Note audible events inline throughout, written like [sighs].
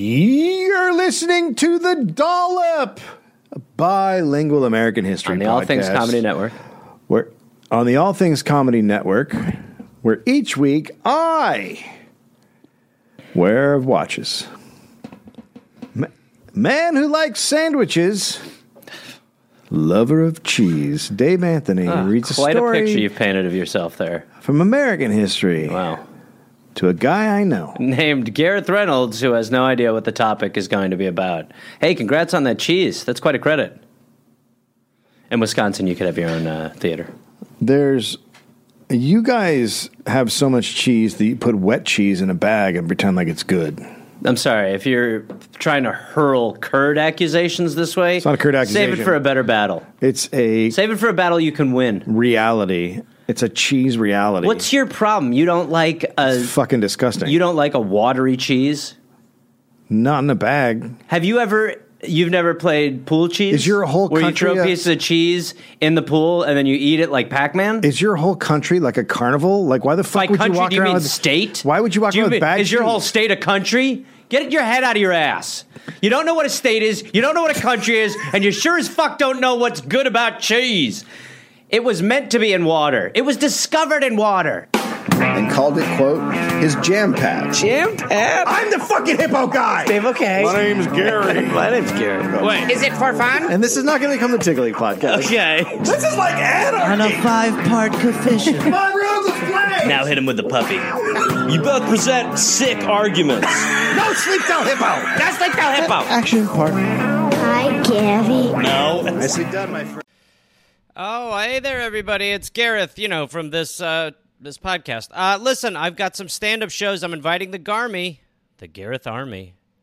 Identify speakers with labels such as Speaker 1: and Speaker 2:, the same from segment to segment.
Speaker 1: You're listening to The Dollop, a bilingual American history
Speaker 2: on the
Speaker 1: podcast.
Speaker 2: All Things Comedy Network.
Speaker 1: We're on the All Things Comedy Network, where each week I wear watches. Ma- Man who likes sandwiches, lover of cheese, Dave Anthony reads a
Speaker 2: Ah, Quite a picture
Speaker 1: story
Speaker 2: you've painted of yourself there.
Speaker 1: from American history
Speaker 2: Wow.
Speaker 1: to a guy I know.
Speaker 2: Named Gareth Reynolds, who has no idea what the topic is going to be about. Hey, congrats on that cheese. That's quite a credit. In Wisconsin, you could have your own uh, theater.
Speaker 1: There's. You guys have so much cheese that you put wet cheese in a bag and pretend like it's good.
Speaker 2: I'm sorry if you're trying to hurl curd accusations this way. It's
Speaker 1: not a curd
Speaker 2: Save
Speaker 1: accusation.
Speaker 2: it for a better battle.
Speaker 1: It's a
Speaker 2: Save it for a battle you can win.
Speaker 1: reality. It's a cheese reality.
Speaker 2: What's your problem? You don't like a
Speaker 1: fucking disgusting?
Speaker 2: you don't like a watery cheese.
Speaker 1: Not in a bag.
Speaker 2: Have you ever? You've never played pool cheese?
Speaker 1: Is your whole
Speaker 2: where you
Speaker 1: country
Speaker 2: throw
Speaker 1: a-
Speaker 2: pieces of cheese in the pool and then you eat it like Pac-Man?
Speaker 1: Is your whole country like a carnival? Like why the
Speaker 2: By
Speaker 1: fuck would you
Speaker 2: country,
Speaker 1: walk
Speaker 2: do you
Speaker 1: around
Speaker 2: mean
Speaker 1: with
Speaker 2: state?
Speaker 1: Why would you walk
Speaker 2: Do you
Speaker 1: around
Speaker 2: mean-
Speaker 1: with bag
Speaker 2: Is your
Speaker 1: cheese?
Speaker 2: whole state a country? Get your head out of your ass. You don't know what a state is. You don't know what a country is, and you sure as fuck don't know what's good about cheese. It was meant to be in water. It was discovered in water.
Speaker 3: and called it, quote, his jam patch.
Speaker 4: Jim, Pat,
Speaker 3: I'm the fucking hippo guy!
Speaker 4: Dave, okay. My
Speaker 2: [laughs]
Speaker 4: name's Gary. My name's Gary.
Speaker 2: Wait,
Speaker 5: Is it for fun?
Speaker 3: And this is not going to become the Tiggly podcast.
Speaker 2: okay.
Speaker 3: This is like anarchy!
Speaker 4: a five-part
Speaker 1: [laughs]
Speaker 4: coefficient.
Speaker 3: My rules of play!
Speaker 6: Now hit him with the puppy. You both present sick arguments.
Speaker 3: No sleep till hippo!
Speaker 5: That's like the
Speaker 2: [laughs]
Speaker 5: hippo.
Speaker 4: Action part.
Speaker 7: Hi, Gabby.
Speaker 6: No.
Speaker 3: Nicely done, my friend.
Speaker 8: Oh, hey there, everybody. It's Gareth, you know, from this uh, this podcast. Uh, listen, I've got some stand up shows I'm inviting the Garmy, the Gareth Army,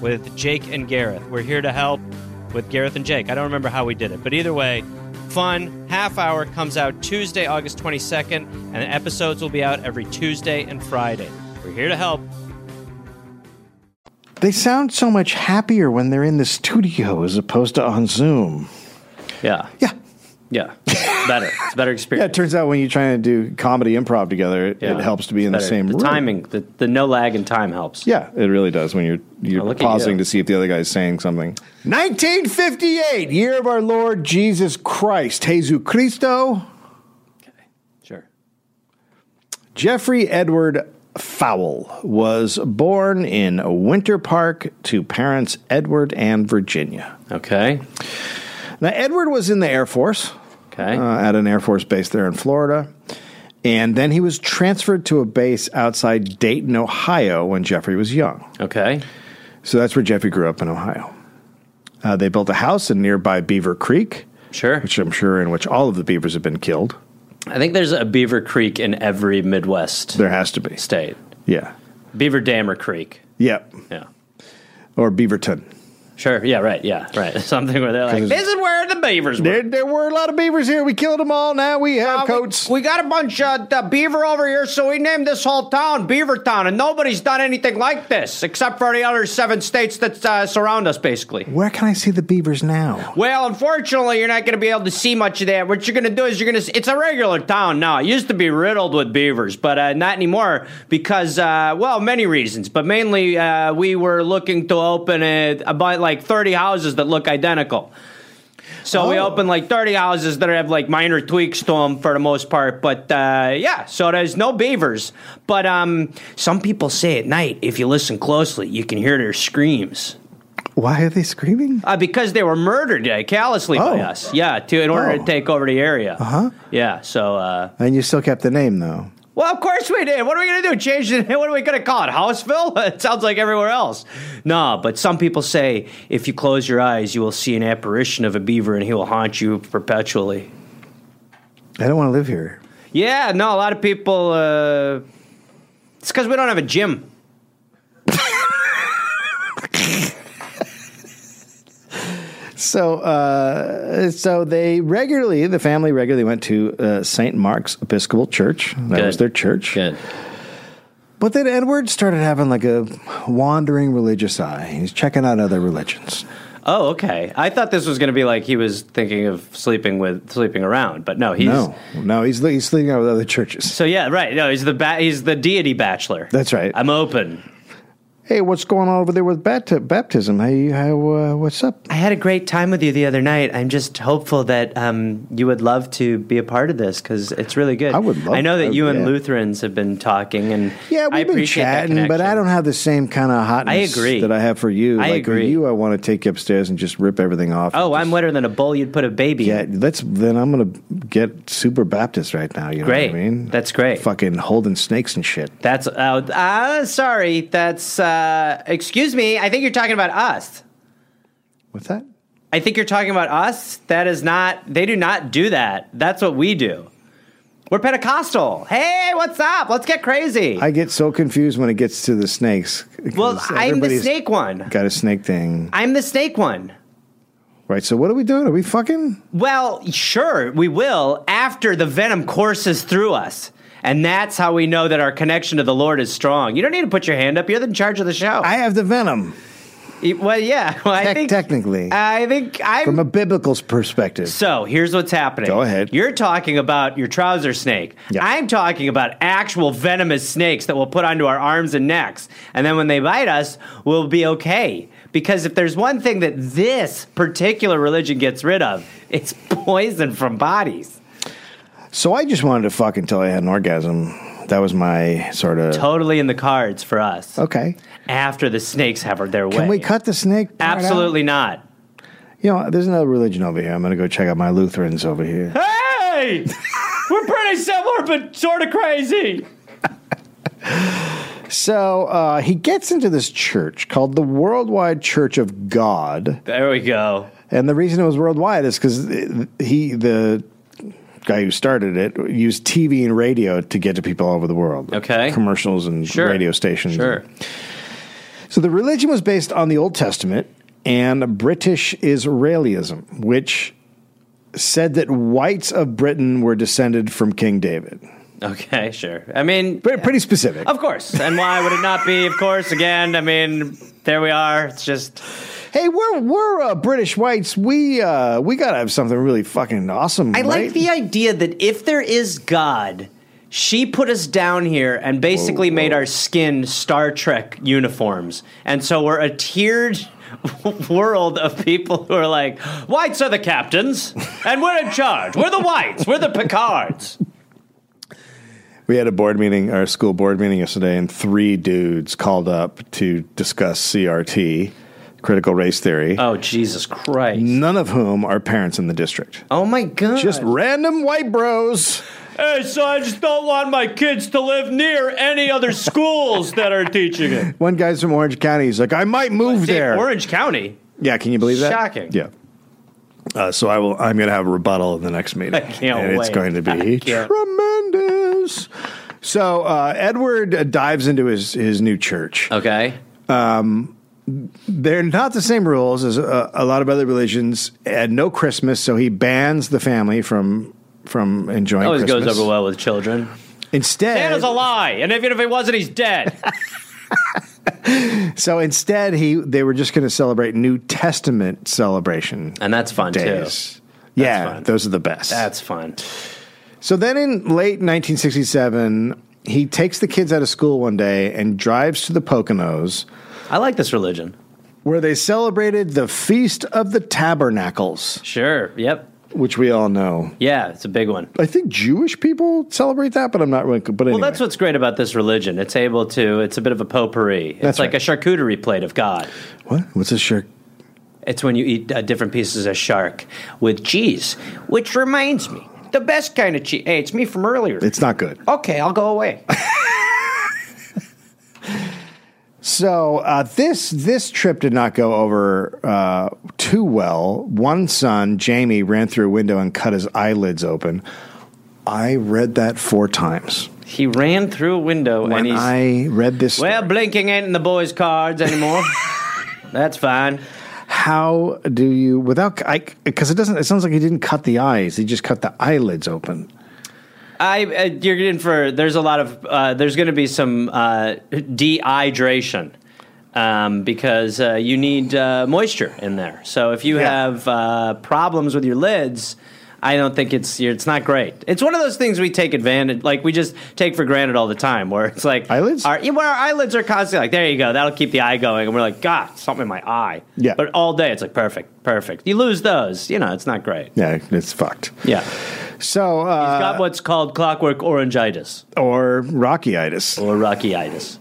Speaker 8: with Jake and Gareth. We're here to help with Gareth and Jake. I don't remember how we did it, but either way, fun half hour comes out Tuesday, August 22nd, and the episodes will be out every Tuesday and Friday. We're here to help.
Speaker 1: They sound so much happier when they're in the studio as opposed to on Zoom.
Speaker 2: Yeah.
Speaker 1: Yeah.
Speaker 2: Yeah. It's better. It's a better
Speaker 1: [laughs] Yeah,
Speaker 2: experience.
Speaker 1: it turns out when you're trying to do comedy improv together, it,
Speaker 2: Yeah.
Speaker 1: it helps to be
Speaker 2: It's
Speaker 1: in the
Speaker 2: better.
Speaker 1: same
Speaker 2: the
Speaker 1: room.
Speaker 2: timing, the, the no lag in time helps.
Speaker 1: Yeah, it really does when you're
Speaker 2: Oh,
Speaker 1: you're
Speaker 2: look at
Speaker 1: pausing
Speaker 2: you.
Speaker 1: to see if the other guy's saying something. 1958, year of our Lord Jesus Christ, Jesus Cristo,
Speaker 2: Sure.
Speaker 1: Jeffrey Edward Fowle was born in Winter Park to parents Edward and Virginia.
Speaker 2: Okay.
Speaker 1: Now Edward was in the Air Force
Speaker 2: Okay.
Speaker 1: uh, at an Air Force base there in Florida. And then he was transferred to a base outside Dayton, Ohio, when Jeffrey was young.
Speaker 2: okay.
Speaker 1: So that's where Jeffrey grew up in Ohio. Uh, they built a house in nearby Beaver Creek,
Speaker 2: Sure.
Speaker 1: which I'm sure in which all of the beavers have been killed.
Speaker 2: I think there's a Beaver Creek in every Midwest
Speaker 1: There has to be.
Speaker 2: state.
Speaker 1: Yeah.
Speaker 2: Beaver Dam or Creek.
Speaker 1: Yep.
Speaker 2: Yeah.
Speaker 1: Or Beaverton.
Speaker 8: Sure. Yeah. Right. Yeah.
Speaker 2: [laughs]
Speaker 8: Right. Something where they're like, this is where the beavers were.
Speaker 1: There, there were a lot of beavers here. We killed them all. Now we have coats.
Speaker 8: Uh, We got a bunch of uh, beaver over here, so we named this whole town Beaver Town, and nobody's done anything like this except for the other seven states that uh, surround us, basically.
Speaker 1: Where can I see the beavers now?
Speaker 8: Well, unfortunately, you're not going to be able to see much of that. What you're going to do is you're going to. It's a regular town now. It used to be riddled with beavers, but uh, not anymore because, uh, well, many reasons, but mainly uh, we were looking to open uh about like 30 houses that look identical. So we
Speaker 1: Oh.
Speaker 8: opened like 30 houses that have like minor tweaks to them for the most part. But uh, yeah, so there's no beavers. But um, some people say at night, if you listen closely, you can hear their screams
Speaker 1: Why are they screaming?
Speaker 8: uh, because they were murdered uh, callously by
Speaker 1: Oh.
Speaker 8: us. Yeah, to in order
Speaker 1: Oh.
Speaker 8: to take over the area. Uh
Speaker 1: Uh-huh.
Speaker 8: Yeah. So, uh,
Speaker 1: And you still kept the name though.
Speaker 8: well, of course we did. What are we gonna do? Change the What are we gonna call it? [laughs] Houseville? [laughs] It sounds like everywhere else. No, but some people say if you close your eyes, you will see an apparition of a beaver, and he will haunt you perpetually.
Speaker 1: I don't want to live here.
Speaker 8: Yeah. No, a lot of people. Uh, it's because we don't have a gym.
Speaker 1: So, uh, so they regularly, the family regularly went to uh, St. Mark's Episcopal Church. That
Speaker 8: Good.
Speaker 1: was their church.
Speaker 8: Good.
Speaker 1: But then Edward started having like a wandering religious eye. He's checking out other religions.
Speaker 8: Oh, okay. I thought this was gonna be like he was thinking of sleeping with sleeping around, but no, he's
Speaker 1: no, no, he's he's sleeping out with other churches.
Speaker 8: So yeah, right. No, he's the ba- he's the deity bachelor.
Speaker 1: That's right.
Speaker 8: I'm open.
Speaker 1: hey, what's going on over there with bat- baptism? How you, how uh, what's up?
Speaker 8: I had a great time with you the other night. I'm just hopeful that um, you would love to be a part of this because it's really good.
Speaker 1: I would love-
Speaker 8: I know that
Speaker 1: I-
Speaker 8: you and
Speaker 1: yeah.
Speaker 8: Lutherans have been talking, and
Speaker 1: Yeah,
Speaker 8: I
Speaker 1: we've been
Speaker 8: appreciate that
Speaker 1: chatting, but I
Speaker 8: connection.
Speaker 1: don't have the same kind of hotness
Speaker 8: I agree.
Speaker 1: that I have for you.
Speaker 8: I
Speaker 1: like
Speaker 8: agree.
Speaker 1: For you, I want to take you upstairs and just rip everything off.
Speaker 8: Oh,
Speaker 1: and
Speaker 8: I'm
Speaker 1: just-
Speaker 8: wetter than a bull you'd put a baby.
Speaker 1: Yeah,
Speaker 8: in.
Speaker 1: let's. Then I'm gonna get super Baptist right now. You know
Speaker 8: Great.
Speaker 1: what I mean?
Speaker 8: That's great.
Speaker 1: Fucking holding snakes and shit.
Speaker 8: That's uh, uh sorry. That's uh excuse me. I think you're talking about us.
Speaker 1: What's that?
Speaker 8: I think you're talking about us. That is not. They do not do that. That's what we do. We're Pentecostal. Hey, what's up? Let's get crazy.
Speaker 1: I get so confused when it gets to the snakes. 'cause
Speaker 8: well, I'm the
Speaker 1: everybody's
Speaker 8: snake one.
Speaker 1: Got a snake thing,
Speaker 8: I'm the snake one.
Speaker 1: right? So what are we doing? Are we fucking?
Speaker 8: Well, sure, we will after the venom courses through us. And that's how we know that our connection to the Lord is strong. You don't need to put your hand up. You're in charge of the show.
Speaker 1: I have the venom.
Speaker 8: well, yeah. [laughs] Well, I
Speaker 1: Tec-
Speaker 8: think,
Speaker 1: technically,
Speaker 8: I think I'm
Speaker 1: from a biblical perspective.
Speaker 8: So here's what's happening.
Speaker 1: Go ahead.
Speaker 8: You're talking about your trouser snake.
Speaker 1: Yeah.
Speaker 8: I'm talking about actual venomous snakes that we'll put onto our arms and necks. And then when they bite us, we'll be okay. Because if there's one thing that this particular religion gets rid of, it's poison from bodies.
Speaker 1: So I just wanted to fuck until I had an orgasm. That was my sort of.
Speaker 8: Totally in the cards for us
Speaker 1: okay.
Speaker 8: after the snakes have their way.
Speaker 1: Can we cut the snake? part out?
Speaker 8: Absolutely not.
Speaker 1: You know, there's another religion over here. I'm gonna go check out my Lutherans over here.
Speaker 8: Hey! We're pretty similar, but sort of crazy.
Speaker 1: So uh, he gets into this church called the Worldwide Church of God,
Speaker 8: There we go.
Speaker 1: and the reason it was worldwide is because he, the guy who started it, used TV and radio to get to people all over the world.
Speaker 8: Okay.
Speaker 1: commercials and
Speaker 8: Sure.
Speaker 1: radio stations.
Speaker 8: Sure.
Speaker 1: So the religion was based on the Old Testament and British Israelism, which said that whites of Britain were descended from King David.
Speaker 8: Okay, sure. I mean,
Speaker 1: Pre- Pretty specific.
Speaker 8: Of course. And why would it not be? Of course. Again, I mean, there we are. It's just
Speaker 1: Hey, we're we're uh, British whites. We uh, we gotta have something really fucking awesome.
Speaker 8: I
Speaker 1: right?
Speaker 8: like the idea that if there is God, she put us down here and basically made our skin Star Trek uniforms. And so we're a tiered [laughs] world of people who are like, whites are the captains, and we're in charge. We're the whites, we're the Picards.
Speaker 1: We had a board meeting, our school board meeting yesterday, and three dudes called up to discuss CRT, critical race theory.
Speaker 8: Oh, Jesus Christ.
Speaker 1: None of whom are parents in the district.
Speaker 8: Oh my God.
Speaker 1: Just random white bros.
Speaker 8: Hey, so I just don't want my kids to live near any other schools that are teaching it.
Speaker 1: One guy's from Orange County. He's like, I might move
Speaker 8: Dave,
Speaker 1: there.
Speaker 8: Orange County.
Speaker 1: Yeah, can you believe that?
Speaker 8: Shocking.
Speaker 1: Yeah. Uh, so I will. I'm going to have a rebuttal in the next meeting,
Speaker 8: [laughs] I can't
Speaker 1: and it's
Speaker 8: wait.
Speaker 1: going to
Speaker 8: [laughs] I
Speaker 1: be
Speaker 8: can't-
Speaker 1: tremendous. So uh, Edward uh, dives into his his new church,
Speaker 8: Okay.
Speaker 1: they're not the same rules as uh, a, a lot of other religions. Had no Christmas, so he bans the family from from enjoying.
Speaker 8: Always
Speaker 1: Christmas.
Speaker 8: goes over well with children.
Speaker 1: Instead,
Speaker 8: Santa's a lie, and even if he wasn't, he's dead.
Speaker 1: so instead he they were just going to celebrate New Testament celebration
Speaker 8: [laughs] and that's fun too.
Speaker 1: days. yeah,
Speaker 8: fun.
Speaker 1: those are the best.
Speaker 8: That's fun.
Speaker 1: So then in late 1967, he takes the kids out of school one day and drives to the Poconos,
Speaker 8: I like this religion.
Speaker 1: where they celebrated the Feast of the Tabernacles,
Speaker 8: Sure. Yep.
Speaker 1: which we all know.
Speaker 8: Yeah, it's a big one.
Speaker 1: I think Jewish people celebrate that, but I'm not really. But anyway.
Speaker 8: Well, that's what's great about this religion. It's able to. It's a bit of a potpourri. It's
Speaker 1: That's
Speaker 8: like
Speaker 1: right.
Speaker 8: a charcuterie plate of God.
Speaker 1: what what's a shirt?
Speaker 8: It's when you eat uh, different pieces of shark with cheese, which reminds me, the best kind of cheese. Hey, it's me from earlier.
Speaker 1: It's not good.
Speaker 8: okay, I'll go
Speaker 1: [laughs]
Speaker 8: away.
Speaker 1: So uh, this this trip did not go over uh, too well. One son, Jamie, ran through a window and cut his eyelids open. I read that four times.
Speaker 8: he ran through a window and
Speaker 1: When
Speaker 8: he's
Speaker 1: I read this,
Speaker 8: well, blinking ain't in the boys' cards anymore. That's fine.
Speaker 1: how do you without? Because it doesn't. It sounds like he didn't cut the eyes. He just cut the eyelids open.
Speaker 8: I uh, you're in for there's a lot of uh, there's going to be some uh, dehydration um, because uh, you need uh, moisture in there. So if you
Speaker 1: Yeah.
Speaker 8: have uh, problems with your lids, I don't think it's you're, it's not great. It's one of those things we take advantage like we just take for granted all the time where it's like
Speaker 1: Eyelids?
Speaker 8: Our, yeah, where our eyelids are constantly like there you go that'll keep the eye going and we're like God something in my eye
Speaker 1: Yeah.
Speaker 8: But all day it's like perfect perfect. You lose those you know it's not great.
Speaker 1: Yeah, it's fucked.
Speaker 8: Yeah,
Speaker 1: So uh,
Speaker 8: got what's called clockwork orangitis
Speaker 1: or Rockyitis.
Speaker 8: or Rockyitis.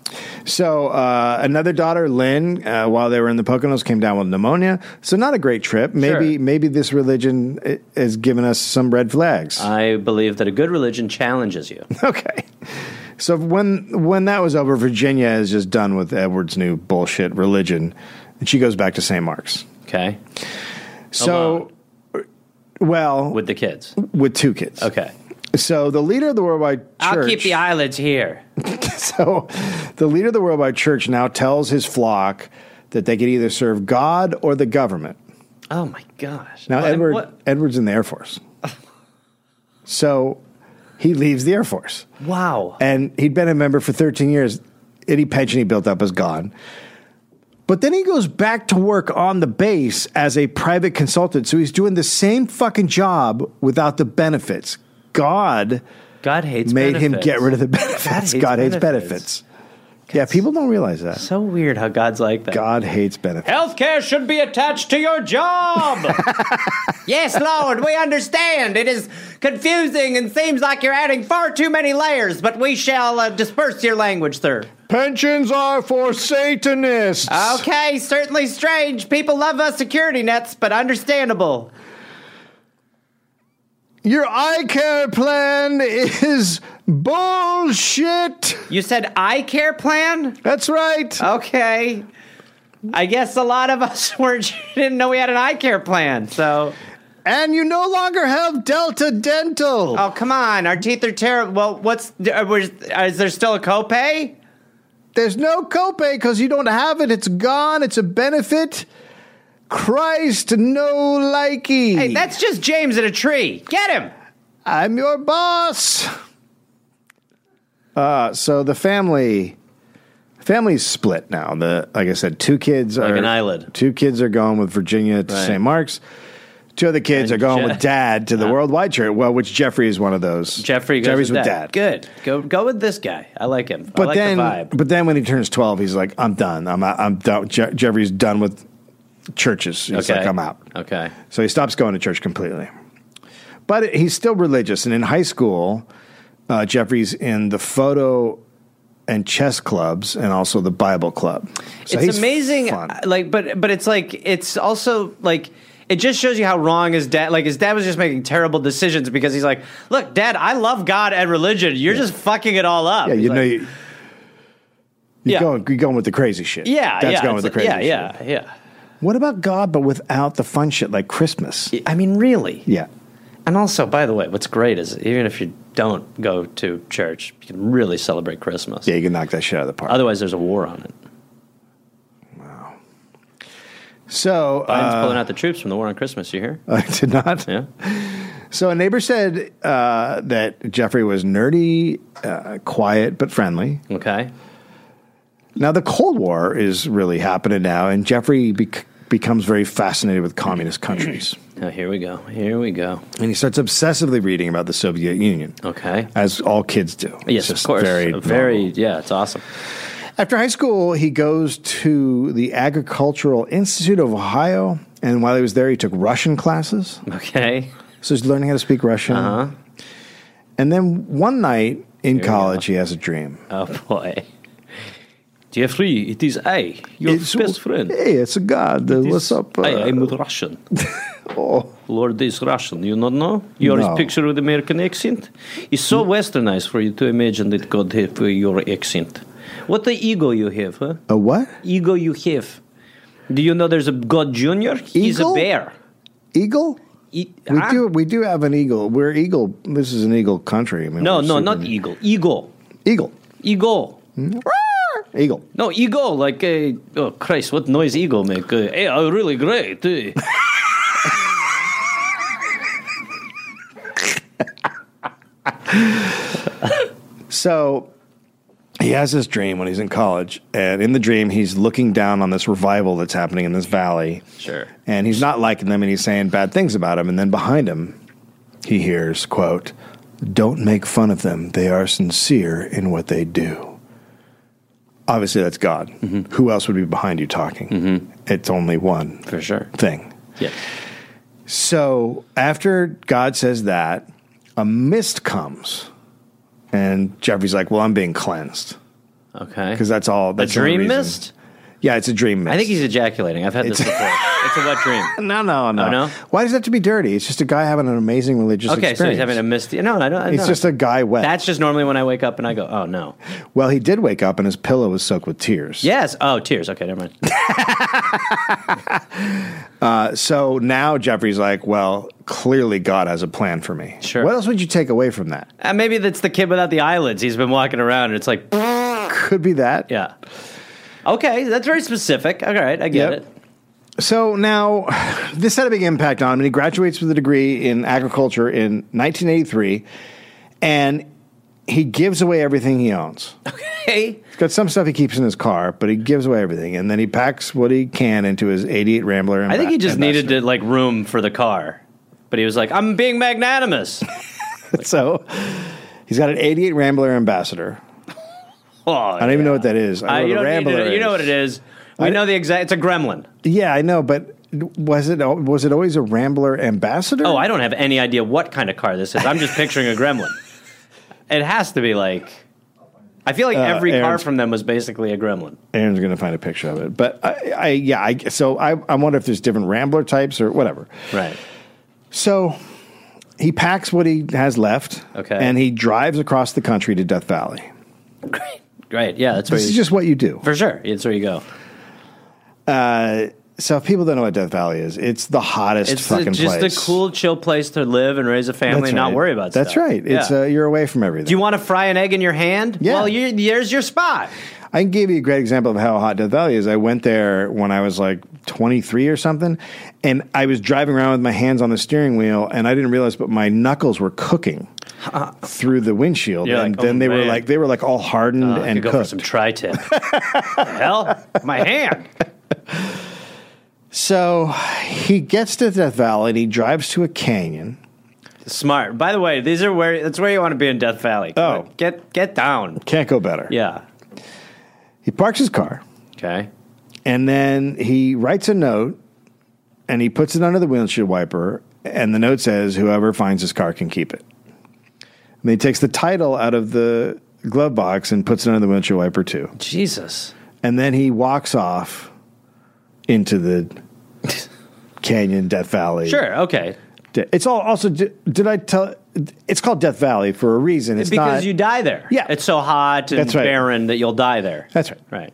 Speaker 1: So uh, another daughter, Lynn, uh, while they were in the Poconos, came down with pneumonia. So not a great trip. Maybe
Speaker 8: Sure.
Speaker 1: maybe this religion i- has given us some red flags.
Speaker 8: I believe that a good religion challenges you.
Speaker 1: [laughs] okay. So when when that was over, Virginia is just done with Edward's new bullshit religion, and she goes back to St. Mark's.
Speaker 8: Okay,
Speaker 1: So, well, with,
Speaker 8: with the kids.
Speaker 1: two kids.
Speaker 8: Okay,
Speaker 1: So the leader of the worldwide church.
Speaker 8: I'll keep
Speaker 1: [laughs]
Speaker 8: the eyelids here.
Speaker 1: So, the leader of the worldwide church now tells his flock that they could either serve God or the government.
Speaker 8: Oh my gosh!
Speaker 1: Now,
Speaker 8: What-
Speaker 1: Edward,
Speaker 8: what-
Speaker 1: Edward's in the Air Force. so he leaves the Air Force.
Speaker 8: wow.
Speaker 1: And he'd been a member for 13 years. Any pension he built up is gone. But then he goes back to work on the base as a private consultant. So he's doing the same fucking job without the benefits. God
Speaker 8: God hates.
Speaker 1: made him
Speaker 8: benefits.
Speaker 1: get rid of the benefits. God hates,
Speaker 8: hates benefits.
Speaker 1: benefits. Yeah, people don't realize that.
Speaker 8: So weird how God's like that.
Speaker 1: God hates benefits.
Speaker 8: Healthcare should be attached to your job.
Speaker 1: [laughs]
Speaker 8: yes, Lord, we understand. It is confusing and seems like you're adding far too many layers, but we shall uh, disperse your language, sir.
Speaker 1: Pensions are for Satanists.
Speaker 8: Okay, certainly strange. People love us security nets, but understandable.
Speaker 1: Your eye care plan is bullshit.
Speaker 8: You said eye care plan?
Speaker 1: That's right.
Speaker 8: Okay. I guess a lot of us [laughs] were didn't know we had an eye care plan. So,
Speaker 1: and you no longer have Delta Dental.
Speaker 8: oh come on, our teeth are terrible. Well, what's are we- is there still a copay?
Speaker 1: There's no copay because you don't have it. It's gone. It's a benefit. Christ, no likey.
Speaker 8: Hey, that's just James in a tree. Get him.
Speaker 1: I'm your boss. Uh, so the family family's split now. The like I said, two kids are
Speaker 8: an eyelid.
Speaker 1: Two kids are going with Virginia to
Speaker 8: Right.
Speaker 1: St. Mark's. Two other kids are
Speaker 8: And
Speaker 1: going
Speaker 8: Je-
Speaker 1: with Dad to the Worldwide Church. Well, which Jeffrey is one of those.
Speaker 8: Jeffrey goes
Speaker 1: Jeffrey's
Speaker 8: with,
Speaker 1: with
Speaker 8: dad.
Speaker 1: Dad.
Speaker 8: Good. Go go with this guy. I like him. I
Speaker 1: But
Speaker 8: like
Speaker 1: then,
Speaker 8: the vibe.
Speaker 1: but then when he turns twelve, he's like, "I'm done. I'm out- I'm done." Je- Jeffrey's done with churches. He's like, "I'm out."
Speaker 8: Okay.
Speaker 1: So he stops going to church completely. But he's still religious. And in high school, uh, Jeffrey's in the photo and chess clubs and also the Bible club. So
Speaker 8: it's
Speaker 1: he's
Speaker 8: amazing
Speaker 1: fun.
Speaker 8: uh, like but but it's like it's also like it just shows you how wrong his dad like his dad was just making terrible decisions because he's like look dad i love god and religion you're just fucking it all up
Speaker 1: yeah,
Speaker 8: He's
Speaker 1: you know,
Speaker 8: like,
Speaker 1: you, you're,
Speaker 8: Yeah.
Speaker 1: going, you're going with the crazy shit.
Speaker 8: yeah
Speaker 1: That's
Speaker 8: yeah,
Speaker 1: going
Speaker 8: it's
Speaker 1: with the
Speaker 8: like-
Speaker 1: crazy
Speaker 8: yeah
Speaker 1: shit.
Speaker 8: yeah yeah
Speaker 1: What about God, but without the fun shit like Christmas?
Speaker 8: I mean, really.
Speaker 1: Yeah.
Speaker 8: And also, by the way, what's great is even if you don't go to church, you can really celebrate Christmas.
Speaker 1: Yeah, you can knock that shit out of the park.
Speaker 8: Otherwise, there's a war on it.
Speaker 1: So
Speaker 8: Biden's
Speaker 1: uh,
Speaker 8: pulling out the troops from the war on Christmas. You hear?
Speaker 1: I [laughs] did not.
Speaker 8: Yeah.
Speaker 1: So a neighbor said uh, that Jeffrey was nerdy, uh, quiet, but friendly.
Speaker 8: Okay.
Speaker 1: Now the Cold War is really happening now, and Jeffrey bec- becomes very fascinated with communist countries,
Speaker 8: Now here we go. Here we go.
Speaker 1: and he starts obsessively reading about the Soviet Union,
Speaker 8: Okay.
Speaker 1: as all kids do. It's
Speaker 8: Yes, of
Speaker 1: just
Speaker 8: course.
Speaker 1: Very,
Speaker 8: very yeah, it's awesome. [laughs]
Speaker 1: After high school, he goes to the Agricultural Institute of Ohio, and while he was there, he took Russian classes.
Speaker 8: Okay.
Speaker 1: So he's learning how to speak Russian.
Speaker 8: Uh-huh.
Speaker 1: And then one night in college, he has a dream.
Speaker 8: Oh boy. Jeffrey, it is I, your best friend.
Speaker 1: Hey, it's a god. Uh,
Speaker 8: It is
Speaker 1: What's up?
Speaker 8: I,
Speaker 1: uh,
Speaker 8: I'm Russian.
Speaker 1: oh.
Speaker 8: Lord is Russian. You don't know? You are
Speaker 1: No. Mm.
Speaker 8: his picture with American accent. It's so westernized for you to imagine that God have uh, your accent. What the ego you have, huh?
Speaker 1: A what?
Speaker 8: Ego you have. Do you know there's a God Junior? He's a
Speaker 1: Eagle?
Speaker 8: bear.
Speaker 1: Eagle?
Speaker 8: E-
Speaker 1: We
Speaker 8: huh?
Speaker 1: do. We do have an eagle. We're eagle. This is an eagle country. I mean,
Speaker 8: No,
Speaker 1: we're
Speaker 8: no,
Speaker 1: super-
Speaker 8: not eagle. Eagle.
Speaker 1: eagle.
Speaker 8: Eagle.
Speaker 1: Eagle.
Speaker 8: No, eagle, like, uh, oh Christ, what noise eagle make? Uh, hey, I'm really great. eh.
Speaker 1: So he has this dream when he's in college, and in the dream, he's looking down on this revival that's happening in this valley.
Speaker 8: [laughs] Sure.
Speaker 1: And he's not liking them, and he's saying bad things about them. And then behind him, he hears, "quote Don't make fun of them. They are sincere in what they do." Obviously, that's God.
Speaker 8: Mm-hmm.
Speaker 1: Who else would be behind you talking? It's only one
Speaker 8: For sure.
Speaker 1: thing.
Speaker 8: Yeah.
Speaker 1: So after God says that, a mist comes, and Jeffrey's like, "Well, I'm being cleansed
Speaker 8: Okay.
Speaker 1: because that's all."
Speaker 8: a
Speaker 1: That's the only
Speaker 8: dream
Speaker 1: reason."
Speaker 8: mist?
Speaker 1: Yeah, it's a dream mist.
Speaker 8: I think he's ejaculating. I've had this
Speaker 1: It's-
Speaker 8: before. [laughs] it's a wet dream.
Speaker 1: [laughs] no, no, no,
Speaker 8: Oh, no?
Speaker 1: Why does it have to be dirty? It's just a guy having an amazing religious
Speaker 8: Okay,
Speaker 1: experience.
Speaker 8: so he's having a misty. No, I don't. I
Speaker 1: It's
Speaker 8: don't.
Speaker 1: just a guy wet.
Speaker 8: That's just normally when I wake up and I go, oh no.
Speaker 1: well, he did wake up, and his pillow was soaked with tears.
Speaker 8: Yes. Oh, tears. Okay, never mind. [laughs]
Speaker 1: So now Jeffrey's like, "Well, clearly God has a plan for me."
Speaker 8: Sure.
Speaker 1: What else would you take away from that?
Speaker 8: Uh, maybe that's the kid without the eyelids. He's been walking around and it's like, [laughs]
Speaker 1: Could be that.
Speaker 8: yeah. Okay, that's very specific. All right, I get
Speaker 1: Yep.
Speaker 8: it.
Speaker 1: So now, this had a big impact on him, and he graduates with a degree in agriculture in 1983, and he gives away everything he owns.
Speaker 8: Hey,
Speaker 1: He's got some stuff he keeps in his car, but he gives away everything, and then he packs what he can into his 88 Rambler.
Speaker 8: I think he just needed
Speaker 1: Ambassador.
Speaker 8: to like room for the car, but he was like, I'm being magnanimous.
Speaker 1: [laughs] So he's got an 88 Rambler Ambassador.
Speaker 8: Oh,
Speaker 1: I don't even know what that is.
Speaker 8: Uh,
Speaker 1: I know
Speaker 8: you,
Speaker 1: what a
Speaker 8: don't need to
Speaker 1: Rambler
Speaker 8: know- you know what it is. We
Speaker 1: I-
Speaker 8: know the exact. It's a gremlin.
Speaker 1: Yeah, I know, but was it al- was it always a Rambler Ambassador?
Speaker 8: Oh, I don't have any idea what kind of car this is. I'm just picturing a gremlin. It has to be like. I feel like every car
Speaker 1: Uh, Aaron's-
Speaker 8: from them was basically a gremlin.
Speaker 1: Aaron's going to find a picture of it. But I, I yeah, I, so I, I wonder if there's different Rambler types or whatever.
Speaker 8: Right.
Speaker 1: So he packs what he has left.
Speaker 8: Okay.
Speaker 1: And he drives across the country to Death Valley.
Speaker 8: Great. Yeah, that's where
Speaker 1: This
Speaker 8: you.
Speaker 1: is just what you do.
Speaker 8: for sure. It's where you go.
Speaker 1: So if people don't know what Death Valley is, it's the hottest
Speaker 8: It's a-
Speaker 1: fucking
Speaker 8: just
Speaker 1: place.
Speaker 8: a cool, chill place to live and raise a family
Speaker 1: That's
Speaker 8: and not
Speaker 1: right.
Speaker 8: worry about
Speaker 1: That's
Speaker 8: stuff.
Speaker 1: right. It's
Speaker 8: Yeah.
Speaker 1: uh, you're away from everything.
Speaker 8: Do you want to fry an egg in your hand?
Speaker 1: Yeah.
Speaker 8: Well, you, there's your spot.
Speaker 1: I can give you a great example of how hot Death Valley is. I went there when I was like 23 or something, and I was driving around with my hands on the steering wheel, and I didn't realize, but my knuckles were
Speaker 8: [laughs]
Speaker 1: cooking through the windshield,
Speaker 8: You're
Speaker 1: and
Speaker 8: like,
Speaker 1: then
Speaker 8: "Oh,
Speaker 1: they were
Speaker 8: man." Uh,
Speaker 1: like they were like all hardened
Speaker 8: I
Speaker 1: and
Speaker 8: could go
Speaker 1: cooked.
Speaker 8: for some tri-tip. Hell, my hand.
Speaker 1: so he gets to Death Valley and he drives to a canyon.
Speaker 8: Smart. By the way, these are where that's where you want to be in Death Valley. Come
Speaker 1: Oh.
Speaker 8: on, get get down.
Speaker 1: Can't go better.
Speaker 8: Yeah.
Speaker 1: He parks his car.
Speaker 8: Okay.
Speaker 1: And then he writes a note and he puts it under the windshield wiper. And the note says, whoever finds his car can keep it. And he takes the title out of the glove box and puts it under the windshield wiper too.
Speaker 8: Jesus.
Speaker 1: And then he walks off into
Speaker 8: [laughs]
Speaker 1: the canyon, Death Valley.
Speaker 8: Sure. Okay.
Speaker 1: De- It's all also, di- did I tell? It's called Death Valley for a reason. It's not,
Speaker 8: because you die there.
Speaker 1: Yeah.
Speaker 8: It's so hot and
Speaker 1: That's right.
Speaker 8: barren that you'll die there.
Speaker 1: That's right.
Speaker 8: Right.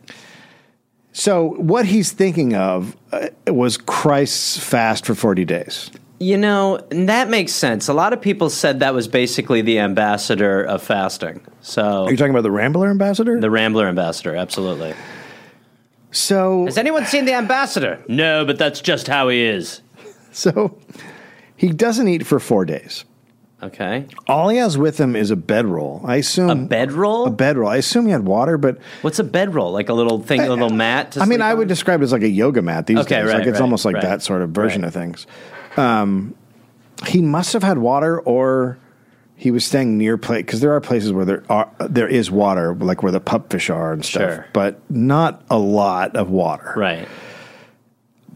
Speaker 1: So what he's thinking of uh, was Christ's fast for 40 days.
Speaker 8: You know, and that makes sense. A lot of people said that was basically the ambassador of fasting. So
Speaker 1: Are you talking about the Rambler ambassador?
Speaker 8: the Rambler ambassador, absolutely.
Speaker 1: So
Speaker 8: Has anyone seen the ambassador? No, but that's just how he is.
Speaker 1: so he doesn't eat for four days.
Speaker 8: Okay.
Speaker 1: All he has with him is a bedroll. I assume
Speaker 8: A bedroll?
Speaker 1: A bedroll. I assume he had water, but
Speaker 8: What's a bedroll? Like a little thing, a little mat? To
Speaker 1: I mean,
Speaker 8: sleep
Speaker 1: I would
Speaker 8: on?
Speaker 1: describe it as like a yoga mat these
Speaker 8: Okay,
Speaker 1: days.
Speaker 8: right,
Speaker 1: like it's
Speaker 8: right,
Speaker 1: almost like
Speaker 8: right.
Speaker 1: that sort of version of things. Um, he must have had water, or he was staying near place because there are places where there are there is water, like where the pupfish are and stuff,
Speaker 8: Sure.
Speaker 1: but not a lot of water.
Speaker 8: Right.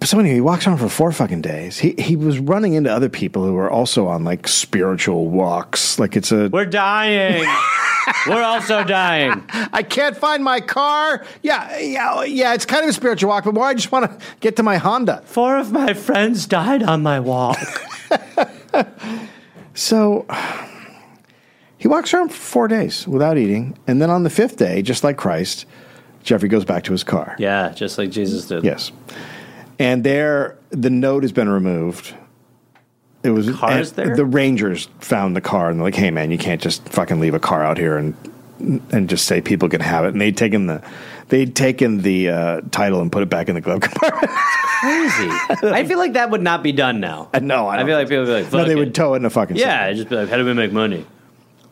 Speaker 1: So anyway, he walks around for four fucking days. He he was running into other people who were also on like spiritual walks. Like it's a
Speaker 8: We're [laughs] dying. We're also dying.
Speaker 1: I can't find my car. Yeah, yeah, yeah. It's kind of a spiritual walk, but more I just want to get to my Honda.
Speaker 8: Four of my friends died on my walk.
Speaker 1: So he walks around for four days without eating. And then on the fifth day, just like Christ, Jeffrey goes back to his car.
Speaker 8: yeah, just like Jesus did.
Speaker 1: Yes. And there, the note has been removed. It was
Speaker 8: car is
Speaker 1: and
Speaker 8: there?
Speaker 1: the Rangers found the car and they're like, "Hey man, you can't just fucking leave a car out here and and just say people can have it." And they'd taken the they'd taken the uh, title and put it back in the glove [laughs] compartment.
Speaker 8: Crazy. I feel like that would not be done now.
Speaker 1: no, I,
Speaker 8: I
Speaker 1: don't
Speaker 8: feel like
Speaker 1: think
Speaker 8: people would be like,
Speaker 1: so. no,
Speaker 8: fuck
Speaker 1: they
Speaker 8: it.
Speaker 1: would tow it in a fucking
Speaker 8: Yeah,
Speaker 1: second.
Speaker 8: I'd just be like, how do we make money?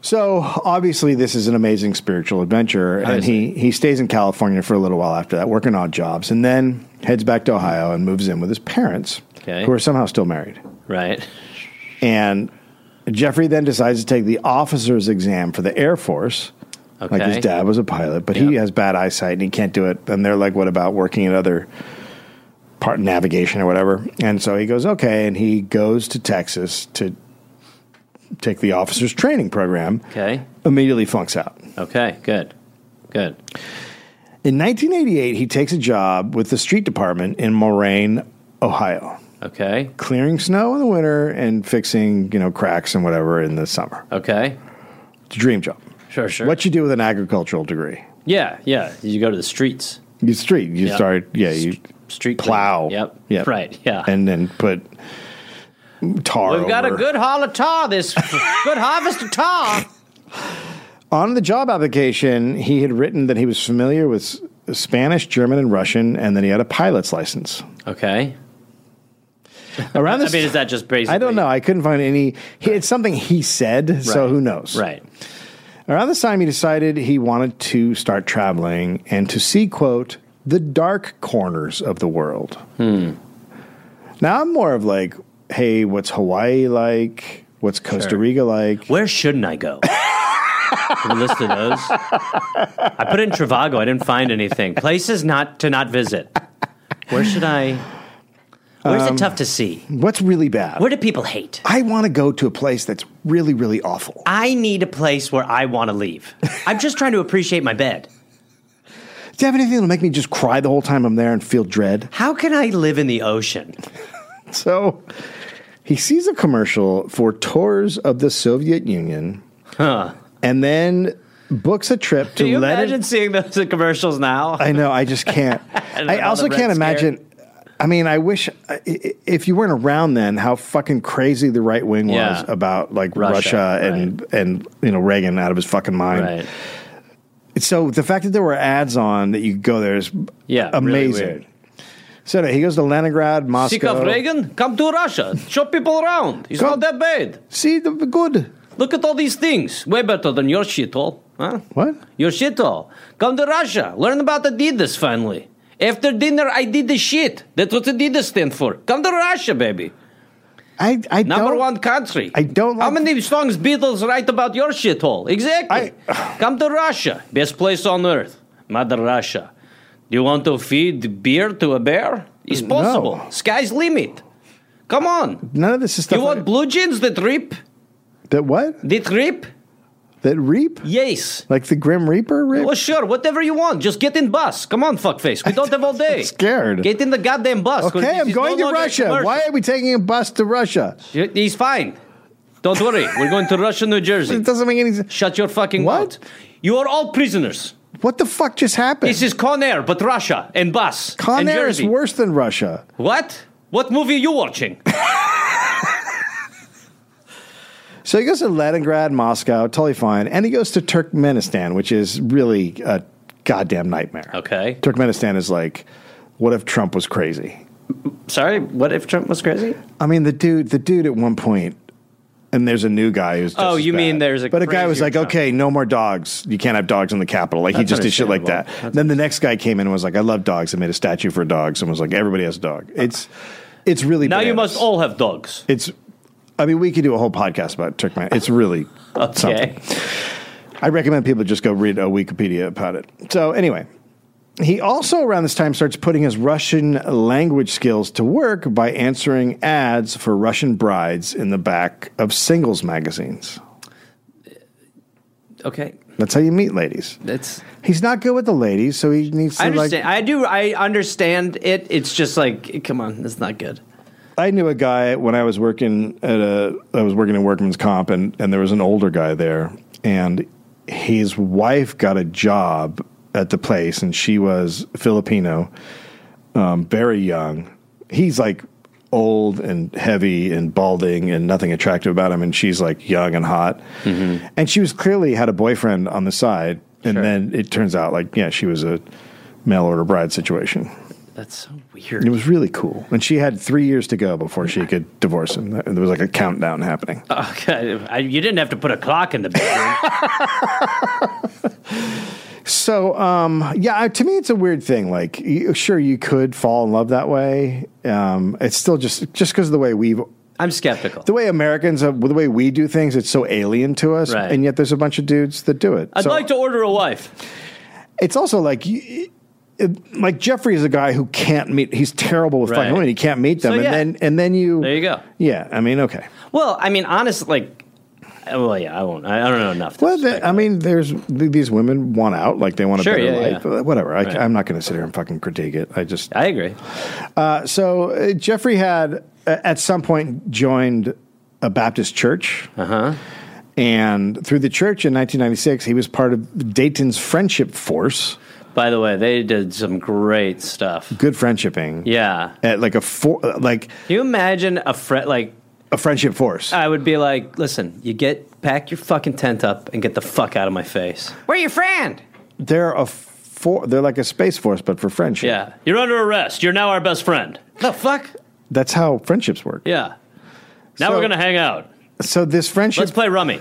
Speaker 1: So obviously, this is an amazing spiritual adventure, and he he stays in California for a little while after that, working odd jobs, and then heads back to Ohio and moves in with his parents,
Speaker 8: Okay.
Speaker 1: who are somehow still married.
Speaker 8: Right.
Speaker 1: And Jeffrey then decides to take the officer's exam for the Air Force. Like
Speaker 8: Okay.
Speaker 1: his dad was a pilot, but he
Speaker 8: Yeah.
Speaker 1: has bad eyesight and he can't do it. And they're like, "What about working at other part navigation or whatever?" And so he goes, "Okay," and he goes to Texas to take the officer's training program
Speaker 8: Okay.
Speaker 1: immediately flunks out.
Speaker 8: Okay. Good. Good.
Speaker 1: In 1988, he takes a job with the street department in Moraine, Ohio,
Speaker 8: Okay.
Speaker 1: clearing snow in the winter and fixing, you know, cracks and whatever in the summer.
Speaker 8: Okay.
Speaker 1: It's a dream job.
Speaker 8: Sure. Sure.
Speaker 1: What you do with an agricultural degree?
Speaker 8: Yeah. Yeah. You go to the streets.
Speaker 1: You street, you
Speaker 8: Yeah.
Speaker 1: start, yeah, you
Speaker 8: Street clean.
Speaker 1: plow.
Speaker 8: Yep.
Speaker 1: Yep.
Speaker 8: Right. Yeah.
Speaker 1: And then put tar
Speaker 8: We've got
Speaker 1: over.
Speaker 8: a good haul of tar. This [laughs] good harvest
Speaker 1: [laughs]
Speaker 8: of tar.
Speaker 1: On the job application, he had written that he was familiar with S- Spanish, German, and Russian, and that he had a pilot's license.
Speaker 8: Okay.
Speaker 1: Around
Speaker 8: I
Speaker 1: this
Speaker 8: mean, is that just basically?
Speaker 1: I don't know. I couldn't find any. He, it's something he said, so
Speaker 8: Right.
Speaker 1: who knows?
Speaker 8: Right.
Speaker 1: Around this time, he decided he wanted to start traveling and to see, quote, the dark corners of the world.
Speaker 8: Hmm.
Speaker 1: Now, I'm more of like, hey, what's Hawaii like? What's Costa Rica like?
Speaker 8: Where shouldn't I go? Have a list of those. I put in Trivago. I didn't find anything. Places not to not visit. Where should I? Where's it tough to see?
Speaker 1: What's really bad?
Speaker 8: Where do people hate?
Speaker 1: I want to go to a place that's really, really awful.
Speaker 8: I need a place where I want to leave. I'm just trying to appreciate my bed.
Speaker 1: Do you have anything that'll make me just cry the whole time I'm there and feel dread?
Speaker 8: How can I live in the ocean?
Speaker 1: So he sees a commercial for tours of the Soviet Union. And then books a trip to
Speaker 8: Do you
Speaker 1: Lenin-
Speaker 8: imagine seeing those in commercials now?
Speaker 1: I know, I just
Speaker 8: [laughs]
Speaker 1: can't.
Speaker 8: And
Speaker 1: I
Speaker 8: all
Speaker 1: also
Speaker 8: the Red
Speaker 1: can't
Speaker 8: Scare.
Speaker 1: imagine. I mean, I wish I- i- if you weren't around then, how fucking crazy the right wing
Speaker 8: Yeah.
Speaker 1: was about like Russia,
Speaker 8: Russia,
Speaker 1: and and you know Reagan out of his fucking mind.
Speaker 8: Right.
Speaker 1: So the fact that there were ads on that you could go there is
Speaker 8: Yeah, really
Speaker 1: amazing.
Speaker 8: weird.
Speaker 1: So anyway, he goes to Leningrad, Moscow.
Speaker 8: Sick of Reagan? Come to Russia. Show people around. It's
Speaker 1: Come-
Speaker 8: not that bad.
Speaker 1: See the good.
Speaker 8: Look at all these things. Way better than your shit all. Huh?
Speaker 1: What?
Speaker 8: Your shit all. Come to Russia. Learn about Adidas finally. After dinner, I did the shit. That's what Adidas stand for. Come to Russia, baby.
Speaker 1: I I
Speaker 8: Number
Speaker 1: don't,
Speaker 8: one country.
Speaker 1: I don't
Speaker 8: How
Speaker 1: like-
Speaker 8: many songs Beatles write about your shithole? Exactly.
Speaker 1: [sighs]
Speaker 8: Come to Russia, best place on earth, Mother Russia. Do you want to feed beer to a bear? It's possible. Sky's limit. Come on.
Speaker 1: None of this is stuff.
Speaker 8: you want
Speaker 1: I-
Speaker 8: blue jeans that rip?
Speaker 1: that what?
Speaker 8: That rip?
Speaker 1: That reap?
Speaker 8: Yes.
Speaker 1: Like the Grim Reaper reap?
Speaker 8: Well, sure, whatever you want. Just get in bus. Come on, fuckface. We don't have all
Speaker 1: [laughs]
Speaker 8: day.
Speaker 1: scared.
Speaker 8: Get in the goddamn bus. 'cause
Speaker 1: okay,
Speaker 8: this
Speaker 1: I'm
Speaker 8: is
Speaker 1: going
Speaker 8: no
Speaker 1: to
Speaker 8: longer
Speaker 1: Russia.
Speaker 8: commercial.
Speaker 1: Why are we taking a bus to Russia?
Speaker 8: He's fine. Don't worry. We're going to Russia, New Jersey.
Speaker 1: [laughs] It doesn't make any sense.
Speaker 8: Shut your fucking
Speaker 1: What?
Speaker 8: mouth. You are all prisoners.
Speaker 1: What the fuck just happened?
Speaker 8: This is Con Air, but Russia and bus.
Speaker 1: Con
Speaker 8: and
Speaker 1: Air is
Speaker 8: Jersey.
Speaker 1: worse than Russia.
Speaker 8: What? What movie are you watching?
Speaker 1: So he goes to Leningrad, Moscow, totally fine, and he goes to Turkmenistan, which is really a goddamn nightmare.
Speaker 8: Okay.
Speaker 1: Turkmenistan is like, what if Trump was crazy?
Speaker 8: Sorry, what if Trump was crazy?
Speaker 1: I mean, the dude, the dude at one point, and there's a new guy who's. Just
Speaker 8: Oh,
Speaker 1: as
Speaker 8: you
Speaker 1: bad.
Speaker 8: mean there's a
Speaker 1: But a guy was
Speaker 8: crazier
Speaker 1: like,
Speaker 8: Trump.
Speaker 1: okay, no more dogs. You can't have dogs in the Capitol. Like he
Speaker 8: That's
Speaker 1: just did shit like that.
Speaker 8: understandable. That's-
Speaker 1: then the next guy came in and was like, I love dogs. and made a statue for dogs and was like, everybody has a dog. It's, it's really.
Speaker 8: Now you
Speaker 1: bananas.
Speaker 8: must oh, all have dogs.
Speaker 1: It's. I mean, we could do a whole podcast about Turkmenistan. It's really
Speaker 8: [laughs] Okay.
Speaker 1: something. I recommend people just go read a Wikipedia about it. So anyway, he also around this time starts putting his Russian language skills to work by answering ads for Russian brides in the back of singles magazines.
Speaker 8: Okay.
Speaker 1: That's how you meet ladies.
Speaker 8: That's
Speaker 1: He's not good with the ladies, so he needs to
Speaker 8: I
Speaker 1: like.
Speaker 8: understand. I do I understand it. It's just like come on, it's not good.
Speaker 1: I knew a guy when I was working at a I was working in workman's comp and and there was an older guy there and his wife got a job at the place and she was Filipino, um, very young. He's like old and heavy and balding and nothing attractive about him and she's like young and hot. And she was clearly had a boyfriend on the side and then it turns out like yeah, she was a mail order bride situation.
Speaker 8: That's so
Speaker 1: It
Speaker 8: weird.
Speaker 1: was really cool. And she had three years to go before she could divorce him. There was like a countdown happening.
Speaker 8: Okay. I, you didn't have to put a clock in the bedroom. [laughs]
Speaker 1: So, um, yeah, I- to me, it's a weird thing. Like, you, sure, you could fall in love that way. Um, it's still just just because of the way we've
Speaker 8: I'm skeptical.
Speaker 1: the way Americans uh, the way we do things. It's so alien to us,
Speaker 8: Right.
Speaker 1: and yet there's a bunch of dudes that do it.
Speaker 8: I'd
Speaker 1: So-
Speaker 8: like to order a wife.
Speaker 1: it's also like you, it, like Jeffrey is a guy who can't meet. He's terrible with
Speaker 8: Right.
Speaker 1: fucking women. He can't meet them,
Speaker 8: So, yeah.
Speaker 1: and then and then you
Speaker 8: There you go.
Speaker 1: Yeah, I mean, okay.
Speaker 8: Well, I mean, honestly, like, well, yeah, I won't. I, I don't know enough. To
Speaker 1: Well, th I mean, there's th- these women want out, like they want a
Speaker 8: Sure,
Speaker 1: better
Speaker 8: yeah,
Speaker 1: life.
Speaker 8: yeah.
Speaker 1: Uh, Whatever. I,
Speaker 8: Right.
Speaker 1: am not going to sit here and fucking critique it. I just
Speaker 8: I agree.
Speaker 1: uh, so uh, Jeffrey had uh, at some point joined a Baptist church,
Speaker 8: Uh-huh.
Speaker 1: and through the church in 1996, he was part of Dayton's Friendship Force.
Speaker 8: By the way, they did some great stuff.
Speaker 1: Good friendshiping.
Speaker 8: Yeah.
Speaker 1: At like a for, uh, like
Speaker 8: Can you imagine a friend like
Speaker 1: a friendship force.
Speaker 8: I would be like, listen, you get pack your fucking tent up and get the fuck out of my face. Where your friend?
Speaker 1: they're a for, they're like a space force, but for friendship.
Speaker 8: Yeah, you're under arrest. You're now our best friend. The fuck?
Speaker 1: That's how friendships work.
Speaker 8: Yeah. Now
Speaker 1: So-
Speaker 8: we're gonna hang out.
Speaker 1: So this friendship.
Speaker 8: Let's play rummy.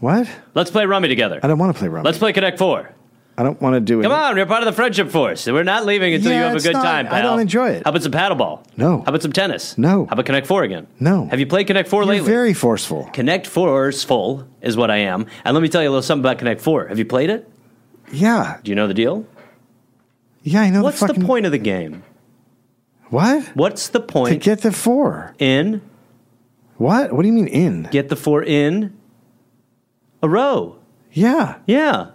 Speaker 1: what?
Speaker 8: Let's play rummy together.
Speaker 1: I don't want to play rummy.
Speaker 8: Let's play Connect Four.
Speaker 1: I don't want to do it.
Speaker 8: Come on, you're part of the friendship force. We're not leaving until
Speaker 1: Yeah,
Speaker 8: you have a
Speaker 1: it's
Speaker 8: good
Speaker 1: not-
Speaker 8: time, pal.
Speaker 1: I don't enjoy it.
Speaker 8: How about some paddleball?
Speaker 1: No.
Speaker 8: How about some tennis?
Speaker 1: No.
Speaker 8: How about Connect Four again?
Speaker 1: No.
Speaker 8: Have you played Connect 4
Speaker 1: You're
Speaker 8: lately?
Speaker 1: very forceful.
Speaker 8: Connect Forceful is what I am. And let me tell you a little something about Connect Four. Have you played it?
Speaker 1: Yeah.
Speaker 8: Do you know the deal?
Speaker 1: Yeah, I know.
Speaker 8: What's
Speaker 1: the,
Speaker 8: the,
Speaker 1: fucking,
Speaker 8: point of the game?
Speaker 1: What?
Speaker 8: What's the
Speaker 1: To
Speaker 8: point
Speaker 1: get the four.
Speaker 8: in
Speaker 1: What? What do you mean in?
Speaker 8: get the four in a row?
Speaker 1: Yeah.
Speaker 8: Yeah.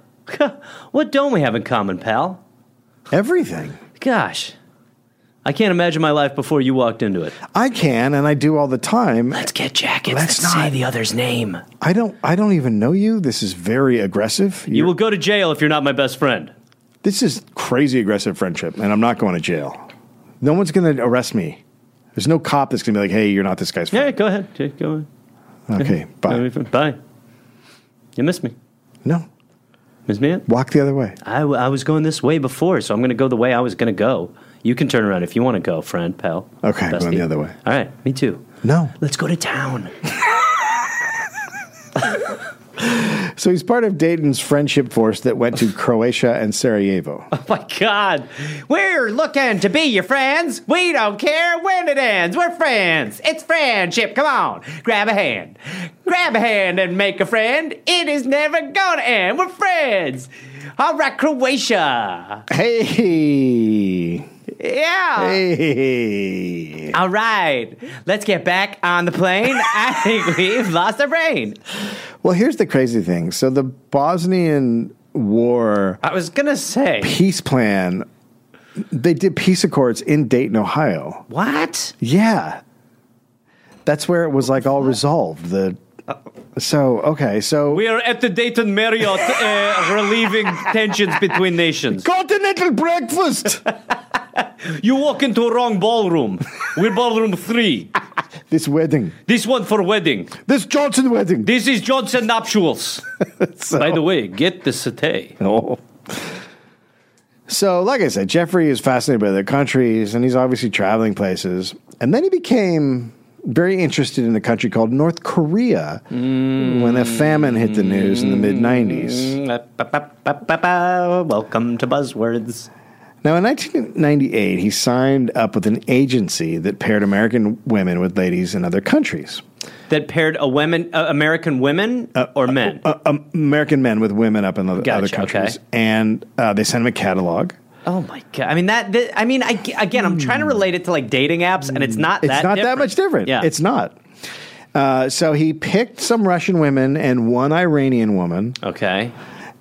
Speaker 8: [laughs] what don't we have in common, pal?
Speaker 1: Everything.
Speaker 8: Gosh. I can't imagine my life before you walked into it.
Speaker 1: I can and I do all the time.
Speaker 8: Let's get jackets
Speaker 1: Let's
Speaker 8: that say
Speaker 1: not-
Speaker 8: the other's name.
Speaker 1: I don't I don't even know you. This is very aggressive.
Speaker 8: You
Speaker 1: You're-
Speaker 8: will go to jail if you're not my best friend.
Speaker 1: This is crazy aggressive friendship and I'm not going to jail. No one's going to arrest me. There's no cop that's going to be like, "Hey, you're not this guy's
Speaker 8: Yeah,
Speaker 1: friend."
Speaker 8: go ahead. Jay, Go on.
Speaker 1: Okay,
Speaker 8: [laughs] Bye.
Speaker 1: bye.
Speaker 8: Bye. You missed me.
Speaker 1: No.
Speaker 8: Miss me?
Speaker 1: Walk the other way.
Speaker 8: I, w- I was going this way before, so I'm going to go the way I was going to go. You can turn around if you want to go, friend, pal.
Speaker 1: Okay, I'm going
Speaker 8: bestie.
Speaker 1: the other way.
Speaker 8: All right, me too. [laughs]
Speaker 1: No.
Speaker 8: Let's go to town.
Speaker 1: So he's part of Dayton's friendship force that went to Croatia and Sarajevo.
Speaker 8: [laughs] My God, we're looking to be your friends. We don't care when it ends. We're friends. It's friendship. Come on, grab a hand, grab a hand, and make a friend. It is never gonna end. We're friends. All right, Croatia.
Speaker 1: Hey.
Speaker 8: Yeah.
Speaker 1: Hey.
Speaker 8: All right, let's get back on the plane. [laughs] I think we've lost our brain.
Speaker 1: Well, here's the crazy thing. So the Bosnian War
Speaker 8: I was gonna say
Speaker 1: peace plan, they did peace accords in Dayton, Ohio.
Speaker 8: what?
Speaker 1: Yeah. That's where it was like all resolved. The so okay, so
Speaker 8: We are at the Dayton Marriott, uh, relieving tensions between nations.
Speaker 1: continental breakfast. [laughs]
Speaker 8: You walk into a wrong ballroom. We're ballroom three.
Speaker 1: this wedding,
Speaker 8: This one for wedding.
Speaker 1: this Johnson wedding.
Speaker 8: This is Johnson Nuptials.
Speaker 1: [laughs] So- [laughs]
Speaker 8: By the way, get the satay.
Speaker 1: Oh. So, like I said, Jeffrey is fascinated by other countries, and he's obviously traveling places. And then he became very interested in a country called North Korea when a famine hit the news
Speaker 8: Mm.
Speaker 1: in the mid 90s.
Speaker 8: Welcome to Buzzwords.
Speaker 1: Now, in 1998, he signed up with an agency that paired American women with ladies in other countries.
Speaker 8: That paired a women, uh, American women or men.
Speaker 1: Uh, um, American men with women up in other,
Speaker 8: Gotcha,
Speaker 1: other countries.
Speaker 8: okay.
Speaker 1: And uh, they sent him a catalog.
Speaker 8: oh my god! I mean that. that I mean, I, again, I'm trying to relate it to like dating apps, and it's not.
Speaker 1: Hmm. It's
Speaker 8: that
Speaker 1: not that
Speaker 8: different.
Speaker 1: much different.
Speaker 8: Yeah,
Speaker 1: It's not. Uh, so he picked some Russian women and one Iranian woman
Speaker 8: okay.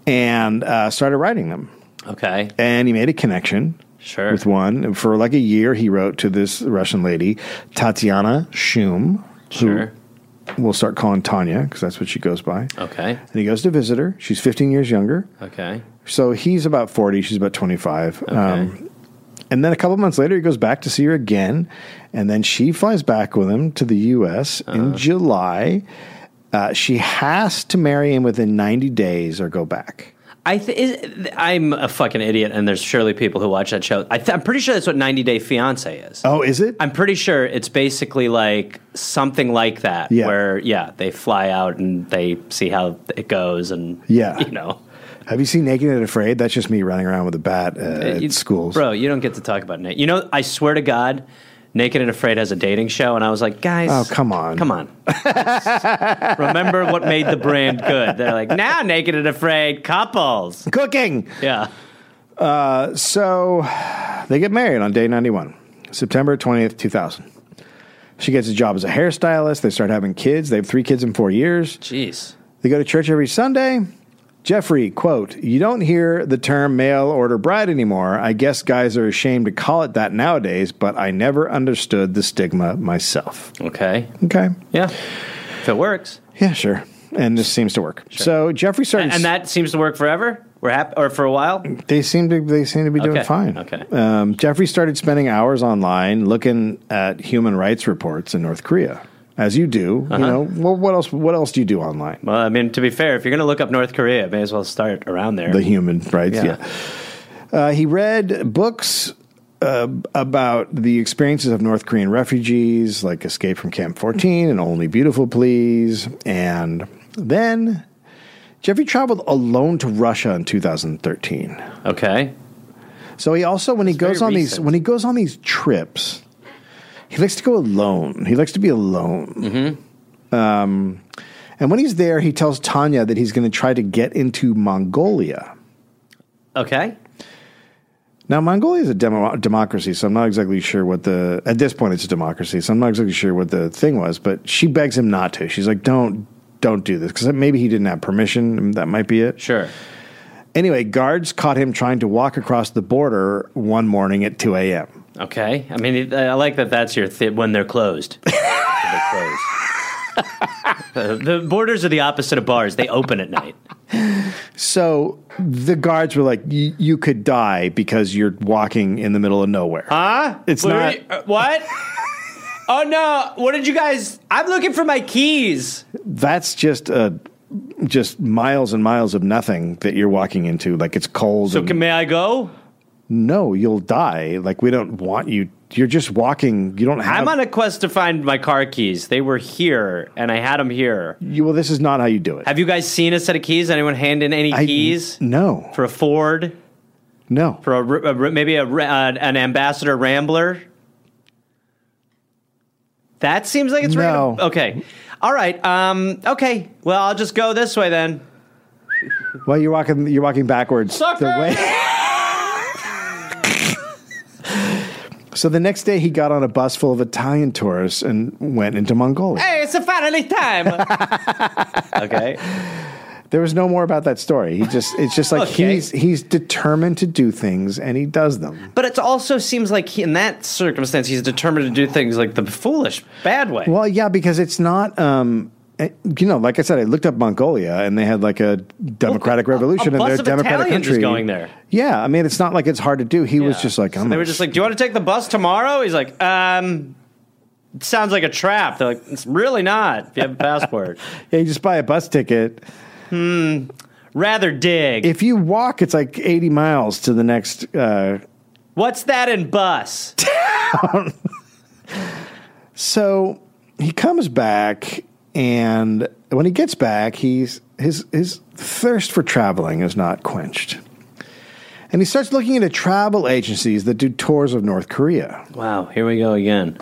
Speaker 1: and uh, started writing them.
Speaker 8: Okay,
Speaker 1: And he made a connection
Speaker 8: sure.
Speaker 1: with one. And for like a year, he wrote to this Russian lady, Tatiana Shum,
Speaker 8: sure.
Speaker 1: who we'll start calling Tanya because that's what she goes by.
Speaker 8: Okay.
Speaker 1: And he goes to visit her. She's 15 years younger.
Speaker 8: Okay.
Speaker 1: So he's about 40, she's about 25. Um, and then a couple months later, he goes back to see her again. And then she flies back with him to the US
Speaker 8: Uh-huh.
Speaker 1: in July. Uh, she has to marry him within 90 days or go back.
Speaker 8: I th- is, I'm a fucking idiot, and there's surely people who watch that show. I th- I'm pretty sure that's what 90 Day Fiance is.
Speaker 1: Oh, is it?
Speaker 8: I'm pretty sure it's basically like something like that,
Speaker 1: Yeah.
Speaker 8: where yeah, they fly out and they see how it goes, and
Speaker 1: Yeah.
Speaker 8: you know,
Speaker 1: Have you seen Naked and Afraid? That's just me running around with a bat uh,
Speaker 8: You-
Speaker 1: at schools.
Speaker 8: bro. You don't get to talk about Nate. You know, I swear to God, Naked and Afraid has a dating show, and I was like, guys,
Speaker 1: Oh, come on. [laughs]
Speaker 8: come on. Remember what made the brand good? They're like, now Naked and Afraid couples,
Speaker 1: Cooking.
Speaker 8: yeah.
Speaker 1: So they get married on day 91, September 20th, 2000. She gets a job as a hairstylist. They start having kids. They have three kids in four years.
Speaker 8: Jeez.
Speaker 1: They go to church every Sunday. Jeffrey, quote, you don't hear the term mail order bride anymore. I guess guys are ashamed to call it that nowadays, but I never understood the stigma myself.
Speaker 8: Okay.
Speaker 1: Okay.
Speaker 8: Yeah. If it works.
Speaker 1: Yeah, sure. And this seems to work. So Jeffrey started
Speaker 8: And, and that seems to work forever. We're happy, or for a while.
Speaker 1: They seem to they seem to be doing
Speaker 8: Okay,
Speaker 1: fine.
Speaker 8: okay.
Speaker 1: Um, Jeffrey started spending hours online looking at human rights reports in North Korea, as you do.
Speaker 8: Uh-huh.
Speaker 1: You know, well, what else? What else do you do online?
Speaker 8: Well, I mean, to be fair, if you're going to look up North Korea, may as well start around there.
Speaker 1: The human rights.
Speaker 8: Yeah.
Speaker 1: Yeah. Uh, he read books uh, about the experiences of North Korean refugees, like Escape from Camp 14 and Only Beautiful Please, and then. Jeffrey traveled alone to Russia in 2013.
Speaker 8: okay.
Speaker 1: So he also when he
Speaker 8: very
Speaker 1: goes on these
Speaker 8: recent.
Speaker 1: when he goes on these trips, he likes to go alone. He likes to be alone. Um,
Speaker 8: Mm-hmm.
Speaker 1: and when he's there, he tells Tanya that he's going to try to get into Mongolia.
Speaker 8: Okay.
Speaker 1: Now, Mongolia is a demo- democracy, so I'm not exactly sure what the at this point it's a democracy, so I'm not exactly sure what the thing was. But she begs him not to. She's like, "Don't, don't do this," because maybe he didn't have permission. That might be it.
Speaker 8: Sure.
Speaker 1: Anyway, guards caught him trying to walk across the border one morning at 2 a.m.
Speaker 8: Okay. I mean, it- I like that that's your thi- when they're closed. [laughs] When they're closed. the, the borders are the opposite of bars. They open at night.
Speaker 1: So the guards were like, "Y- "You could die because you're walking in the middle of nowhere."
Speaker 8: Huh?
Speaker 1: It's
Speaker 8: What
Speaker 1: not-
Speaker 8: are you- uh, what? [laughs] oh, no. What did you guys? I'm looking for my keys.
Speaker 1: That's just uh, just miles and miles of nothing that you're walking into. Like it's cold.
Speaker 8: So,
Speaker 1: and-
Speaker 8: can, may I go?
Speaker 1: no, you'll die. Like we don't want you. You're just walking. You don't have.
Speaker 8: I'm on a quest to find my car keys. They were here, and I had them here.
Speaker 1: you, well, this is not how you do it.
Speaker 8: Have you guys seen a set of keys? Anyone hand in any
Speaker 1: I-
Speaker 8: keys
Speaker 1: No,
Speaker 8: for a Ford,
Speaker 1: no.
Speaker 8: for a, r- a r- maybe a, r- uh, an Ambassador Rambler? That seems like it's
Speaker 1: No.
Speaker 8: random. Okay, all right. Um, okay, well, I'll just go this way then.
Speaker 1: Well, you're walking. You're walking backwards. The
Speaker 8: Sucker! [laughs]
Speaker 1: way. so the next day, he got on a bus full of Italian tourists and went into Mongolia.
Speaker 8: Hey, it's a finally time. [laughs] okay,
Speaker 1: There was no more about that story. He just it's just like
Speaker 8: [laughs] Okay.
Speaker 1: he's he's determined to do things and he does them.
Speaker 8: but it also seems like he, in that circumstance, he's determined to do things like the foolish, bad way.
Speaker 1: Well, yeah, because it's not um eh, you know, like I said, I looked up Mongolia and they had like a democratic revolution
Speaker 8: a
Speaker 1: and
Speaker 8: bus
Speaker 1: they're a
Speaker 8: of
Speaker 1: democratic
Speaker 8: Italians was
Speaker 1: country.
Speaker 8: going there.
Speaker 1: Yeah, I mean it's not like it's hard to do. He was
Speaker 8: Yeah.
Speaker 1: just like
Speaker 8: So
Speaker 1: I'm
Speaker 8: they
Speaker 1: a-
Speaker 8: were just like, "Do you want to take the bus tomorrow?" He's like, "Um, it sounds like a trap." They're like,
Speaker 1: [laughs]
Speaker 8: "It's really not. If you have a passport,
Speaker 1: yeah, you just buy a bus ticket.
Speaker 8: Rather dig.
Speaker 1: If you walk, it's like 80 miles to the next. Uh,
Speaker 8: What's that in
Speaker 1: [laughs]
Speaker 8: bus?
Speaker 1: so he comes back, and when he gets back, he's his his thirst for traveling is not quenched, and he starts looking into travel agencies that do tours of North Korea.
Speaker 8: Wow, here we go again.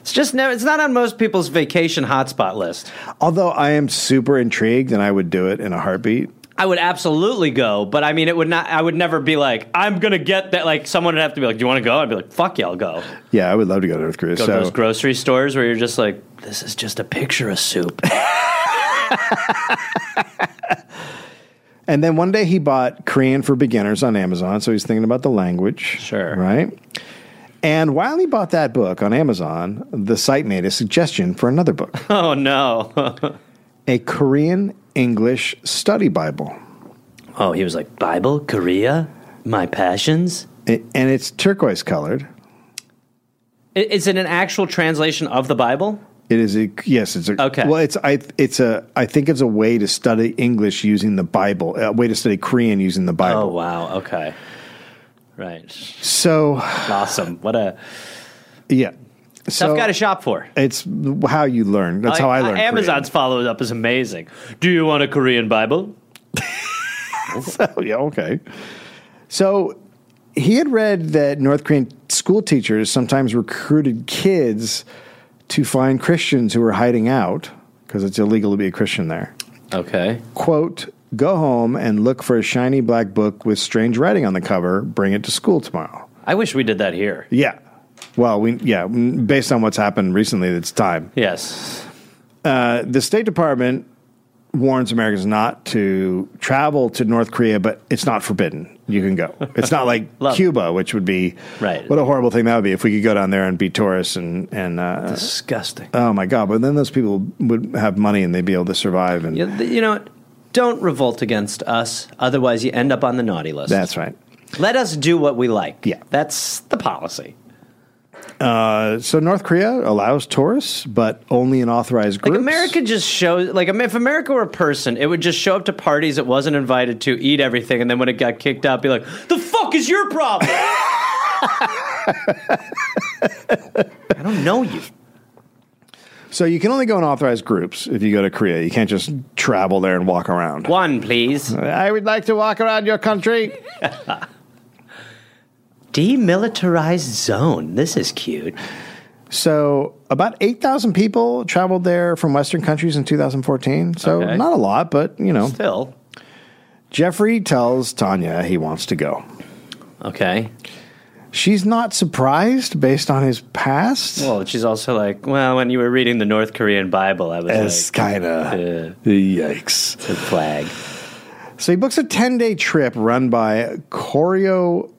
Speaker 8: It's just never. It's not on most people's vacation hotspot list.
Speaker 1: Although I am super intrigued, and I would do it in a heartbeat.
Speaker 8: I would absolutely go, but I mean, it would not. I would never be like, I'm gonna get that. Like, someone would have to be like, Do you want to go? I'd be like, Fuck yeah, I'll go.
Speaker 1: Yeah, I would love to go to North Korea.
Speaker 8: Go
Speaker 1: so
Speaker 8: to those grocery stores where you're just like, This is just a picture of soup. [laughs]
Speaker 1: And then one day he bought Korean for Beginners on Amazon, so he's thinking about the language.
Speaker 8: Sure.
Speaker 1: Right? And while he bought that book on Amazon, the site made a suggestion for another
Speaker 8: [laughs]
Speaker 1: book
Speaker 8: oh no.
Speaker 1: a Korean English study Bible.
Speaker 8: oh, he was like, Bible, Korea, my passions.
Speaker 1: A- And it's turquoise colored.
Speaker 8: I- Is it an actual translation of the Bible?
Speaker 1: It is a yes. It's a
Speaker 8: Okay.
Speaker 1: Well, it's I. It's a. I think it's a way to study English using the Bible. A way to study Korean using the
Speaker 8: Oh
Speaker 1: Bible.
Speaker 8: wow. Okay. Right.
Speaker 1: So
Speaker 8: Awesome. What a
Speaker 1: yeah. So
Speaker 8: tough guy to shop for.
Speaker 1: it's how you learn. That's how I learned. Korean.
Speaker 8: Amazon's follow up is amazing. Do you want a Korean Bible?
Speaker 1: [laughs] Oh, yeah, okay. So he had read that North Korean school teachers sometimes recruited kids to find Christians who were hiding out because it's illegal to be a Christian there.
Speaker 8: Okay.
Speaker 1: Quote, go home and look for a shiny black book with strange writing on the cover. Bring it to school tomorrow.
Speaker 8: I wish we did that here.
Speaker 1: Yeah. Well, we, yeah, mm, based on what's happened recently, it's time.
Speaker 8: Yes.
Speaker 1: the State Department warns Americans not to travel to North Korea, but it's not forbidden. You can go. It's not like
Speaker 8: [laughs] Love it.
Speaker 1: Cuba, which would be
Speaker 8: Right.
Speaker 1: What a horrible thing that would be if we could go down there and be tourists and and uh,
Speaker 8: Disgusting.
Speaker 1: oh my god! But then those people would have money and they'd be able to survive. And
Speaker 8: You, you know, don't revolt against us. Otherwise, you end up on the naughty list.
Speaker 1: that's right.
Speaker 8: Let us do what we like.
Speaker 1: Yeah.
Speaker 8: That's the policy.
Speaker 1: Uh, so North Korea allows tourists, but only in authorized
Speaker 8: Like
Speaker 1: groups.
Speaker 8: America just shows like I mean, if America were a person, it would just show up to parties it wasn't invited to, eat everything, and then when it got kicked out, be like, "The fuck is your problem?" I don't know you.
Speaker 1: So you can only go in authorized groups if you go to Korea. You can't just travel there and walk around.
Speaker 8: One, please.
Speaker 1: I would like to walk around your country.
Speaker 8: Demilitarized zone. This is cute.
Speaker 1: So about 8,000 people traveled there from Western countries in 2014. So
Speaker 8: Okay.
Speaker 1: not a lot, but you know.
Speaker 8: Still.
Speaker 1: Jeffrey tells Tanya he wants to go.
Speaker 8: Okay.
Speaker 1: She's not surprised based on his past.
Speaker 8: Well, she's also like, well, when you were reading the North Korean Bible, I was
Speaker 1: As kind of yikes.
Speaker 8: like, the flag.
Speaker 1: So he books a 10 day trip run by Choreo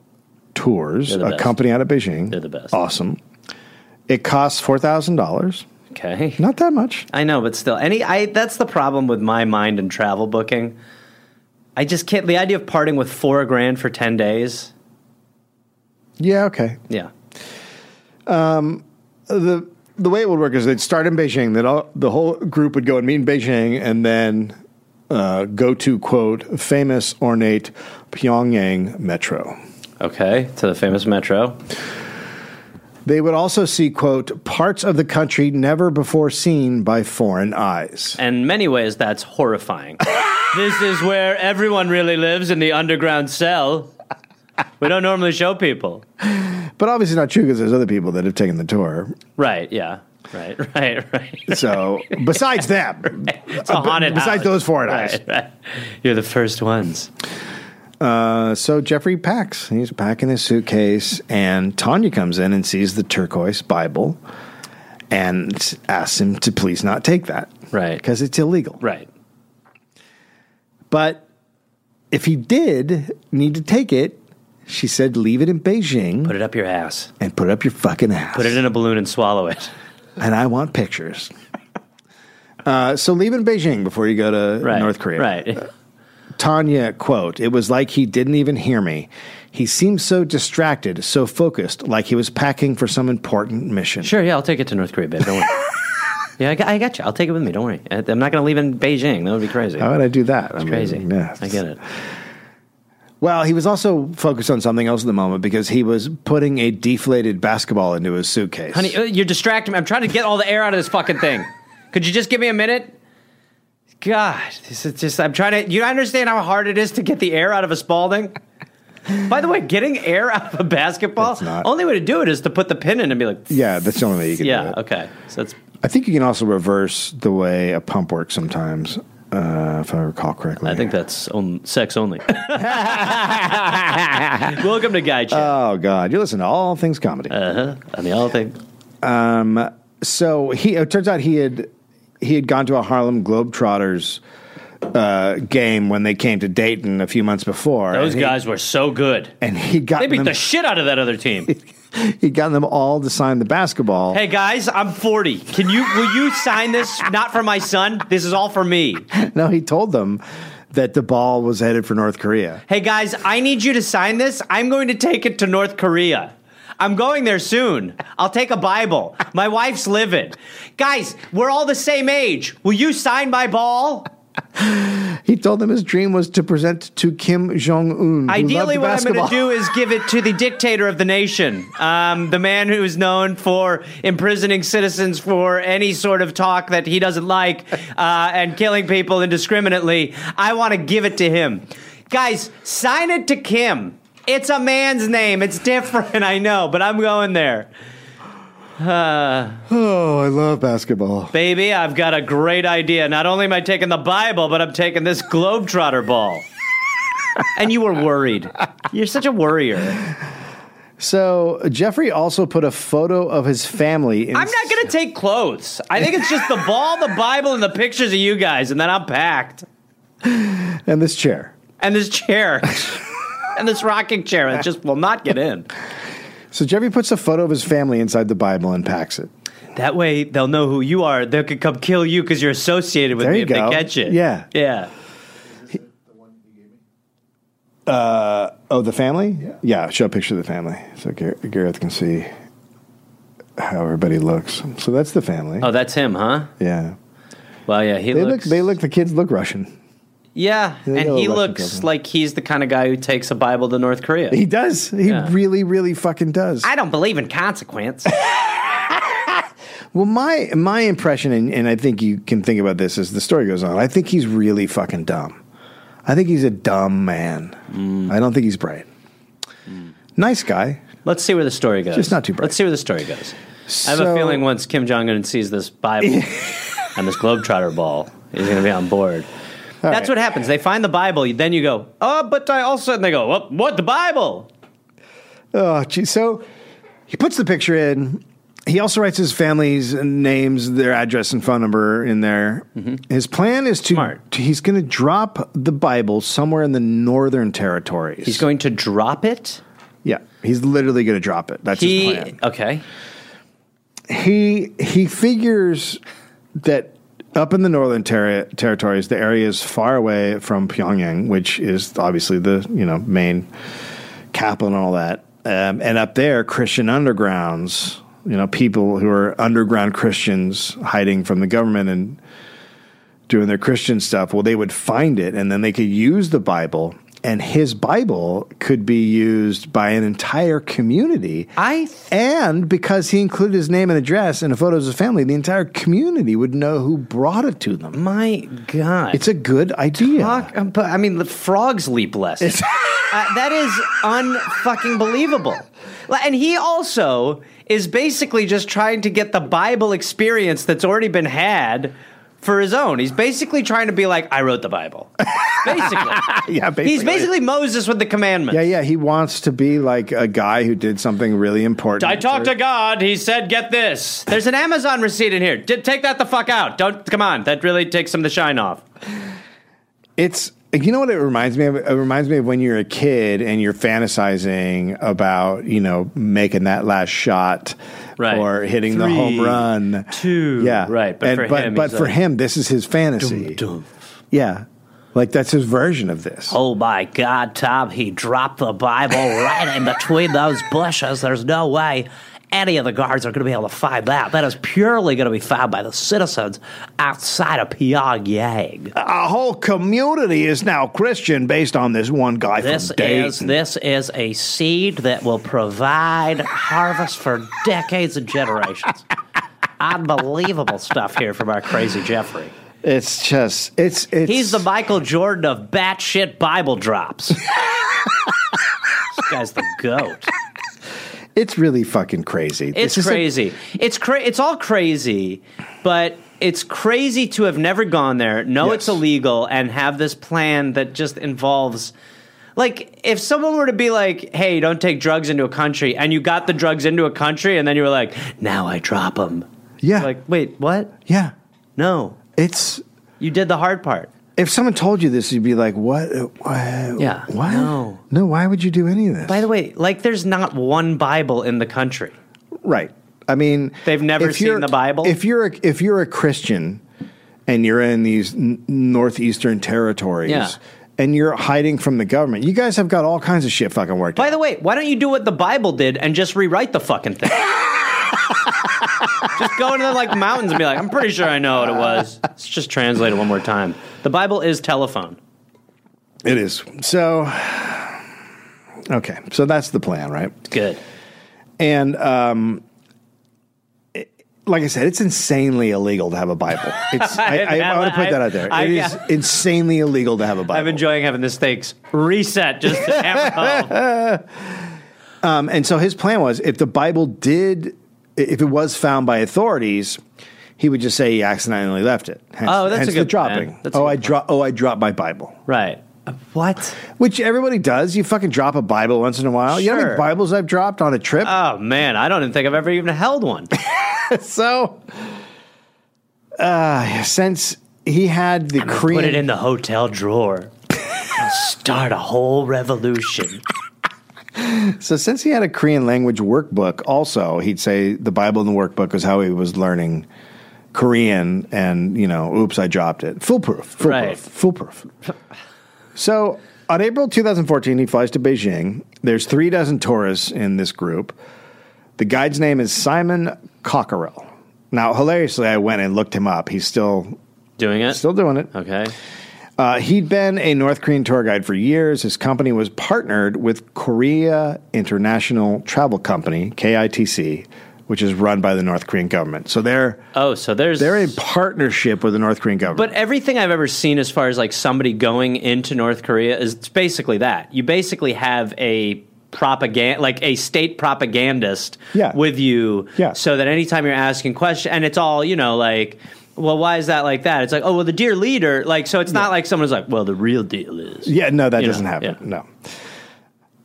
Speaker 1: Tours,
Speaker 8: They're the
Speaker 1: a
Speaker 8: best.
Speaker 1: company out of Beijing.
Speaker 8: They're the best.
Speaker 1: Awesome. It costs $4,000.
Speaker 8: Okay.
Speaker 1: Not that much.
Speaker 8: I know, but still, any I that's the problem with my mind and travel booking. I just can't. The idea of parting with four grand for ten days.
Speaker 1: Yeah, okay.
Speaker 8: Yeah.
Speaker 1: the the way it would work is they'd start in Beijing. That all the whole group would go and meet in Beijing, and then uh, go to quote famous ornate Pyongyang metro.
Speaker 8: Okay. To the famous metro.
Speaker 1: They would also see quote parts of the country never before seen by foreign eyes.
Speaker 8: In many ways, that's horrifying. [laughs] this is where everyone really lives in the underground cell. We don't normally show people.
Speaker 1: But obviously not true because there's other people that have taken the tour.
Speaker 8: Right. Yeah. Right. [laughs] Right. [laughs] Right.
Speaker 1: So besides them, Uh,
Speaker 8: It's a haunted
Speaker 1: besides
Speaker 8: house.
Speaker 1: those foreign
Speaker 8: Right,
Speaker 1: eyes.
Speaker 8: right. You're the first ones.
Speaker 1: uh, so Jeffrey packs. He's packing his suitcase, and Tanya comes in and sees the turquoise Bible, and asks him to please not take that.
Speaker 8: Right.
Speaker 1: because it's illegal.
Speaker 8: Right.
Speaker 1: But if he did need to take it, she said, leave it in Beijing
Speaker 8: Put it up your ass.
Speaker 1: and put it up your fucking ass.
Speaker 8: Put it in a balloon and swallow it.
Speaker 1: and I want pictures. [laughs] Uh, so leave it in Beijing before you go to
Speaker 8: Right.
Speaker 1: North Korea.
Speaker 8: Right.
Speaker 1: Tanya, quote, it was like he didn't even hear me. He seemed so distracted, so focused, like he was packing for some important mission. [laughs]
Speaker 8: Sure, yeah, I'll take it to North Korea, babe. Don't worry. Yeah, I got, I got you. I'll take it with me. Don't worry. I- I'm not going to leave it in Beijing. That would be crazy.
Speaker 1: How would I do that? I mean,
Speaker 8: crazy.
Speaker 1: Oh, yeah.
Speaker 8: I get it.
Speaker 1: Well, he was also focused on something else at the moment because he was putting a deflated basketball into his suitcase.
Speaker 8: Honey, uh, you're distracting me. I'm trying to get all the air out of this fucking thing. Could you just give me a minute? God, this is just, I'm trying to, you understand how hard it is to get the air out of a Spalding? By the way, getting air out of a basketball,
Speaker 1: It's not-
Speaker 8: only way to do it is to put the pin in and be like,
Speaker 1: [laughs] yeah, that's the only way you can do
Speaker 8: yeah,
Speaker 1: it.
Speaker 8: okay. So that's,
Speaker 1: I think you can also reverse the way a pump works sometimes, uh, if I recall correctly.
Speaker 8: I think that's on,
Speaker 1: [laughs]
Speaker 8: sex only. [laughs] Welcome to Guy Chat.
Speaker 1: Oh God, you listen to all things comedy.
Speaker 8: Uh-huh. I mean, all things.
Speaker 1: so he it turns out he had he had gone to a Harlem Globetrotters uh, game when they came to Dayton a few months before.
Speaker 8: Those
Speaker 1: and
Speaker 8: guys were so good.
Speaker 1: he, and he got
Speaker 8: They beat
Speaker 1: them,
Speaker 8: the shit out of that other team.
Speaker 1: he got them all to sign the basketball.
Speaker 8: Hey guys, I'm 40. Can you will you sign this? Not for my son. This is all for me.
Speaker 1: No, he told them that the ball was headed for North Korea.
Speaker 8: Hey guys, I need you to sign this. I'm going to take it to North Korea. I'm going there soon. I'll take a Bible. My wife's livid. Guys, we're all the same age. Will you sign my ball?
Speaker 1: He told them his dream was to present to Kim Jong Un.
Speaker 8: Ideally, what I'm going to do is give it to the dictator of the nation, um, the man who is known for imprisoning citizens for any sort of talk that he doesn't like uh, and killing people indiscriminately. I want to give it to him. Guys, sign it to Kim. It's a man's name. It's different, [laughs] I know, but I'm going there.
Speaker 1: [laughs] Oh, I love basketball.
Speaker 8: Baby, I've got a great idea. Not only am I taking the Bible, but I'm taking this Globetrotter ball. and you were worried. You're such a worrier.
Speaker 1: So Jeffrey also put a photo of his family. In
Speaker 8: I'm not going to take clothes. I think
Speaker 1: [laughs]
Speaker 8: it's just the ball, the Bible, and the pictures of you guys, and then I'm packed.
Speaker 1: in this chair.
Speaker 8: And
Speaker 1: [laughs]
Speaker 8: this chair. and this rocking chair that just will not get in.
Speaker 1: So Jeffrey puts a photo of his family inside the Bible and packs it.
Speaker 8: That way they'll know who you are. They could come kill you because you're associated with
Speaker 1: There
Speaker 8: me
Speaker 1: you
Speaker 8: if
Speaker 1: go.
Speaker 8: they catch you.
Speaker 1: Yeah.
Speaker 8: Yeah.
Speaker 1: Oh, the family? Yeah. show a picture of the family so Gar- Gareth can see how everybody looks. So that's the family.
Speaker 8: Oh, that's him, huh?
Speaker 1: Yeah.
Speaker 8: Well, yeah, he
Speaker 1: They
Speaker 8: looks.
Speaker 1: look they look the kids look Russian.
Speaker 8: Yeah,
Speaker 1: They
Speaker 8: and
Speaker 1: know
Speaker 8: he
Speaker 1: Russian
Speaker 8: looks
Speaker 1: people.
Speaker 8: like he's the kind of guy who takes a Bible to North Korea.
Speaker 1: He does. He
Speaker 8: Yeah.
Speaker 1: really really fucking does.
Speaker 8: I don't believe in consequence.
Speaker 1: well, my my impression and, and I think you can think about this as the story goes on. I think he's really fucking dumb. I think he's a dumb man.
Speaker 8: Mm.
Speaker 1: I don't think he's bright. Nice guy.
Speaker 8: Let's see where the story goes.
Speaker 1: Just not too bright.
Speaker 8: Let's see where the story goes. I have a
Speaker 1: So-
Speaker 8: feeling once Kim Jong Un sees this Bible [laughs] and this Globetrotter ball, he's going to be on board. That's
Speaker 1: right.
Speaker 8: what happens. They find the Bible. Then you go, oh, but I also. And they go, what? What the Bible?
Speaker 1: Oh, geez. So he puts the picture in. He also writes his family's names, their address, and phone number in there. His plan is to,
Speaker 8: Mm-hmm. Smart.
Speaker 1: to- he's going to drop the Bible somewhere in the northern territories.
Speaker 8: He's going to drop it.
Speaker 1: yeah, he's literally going to drop it. That's
Speaker 8: He
Speaker 1: his plan.
Speaker 8: okay.
Speaker 1: He he figures that up in the northern terri territories, the area is far away from Pyongyang, which is obviously the you know main capital and all that. Um, and up there, Christian undergrounds, you know, people who are underground Christians hiding from the government and doing their Christian stuff. Well, they would find it, and then they could use the Bible. And his Bible could be used by an entire community.
Speaker 8: I
Speaker 1: And because he included his name and address in the photos of his family, the entire community would know who brought it to them.
Speaker 8: my God.
Speaker 1: It's a good idea.
Speaker 8: Fuck, um, but, I mean, the frogs leap less. Uh, that is unfucking believable. Like, And he also is basically just trying to get the Bible experience that's already been had for his own. He's basically trying to be like, I wrote
Speaker 1: [laughs]
Speaker 8: the Bible. Basically.
Speaker 1: [laughs] Yeah,
Speaker 8: He's basically Moses with the commandments.
Speaker 1: Yeah, yeah. He wants to be like a guy who did something really important.
Speaker 8: I talked to God. He said, "Get this. There's an Amazon receipt in here. D- take that the fuck out. Don't come on. That really takes some of the shine off."
Speaker 1: It's you know what it reminds me of. It reminds me of when you're a kid and you're fantasizing about you know making that last shot.
Speaker 8: Right.
Speaker 1: Or hitting the
Speaker 8: Three,
Speaker 1: home run.
Speaker 8: two.
Speaker 1: Yeah.
Speaker 8: Right, but
Speaker 1: And-
Speaker 8: for
Speaker 1: but,
Speaker 8: him,
Speaker 1: but
Speaker 8: he's
Speaker 1: for
Speaker 8: like,
Speaker 1: him, this is his fantasy. Yeah. Like that's his version of this.
Speaker 4: Oh my God, Tom, he dropped the Bible right in between those bushes. There's no way
Speaker 5: any of the guards are going to be able to find that. That is purely going to be found by the citizens outside of Pyongyang.
Speaker 1: Our whole community is now Christian based on this one guy
Speaker 5: This
Speaker 1: from Dayton.
Speaker 5: is this is a seed that will provide harvest for decades and generations. Unbelievable stuff here from our crazy Jeffrey.
Speaker 1: It's just it's it's
Speaker 5: He's the Michael Jordan of batshit Bible drops. [laughs] this guy's the goat.
Speaker 1: it's really fucking crazy.
Speaker 8: It's
Speaker 1: This is a-
Speaker 8: crazy. it's cra- It's all crazy, but it's crazy to have never gone there, know it's
Speaker 1: Yes.
Speaker 8: illegal, and have this plan that just involves. Like, if someone were to be like, hey, don't take drugs into a country, and you got the drugs into a country, and then you were like,
Speaker 5: Now I drop
Speaker 1: [laughs]
Speaker 5: him.
Speaker 1: yeah,
Speaker 8: like, wait, what?
Speaker 1: yeah.
Speaker 8: No,
Speaker 1: It's
Speaker 8: you did the hard part.
Speaker 1: if someone told you this, you'd be like, "What? what
Speaker 8: Yeah,
Speaker 1: Why?
Speaker 8: no.
Speaker 1: no. Why would you do any of this?"
Speaker 8: By the way, like, there's not one Bible in the country.
Speaker 1: Right. I mean,
Speaker 8: They've never
Speaker 1: if
Speaker 8: seen
Speaker 1: you're-
Speaker 8: the Bible?
Speaker 1: If you're a, if you're a Christian and you're in these n- northeastern territories
Speaker 8: Yeah.
Speaker 1: and you're hiding from the government, you guys have got all kinds of shit fucking worked.
Speaker 8: By
Speaker 1: out.
Speaker 8: the way, why don't you do what the Bible did and just rewrite the fucking thing? just go into the like mountains and be like, I'm pretty sure I know what it was. Let's just translate it one more time. The Bible is telephone.
Speaker 1: it is so. Okay, so that's the plan, right?
Speaker 8: Good.
Speaker 1: And um, it- like I said, it's insanely illegal to have a
Speaker 8: [laughs]
Speaker 1: Bible. It's, I, I, I want to put that out there.
Speaker 8: I-
Speaker 1: It is insanely illegal to have a Bible.
Speaker 8: I'm enjoying having the stakes reset just to hammer home.
Speaker 1: Um, and so his plan was if the Bible did, if it was found by authorities, he would just say he accidentally left it. Hence,
Speaker 8: Oh, that's a
Speaker 1: hence
Speaker 8: good
Speaker 1: the
Speaker 8: plan.
Speaker 1: dropping.
Speaker 8: That's a
Speaker 1: Oh,
Speaker 8: good
Speaker 1: I dro- oh, I dropped my Bible,
Speaker 8: Right. What?
Speaker 1: which everybody does. You fucking drop a Bible once in a while. You know how many
Speaker 8: Sure.
Speaker 1: Bibles I've dropped on a trip?
Speaker 8: Oh man, I don't even think I've ever even held one.
Speaker 1: so uh, since he had the cream,
Speaker 5: Put it in the hotel drawer. I'll start a whole revolution.
Speaker 1: So since he had a Korean language workbook, also he'd say the Bible in the workbook was how he was learning Korean, and you know, oops, I dropped it. Foolproof, foolproof,
Speaker 8: Right.
Speaker 1: foolproof. so on April 2014, he flies to Beijing. There's three dozen tourists in this group. The guide's name is Simon Cockerell. Now, hilariously, I went and looked him up. He's still
Speaker 8: Doing it.
Speaker 1: still doing it.
Speaker 8: Okay.
Speaker 1: Uh, he'd been a North Korean tour guide for years. His company was partnered with Korea International Travel Company (KITC), which is run by the North Korean government. So they're
Speaker 8: Oh, so there's
Speaker 1: they're in partnership with the North Korean government.
Speaker 8: But everything I've ever seen, as far as like somebody going into North Korea, is it's basically that. You basically have a propaganda, like a state propagandist,
Speaker 1: Yeah.
Speaker 8: with you,
Speaker 1: Yeah.
Speaker 8: so that anytime you're asking questions, and it's all you know, like. Well, why is that like that? It's like, oh, well, the dear leader, like, so it's not like someone's like, well, the real deal is.
Speaker 1: yeah, no, that
Speaker 8: You know,
Speaker 1: doesn't happen.
Speaker 8: yeah.
Speaker 1: No.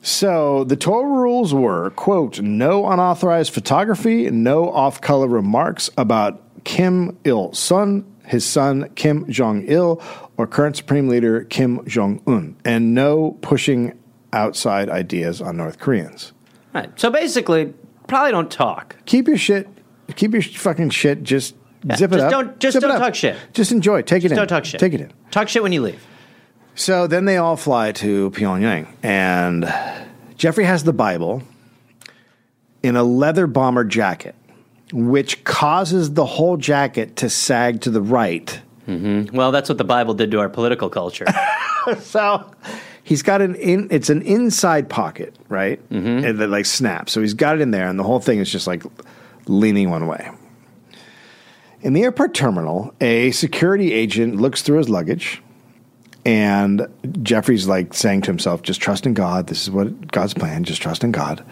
Speaker 1: So the tour rules were quote no unauthorized photography, no off-color remarks about Kim Il Sung, his son Kim Jong Il, or current Supreme Leader Kim Jong Un, and no pushing outside ideas on North Koreans.
Speaker 8: Right. So basically, probably don't talk.
Speaker 1: Keep your shit, keep your sh- fucking shit. Just zip it
Speaker 8: Just
Speaker 1: up.
Speaker 8: don't- just
Speaker 1: Zip it
Speaker 8: don't
Speaker 1: up.
Speaker 8: talk shit.
Speaker 1: Just enjoy. Take it in.
Speaker 8: Don't talk shit.
Speaker 1: Take it in.
Speaker 8: Talk shit when you leave.
Speaker 1: So then they all fly to Pyongyang, and Jeffrey has the Bible in a leather bomber jacket, which causes the whole jacket to sag to the right.
Speaker 8: Well, that's what the Bible did to our
Speaker 1: [laughs]
Speaker 8: political culture.
Speaker 1: So he's got an in, it's an inside pocket, right? And that like snaps. So he's got it in there, and the whole thing is just like leaning one way. In the airport terminal, a security agent looks through his luggage, and Jeffrey's like saying to himself, "Just trust in God. This is what God's plan. Just trust in God."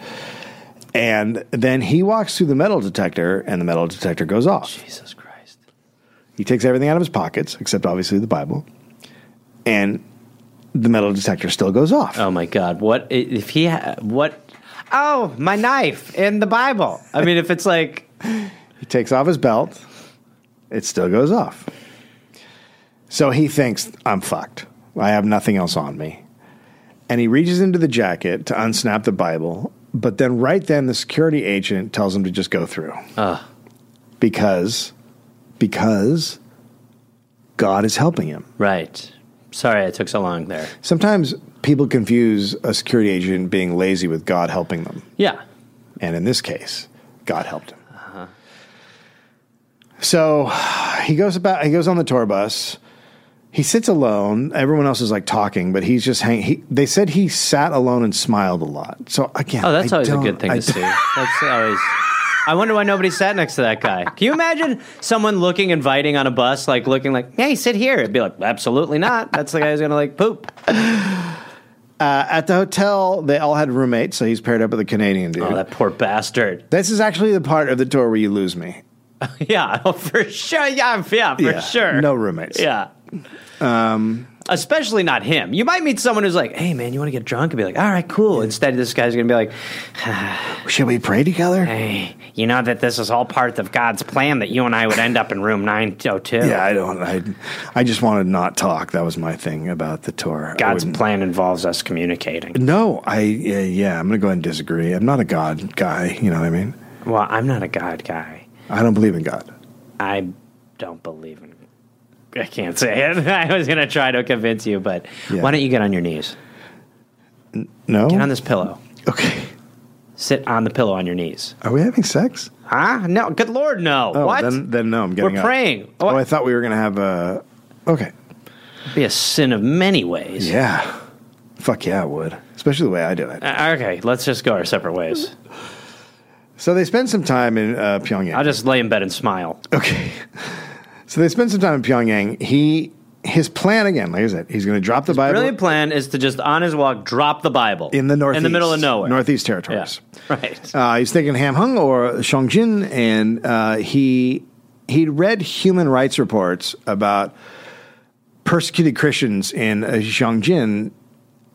Speaker 1: And then he walks through the metal detector, and the metal detector goes off.
Speaker 8: Jesus Christ.
Speaker 1: He takes everything out of his pockets, except obviously the Bible, and the metal detector still goes off.
Speaker 8: Oh my God! What i- if he? Ha- what? Oh, my knife in the Bible. I mean, if it's like,
Speaker 1: He takes off his belt, it still goes off. So he thinks, I'm fucked. I have nothing else on me. And he reaches into the jacket to unsnap the Bible, but then right then the security agent tells him to just go through. Because, because God is helping him.
Speaker 8: right? Sorry, I took so long there.
Speaker 1: Sometimes people confuse a security agent being lazy with God helping them.
Speaker 8: Yeah,
Speaker 1: And in this case, God helped him.
Speaker 8: Uh-huh.
Speaker 1: So he goes about. He goes on the tour bus. He sits alone. Everyone else is like talking, but he's just hanging. He, they said he sat alone and smiled a lot. So again,
Speaker 8: Oh, that's
Speaker 1: I
Speaker 8: always a
Speaker 1: don't-
Speaker 8: good thing
Speaker 1: I
Speaker 8: to see. That's always. I wonder why nobody sat next to that guy. Can you imagine someone looking inviting on a bus, like looking like, "Hey, sit here." It'd be like, "Absolutely not." That's the guy who's gonna like poop.
Speaker 1: Uh, at the hotel, they all had roommates, so he's paired up with a Canadian dude.
Speaker 8: Oh, that poor bastard.
Speaker 1: this is actually the part of the tour where you lose me.
Speaker 8: [laughs] Yeah, [laughs] oh, for sure. Yeah, yeah, for
Speaker 1: Yeah,
Speaker 8: sure.
Speaker 1: no roommates.
Speaker 8: [laughs] Yeah. Um, especially not him. You might meet someone who's like, "Hey, man, you want to get drunk?" And be like, "All right, cool." Instead, this guy's gonna be like,
Speaker 1: Should we pray together?
Speaker 8: "Hey, you know that this is all part of God's plan that you and I would end up in room nine oh two.
Speaker 1: Yeah, I don't. I, I just want to not talk. That was my thing about the tour. I
Speaker 8: God's
Speaker 1: wouldn't-
Speaker 8: plan involves us communicating."
Speaker 1: No, I uh, yeah, I'm gonna go ahead and disagree. I'm not a God guy. You know what I mean?
Speaker 8: Well, I'm not a God guy.
Speaker 1: I don't believe in God.
Speaker 8: I don't believe in. I can't say it. [laughs] I was gonna try to convince you, but
Speaker 1: Yeah.
Speaker 8: why don't you get on your knees?
Speaker 1: No.
Speaker 8: Get on this pillow.
Speaker 1: Okay.
Speaker 8: Sit on the pillow on your knees.
Speaker 1: Are we having sex?
Speaker 8: Huh? No. Good lord, no.
Speaker 1: Oh,
Speaker 8: what?
Speaker 1: Then, then no. I'm getting.
Speaker 8: We're
Speaker 1: up.
Speaker 8: praying.
Speaker 1: Oh,
Speaker 8: What?
Speaker 1: I thought we were gonna have a. Okay.
Speaker 8: be a sin of many ways.
Speaker 1: Yeah. Fuck yeah, I would. Especially the way I do it.
Speaker 8: Uh, okay, let's just go our separate ways.
Speaker 1: So they spend some time in uh, Pyongyang.
Speaker 8: I'll just lay in bed and smile.
Speaker 1: Okay. So they spend some time in Pyongyang. He his plan again, like I said, he's going to drop the Bible
Speaker 8: Brilliant plan is to just on his walk drop the Bible
Speaker 1: in the northeast,
Speaker 8: in the middle of nowhere,
Speaker 1: northeast
Speaker 8: Yeah,
Speaker 1: territories. [laughs]
Speaker 8: right.
Speaker 1: Uh, he's thinking Hamhung or Shangjin, and uh, he he read human rights reports about persecuted Christians in uh, Shangjin.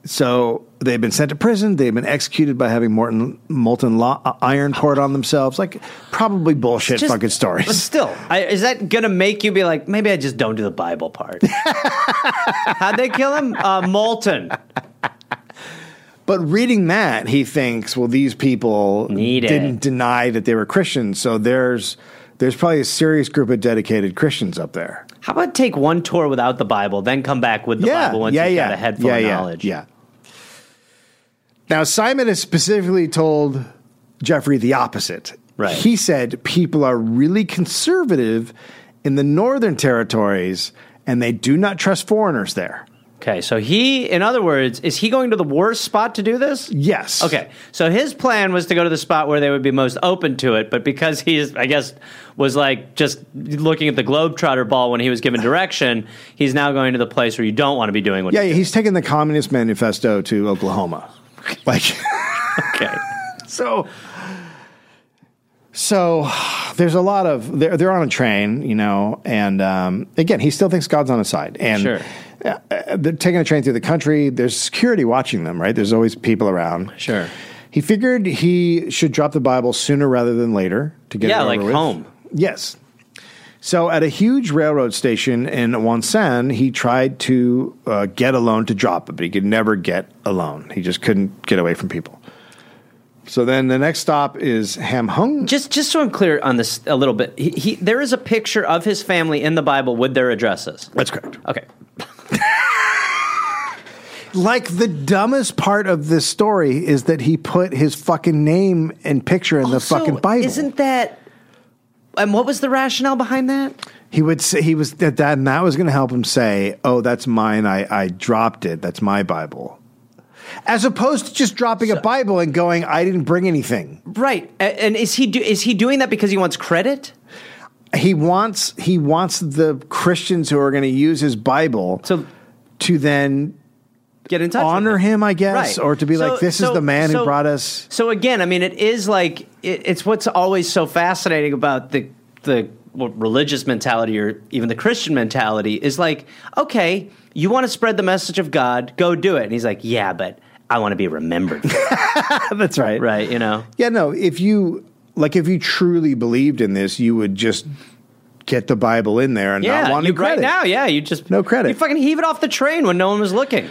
Speaker 1: So they've been sent to prison. They've been executed by having molten, molten lo- uh, iron poured on themselves. Like probably bullshit
Speaker 8: Just-
Speaker 1: fucking
Speaker 8: But
Speaker 1: stories.
Speaker 8: still, I, is that gonna make you be like, maybe I just don't do the
Speaker 1: [laughs]
Speaker 8: Bible part? How'd they kill him? Uh, Molten.
Speaker 1: But reading that, he thinks, well, these people
Speaker 8: Need it.
Speaker 1: didn't deny that they were Christians. So there's there's probably a serious group of dedicated Christians up there.
Speaker 8: How about take one tour without the Bible, then come back with the Bible once you've got a head full
Speaker 1: yeah,
Speaker 8: of
Speaker 1: yeah,
Speaker 8: knowledge?
Speaker 1: Yeah. Now Simon has specifically told Jeffrey the opposite.
Speaker 8: Right.
Speaker 1: He said people are really conservative in the northern territories and they do not trust foreigners there.
Speaker 8: Okay, so he, in other words, is he going to the worst spot to do this?
Speaker 1: Yes.
Speaker 8: Okay, so his plan was to go to the spot where they would be most open to it, but because he is, I guess, was like just looking at the Globetrotter ball when he was given direction, he's now going to the place where you don't want to be doing what
Speaker 1: Yeah,
Speaker 8: you
Speaker 1: yeah, he's taking the Communist Manifesto to Oklahoma. Like [laughs]
Speaker 8: Okay.
Speaker 1: so so there's a lot of they're, they're on a train you know and um, again he still thinks god's on his side and
Speaker 8: Sure.
Speaker 1: uh, uh, they're taking a train through the country there's security watching them right there's always people around
Speaker 8: Sure.
Speaker 1: he figured he should drop the bible sooner rather than later to get it
Speaker 8: Yeah,
Speaker 1: over
Speaker 8: like
Speaker 1: with.
Speaker 8: home.
Speaker 1: yes so at a huge railroad station in Wonsan, he tried to uh, get a loan to drop it, but he could never get a loan. He just couldn't get away from people. So then the next stop is Hamhung.
Speaker 8: Just, just so I'm clear on this a little bit, he, he there is a picture of his family in the Bible with their addresses.
Speaker 1: That's correct.
Speaker 8: Okay,
Speaker 1: Like the dumbest part of this story is that he put his fucking name and picture in the
Speaker 8: Also,
Speaker 1: fucking Bible.
Speaker 8: Isn't that? And what was the rationale behind that?
Speaker 1: he would say he was that, that and that was going to help him say, "Oh, that's mine. I I dropped it. That's my Bible." As opposed to just dropping a Bible and going, "I didn't bring anything."
Speaker 8: Right, A- and is he do, is he doing that because he wants credit?
Speaker 1: he wants he wants the Christians who are going to use his Bible
Speaker 8: So-
Speaker 1: to then
Speaker 8: Get in touch. with
Speaker 1: honor him, I guess,
Speaker 8: Right.
Speaker 1: or to be
Speaker 8: So-
Speaker 1: like, this
Speaker 8: so-
Speaker 1: is the man
Speaker 8: so-
Speaker 1: who brought
Speaker 8: [laughs]
Speaker 1: us.
Speaker 8: So again, I mean, it is like it, it's what's always so fascinating about the the well, religious mentality or even the Christian mentality is like, okay, you want to spread the message of God, go do it. And he's like, yeah, but I want to be remembered, for it,"
Speaker 1: That's
Speaker 8: [laughs] right? You know,
Speaker 1: Yeah, no. If you like, if you truly believed in this, you would just get the Bible in there and
Speaker 8: yeah,
Speaker 1: not want
Speaker 8: you,
Speaker 1: any credit.
Speaker 8: right now, yeah, you just
Speaker 1: No credit.
Speaker 8: You fucking heave it off the train when no one was looking.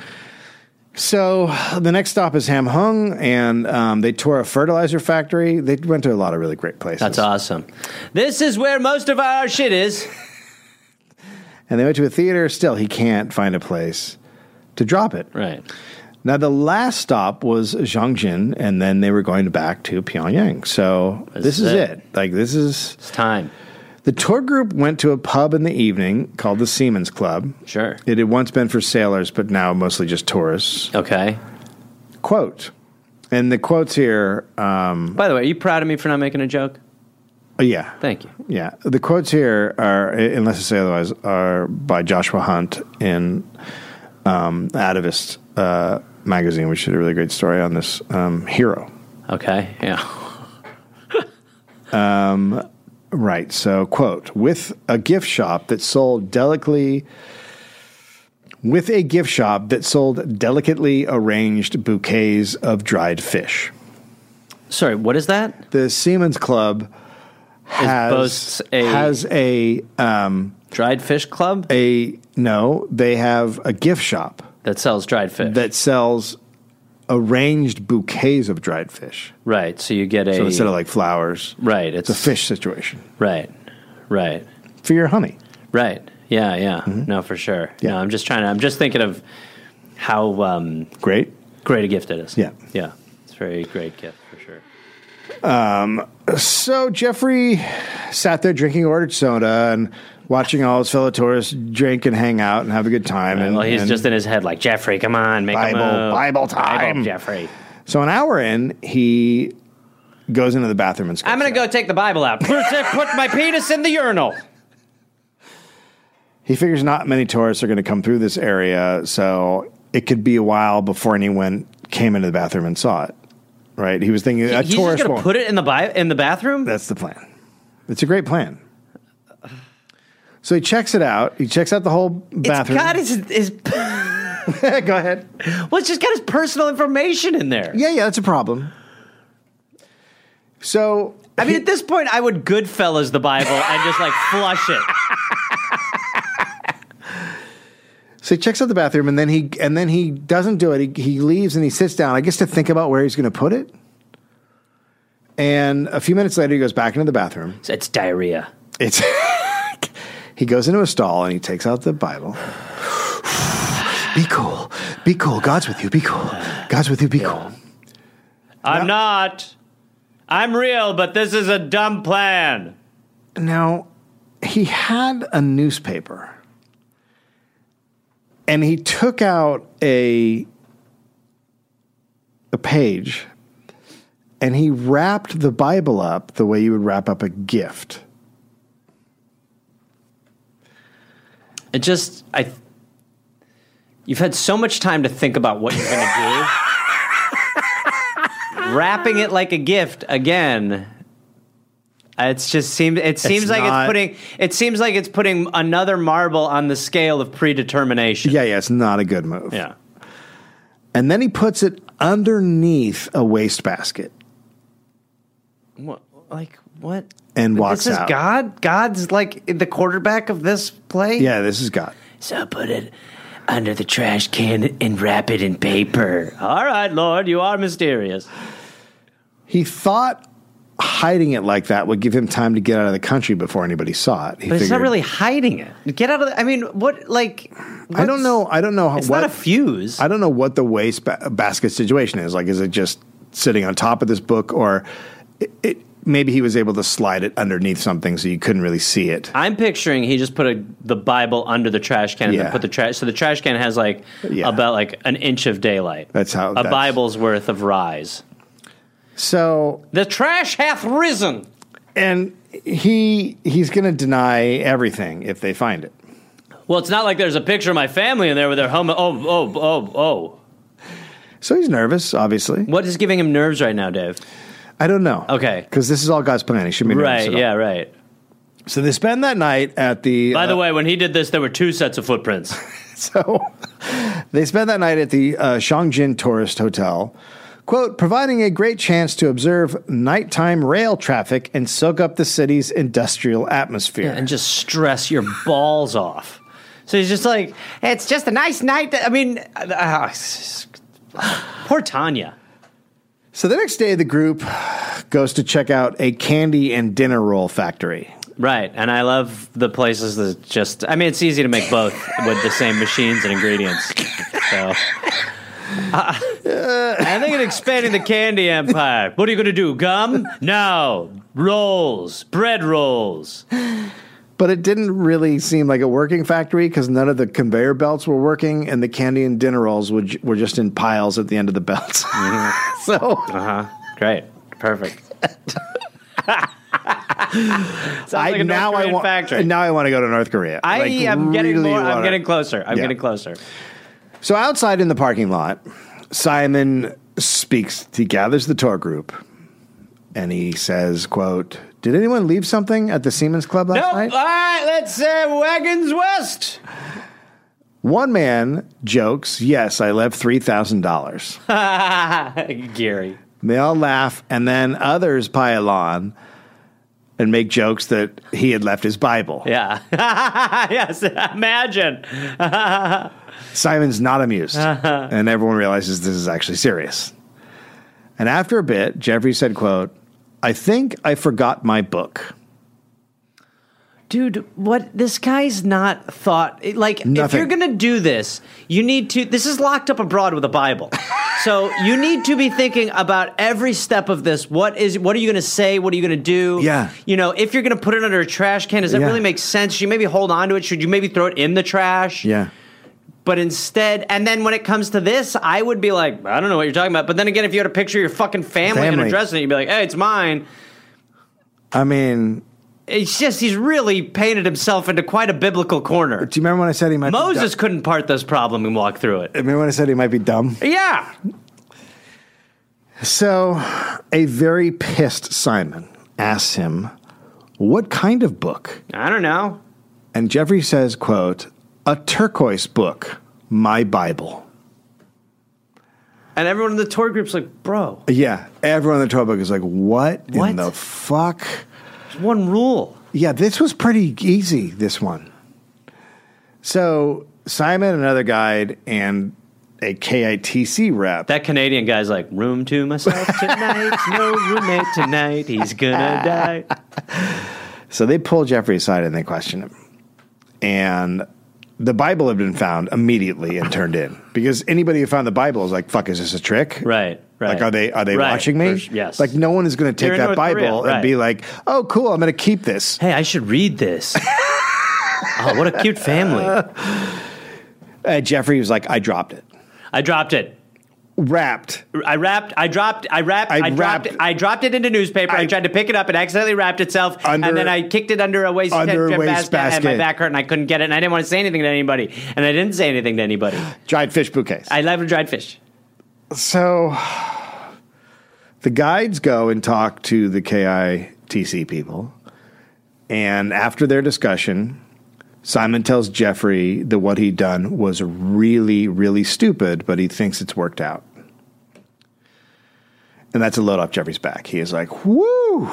Speaker 1: So the next stop is Hamhung, and um, they tore a fertilizer factory. They went to a lot of really great places.
Speaker 8: That's awesome. This is where most of our shit is.
Speaker 1: And they went to a theater. Still, he can't find a place to drop it.
Speaker 8: Right.
Speaker 1: Now, the last stop was Zhangjin, and then they were going back to Pyongyang. So this is
Speaker 8: it.
Speaker 1: it. Like, this is.
Speaker 8: It's time.
Speaker 1: The tour group went to a pub in the evening called the Seamen's Club.
Speaker 8: Sure.
Speaker 1: It had once been for sailors, but now mostly just tourists.
Speaker 8: Okay.
Speaker 1: Quote. And the quotes here, um,
Speaker 8: By the way, are you proud of me for not making a joke?
Speaker 1: yeah,
Speaker 8: Thank you.
Speaker 1: yeah. The quotes here are, unless I say otherwise, are by Joshua Hunt in um, Atavist uh, magazine, which did a really great story on this um, hero.
Speaker 8: Okay. Yeah.
Speaker 1: Right. So, quote, with a gift shop that sold delicately with a gift shop that sold delicately arranged bouquets of dried fish.
Speaker 8: Sorry, what is that?
Speaker 1: The Siemens Club has
Speaker 8: boasts a-
Speaker 1: has a um
Speaker 8: Dried fish club
Speaker 1: a no, they have a gift shop
Speaker 8: that sells dried fish.
Speaker 1: that sells arranged bouquets of dried fish.
Speaker 8: right. So you get a
Speaker 1: So instead of like flowers,
Speaker 8: right. It's
Speaker 1: it's a fish situation
Speaker 8: Right. Right.
Speaker 1: for your honey.
Speaker 8: Right. Yeah. Yeah. No, for sure.
Speaker 1: Mm-hmm. Yeah.
Speaker 8: No, I'm just trying to. I'm just thinking of how um,
Speaker 1: Great.
Speaker 8: great a gift it is.
Speaker 1: Yeah.
Speaker 8: Yeah. It's a very great gift for sure.
Speaker 1: So Jeffrey sat there drinking orange soda and watching all his fellow tourists drink and hang out and have a good time. And,
Speaker 8: well, he's
Speaker 1: and
Speaker 8: just in his head like Jeffrey, come on, make a
Speaker 1: Bible-
Speaker 8: move.
Speaker 1: Bible time.
Speaker 8: Jeffrey.
Speaker 1: so an hour in, he goes into the bathroom and
Speaker 8: I'm
Speaker 1: going
Speaker 8: gonna go take the Bible out. Put put my penis in the urinal.
Speaker 1: He figures not many tourists are going to come through this area, so it could be a while before anyone came into the bathroom and saw it. Right? He was thinking a
Speaker 8: he's just
Speaker 1: tourist
Speaker 8: gonna
Speaker 1: won't.
Speaker 8: put it in the bi- in the bathroom.
Speaker 1: That's the plan. It's a great plan. So he checks it out. He checks out the whole bathroom.
Speaker 8: It's got his,
Speaker 1: [laughs]
Speaker 8: his [laughs]
Speaker 1: go ahead.
Speaker 8: well, it's just got his personal information in there.
Speaker 1: Yeah, yeah, that's a problem. So
Speaker 8: I mean, at this point, I would Goodfellas the Bible and just like flush it.
Speaker 1: so he checks out the bathroom and then he and then he doesn't do it. He he leaves and he sits down, I guess to think about where he's gonna put it. And a few minutes later he goes back into the bathroom.
Speaker 8: [laughs] It's, it's diarrhea.
Speaker 1: It's [laughs] he goes into a stall and he takes out the Bible. [sighs] Be cool. Be cool. God's with you. Be cool. God's with you. Be cool.
Speaker 8: I'm not. I'm real, but this is a dumb plan.
Speaker 1: Now, he had a newspaper and he took out a a page and he wrapped the Bible up the way you would wrap up a gift.
Speaker 8: It just I. You've had so much time to think about what you're gonna [laughs] do. Wrapping it like a gift again. It's just seems it seems like
Speaker 1: not-
Speaker 8: it's putting it seems like it's putting another marble on the scale of predetermination.
Speaker 1: Yeah, yeah, it's not a good move.
Speaker 8: Yeah.
Speaker 1: And then he puts it underneath a wastebasket.
Speaker 8: What, like what?
Speaker 1: And
Speaker 8: But
Speaker 1: walks
Speaker 8: This is
Speaker 1: out.
Speaker 8: God. God's like the quarterback of this play.
Speaker 1: Yeah, this is God.
Speaker 8: So put it under the trash can and wrap it in paper. All right, Lord, you are mysterious.
Speaker 1: He thought hiding it like that would give him time to get out of the country before anybody saw it. He
Speaker 8: But it's not
Speaker 1: figured-
Speaker 8: really hiding it. Get out of the. I mean, what? Like,
Speaker 1: I don't
Speaker 8: what's-
Speaker 1: know. I don't know how
Speaker 8: It's
Speaker 1: what
Speaker 8: not a fuse.
Speaker 1: I don't know what the waste ba- basket situation is. Like, is it just sitting on top of this book, or it, it, maybe he was able to slide it underneath something so you couldn't really see it?
Speaker 8: I'm picturing he just put a, the Bible under the trash can and
Speaker 1: Yeah.
Speaker 8: then put the trash. So the trash can has like
Speaker 1: Yeah.
Speaker 8: about like an inch of daylight.
Speaker 1: That's how-
Speaker 8: a
Speaker 1: that's-
Speaker 8: Bible's worth of rise.
Speaker 1: So,
Speaker 8: The trash hath risen.
Speaker 1: and he he's going to deny everything if they find it.
Speaker 8: Well, it's not like there's a picture of my family in there with their home. Oh, oh, oh, oh.
Speaker 1: So he's nervous, obviously.
Speaker 8: What is giving him nerves right now, Dave?
Speaker 1: I don't know.
Speaker 8: Okay.
Speaker 1: because this is all God's plan. He should be nervous.
Speaker 8: Right,
Speaker 1: at all.
Speaker 8: yeah, right.
Speaker 1: So they spend that night at the.
Speaker 8: By
Speaker 1: uh,
Speaker 8: the way, when he did this, there were two sets of footprints.
Speaker 1: So they spend that night at the uh, Shangjin Tourist Hotel, quote, providing a great chance to observe nighttime rail traffic and soak up the city's industrial atmosphere.
Speaker 8: [laughs] and just stress your balls off. So he's just like, it's just a nice night. I mean, uh, [sighs] poor Tanya.
Speaker 1: so the next day, the group goes to check out a candy and dinner roll factory.
Speaker 8: Right, and I love the places that just. I mean, it's easy to make both with the same machines and ingredients. So
Speaker 9: I'm thinking of expanding the candy empire. What are you going to do? Gum? No. Rolls. Bread rolls.
Speaker 1: But it didn't really seem like a working factory because none of the conveyor belts were working, and the candy and dinner rolls were, ju- were just in piles at the end of the belts.
Speaker 9: Mm-hmm.
Speaker 1: [laughs] so
Speaker 9: Great. Perfect. Sounds like
Speaker 1: I
Speaker 9: a North
Speaker 1: now I
Speaker 9: Korean
Speaker 1: want
Speaker 9: factory.
Speaker 1: now I want to go to North Korea.
Speaker 9: I
Speaker 1: Like,
Speaker 9: am getting
Speaker 1: really
Speaker 9: more. I'm
Speaker 1: wanna-
Speaker 9: getting closer. I'm
Speaker 1: Yeah.
Speaker 9: getting closer.
Speaker 1: So outside in the parking lot, Simon speaks. He gathers the tour group, and he says, "Quote: Did anyone leave something at the Siemens Club last
Speaker 9: Nope.
Speaker 1: night?
Speaker 9: All right. Let's uh, wagons west. [laughs]
Speaker 1: One man jokes, "Yes, I left three thousand dollars."
Speaker 9: Gary.
Speaker 1: They all laugh, and then others pile on and make jokes that he had left his Bible.
Speaker 9: Yeah. [laughs] yes. Imagine.
Speaker 1: Simon's not amused, and everyone realizes this is actually serious. And after a bit, Jeffrey said, "Quote: I think I forgot my book."
Speaker 8: Dude, what? This guy's not thought. it- Like, if
Speaker 1: Nothing.
Speaker 8: you're going to do this, you need to. This is locked up abroad with a
Speaker 1: [laughs]
Speaker 8: Bible. so you need to be thinking about every step of this. What is? What are you going to say? What are you going to do?
Speaker 1: Yeah.
Speaker 8: You know, if you're going to put it under a trash can, does that
Speaker 1: Yeah.
Speaker 8: really make sense? Should you maybe hold on to it? Should you maybe throw it in the trash?
Speaker 1: Yeah.
Speaker 8: But instead, and then when it comes to this, I would be like, I don't know what you're talking about. But then again, if you had a picture of your fucking family, and
Speaker 1: Family.
Speaker 8: addressing it, you'd be like, hey, it's mine.
Speaker 1: I mean,
Speaker 8: It's just he's really painted himself into quite a biblical corner.
Speaker 1: do you remember when I said he might
Speaker 8: Moses
Speaker 1: Be
Speaker 8: couldn't part this problem and walk through it.
Speaker 1: dumb? Remember when I said he might be dumb?
Speaker 8: Yeah.
Speaker 1: So, a very pissed Simon asks him, "What kind of book?"
Speaker 8: I don't know.
Speaker 1: And Jeffrey says, "Quote: A turquoise book, my Bible."
Speaker 8: And everyone in the tour group's like, bro,
Speaker 1: Yeah, everyone in the tour book is like, "What, in
Speaker 8: What?
Speaker 1: the fuck?"
Speaker 8: there's one rule.
Speaker 1: Yeah, this was pretty easy. This one. So Simon, another guide, and a KITC rep.
Speaker 8: That Canadian guy's like, room to myself tonight, no roommate tonight,
Speaker 1: [laughs]
Speaker 8: he's gonna die.
Speaker 1: So they pull Jeffrey aside and they question him. And the Bible had been found immediately and turned in because anybody who found the Bible is like, "Fuck, is this a trick?"
Speaker 8: Right, right.
Speaker 1: Like, are they are they
Speaker 8: Right,
Speaker 1: watching me?
Speaker 8: for sh- yes.
Speaker 1: Like, no one is going to
Speaker 8: You're
Speaker 1: take
Speaker 8: in
Speaker 1: that
Speaker 8: North Korea,
Speaker 1: Bible and
Speaker 8: right.
Speaker 1: be like, "Oh, cool, I'm going to keep this."
Speaker 8: Hey, I should read
Speaker 1: [laughs]
Speaker 8: this. oh, what a cute family.
Speaker 1: Uh, Jeffrey was like, "I dropped it,
Speaker 8: I dropped it.
Speaker 1: wrapped."
Speaker 8: I wrapped, I dropped, I wrapped,
Speaker 1: I
Speaker 8: I, dropped,
Speaker 1: wrapped-
Speaker 8: I dropped it into newspaper. I,
Speaker 1: I-
Speaker 8: tried to pick it up. It accidentally wrapped itself.
Speaker 1: Under-
Speaker 8: and then I kicked it under a waist,
Speaker 1: under a
Speaker 8: basket, and my
Speaker 1: wastebasket.
Speaker 8: back hurt and I couldn't get it. And I didn't want to say anything to anybody. And I didn't say anything to anybody.
Speaker 1: Dried fish bouquets.
Speaker 8: I love dried fish.
Speaker 1: So the guides go and talk to the KITC people. And after their discussion, Simon tells Jeffrey that what he'd done was really, really stupid, but he thinks it's worked out. And that's a load off Jeffrey's back. He is like, woo,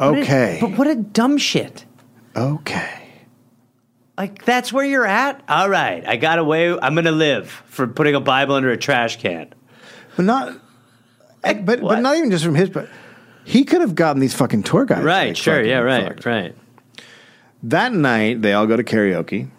Speaker 1: okay,
Speaker 8: But what a dumb shit.
Speaker 1: okay.
Speaker 8: Like, that's where you're at? All right. I got away. I'm going to live for putting a Bible under a trash can.
Speaker 1: But not, but, but
Speaker 8: what?
Speaker 1: not even just from his, but he could have gotten these fucking tour guides.
Speaker 8: Right.
Speaker 1: like,
Speaker 8: sure.
Speaker 1: fucking
Speaker 8: Yeah. Right.
Speaker 1: fucked.
Speaker 8: Right.
Speaker 1: That night, they all go to karaoke,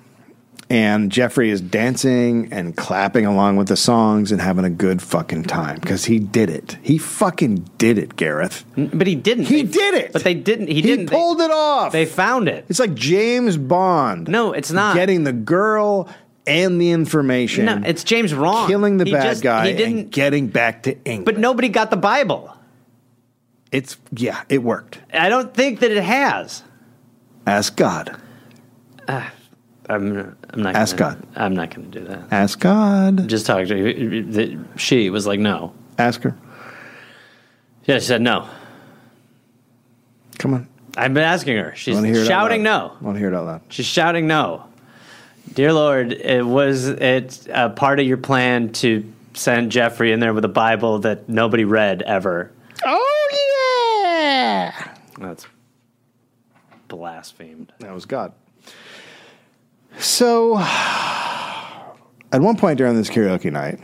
Speaker 1: and Jeffrey is dancing and clapping along with the songs and having a good fucking time because he did it. He fucking did it, Gareth.
Speaker 8: But he didn't.
Speaker 1: He
Speaker 8: They-
Speaker 1: did it.
Speaker 8: But they didn't. He,
Speaker 1: He
Speaker 8: didn't. They-
Speaker 1: pulled it off.
Speaker 8: They found it.
Speaker 1: it's like James Bond.
Speaker 8: No, it's not.
Speaker 1: Getting the girl and the information.
Speaker 8: No, it's James wrong.
Speaker 1: killing the
Speaker 8: He
Speaker 1: bad
Speaker 8: just-
Speaker 1: guy
Speaker 8: He
Speaker 1: and
Speaker 8: didn't.
Speaker 1: getting back to England.
Speaker 8: But nobody got the Bible.
Speaker 1: it's yeah, it worked.
Speaker 8: I don't think that it has.
Speaker 1: Ask God.
Speaker 8: I'm, I'm not.
Speaker 1: Ask
Speaker 8: gonna,
Speaker 1: God.
Speaker 8: I'm not going to do that.
Speaker 1: Ask God.
Speaker 8: Just talk to her. She was like, no.
Speaker 1: Ask her.
Speaker 8: Yeah, she said no.
Speaker 1: Come on.
Speaker 8: I've been asking her. She's
Speaker 1: I want to hear it
Speaker 8: shouting
Speaker 1: out loud.
Speaker 8: no.
Speaker 1: I want to hear it out loud.
Speaker 8: She's shouting no. Dear Lord, it was it a part of your plan to send Jeffrey in there with a Bible that nobody read ever?
Speaker 1: Oh yeah.
Speaker 8: That's blasphemed.
Speaker 1: That was God. So, at one point during this karaoke night,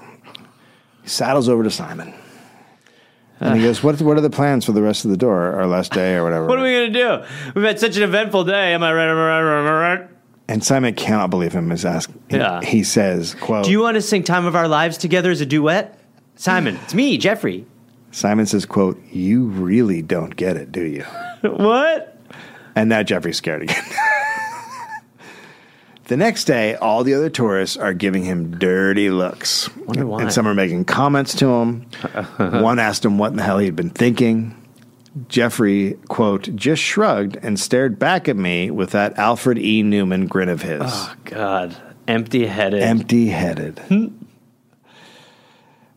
Speaker 1: he saddles over to Simon. And he goes, what, what are the plans for the rest of the door or last day or whatever?
Speaker 8: What are we gonna do? We've had such an eventful day. Am I right? Am I right? Am I right?
Speaker 1: And Simon cannot believe him is asking.
Speaker 8: Yeah.
Speaker 1: He says, quote,
Speaker 8: Do you want to sing Time of Our Lives together as a duet? Simon, it's me, Jeffrey.
Speaker 1: Simon says, quote, you really don't get it, do you?
Speaker 8: [laughs] What?
Speaker 1: And now Jeffrey's scared again. [laughs] the next day, all the other tourists are giving him dirty looks.
Speaker 8: Wonder why.
Speaker 1: And some are making comments to
Speaker 8: [laughs]
Speaker 1: him. One asked him what in the hell he had been thinking. Jeffrey, quote, just shrugged and stared back at me with that Alfred E. Newman grin of his.
Speaker 8: Ah. Oh, God, empty headed.
Speaker 1: Empty headed.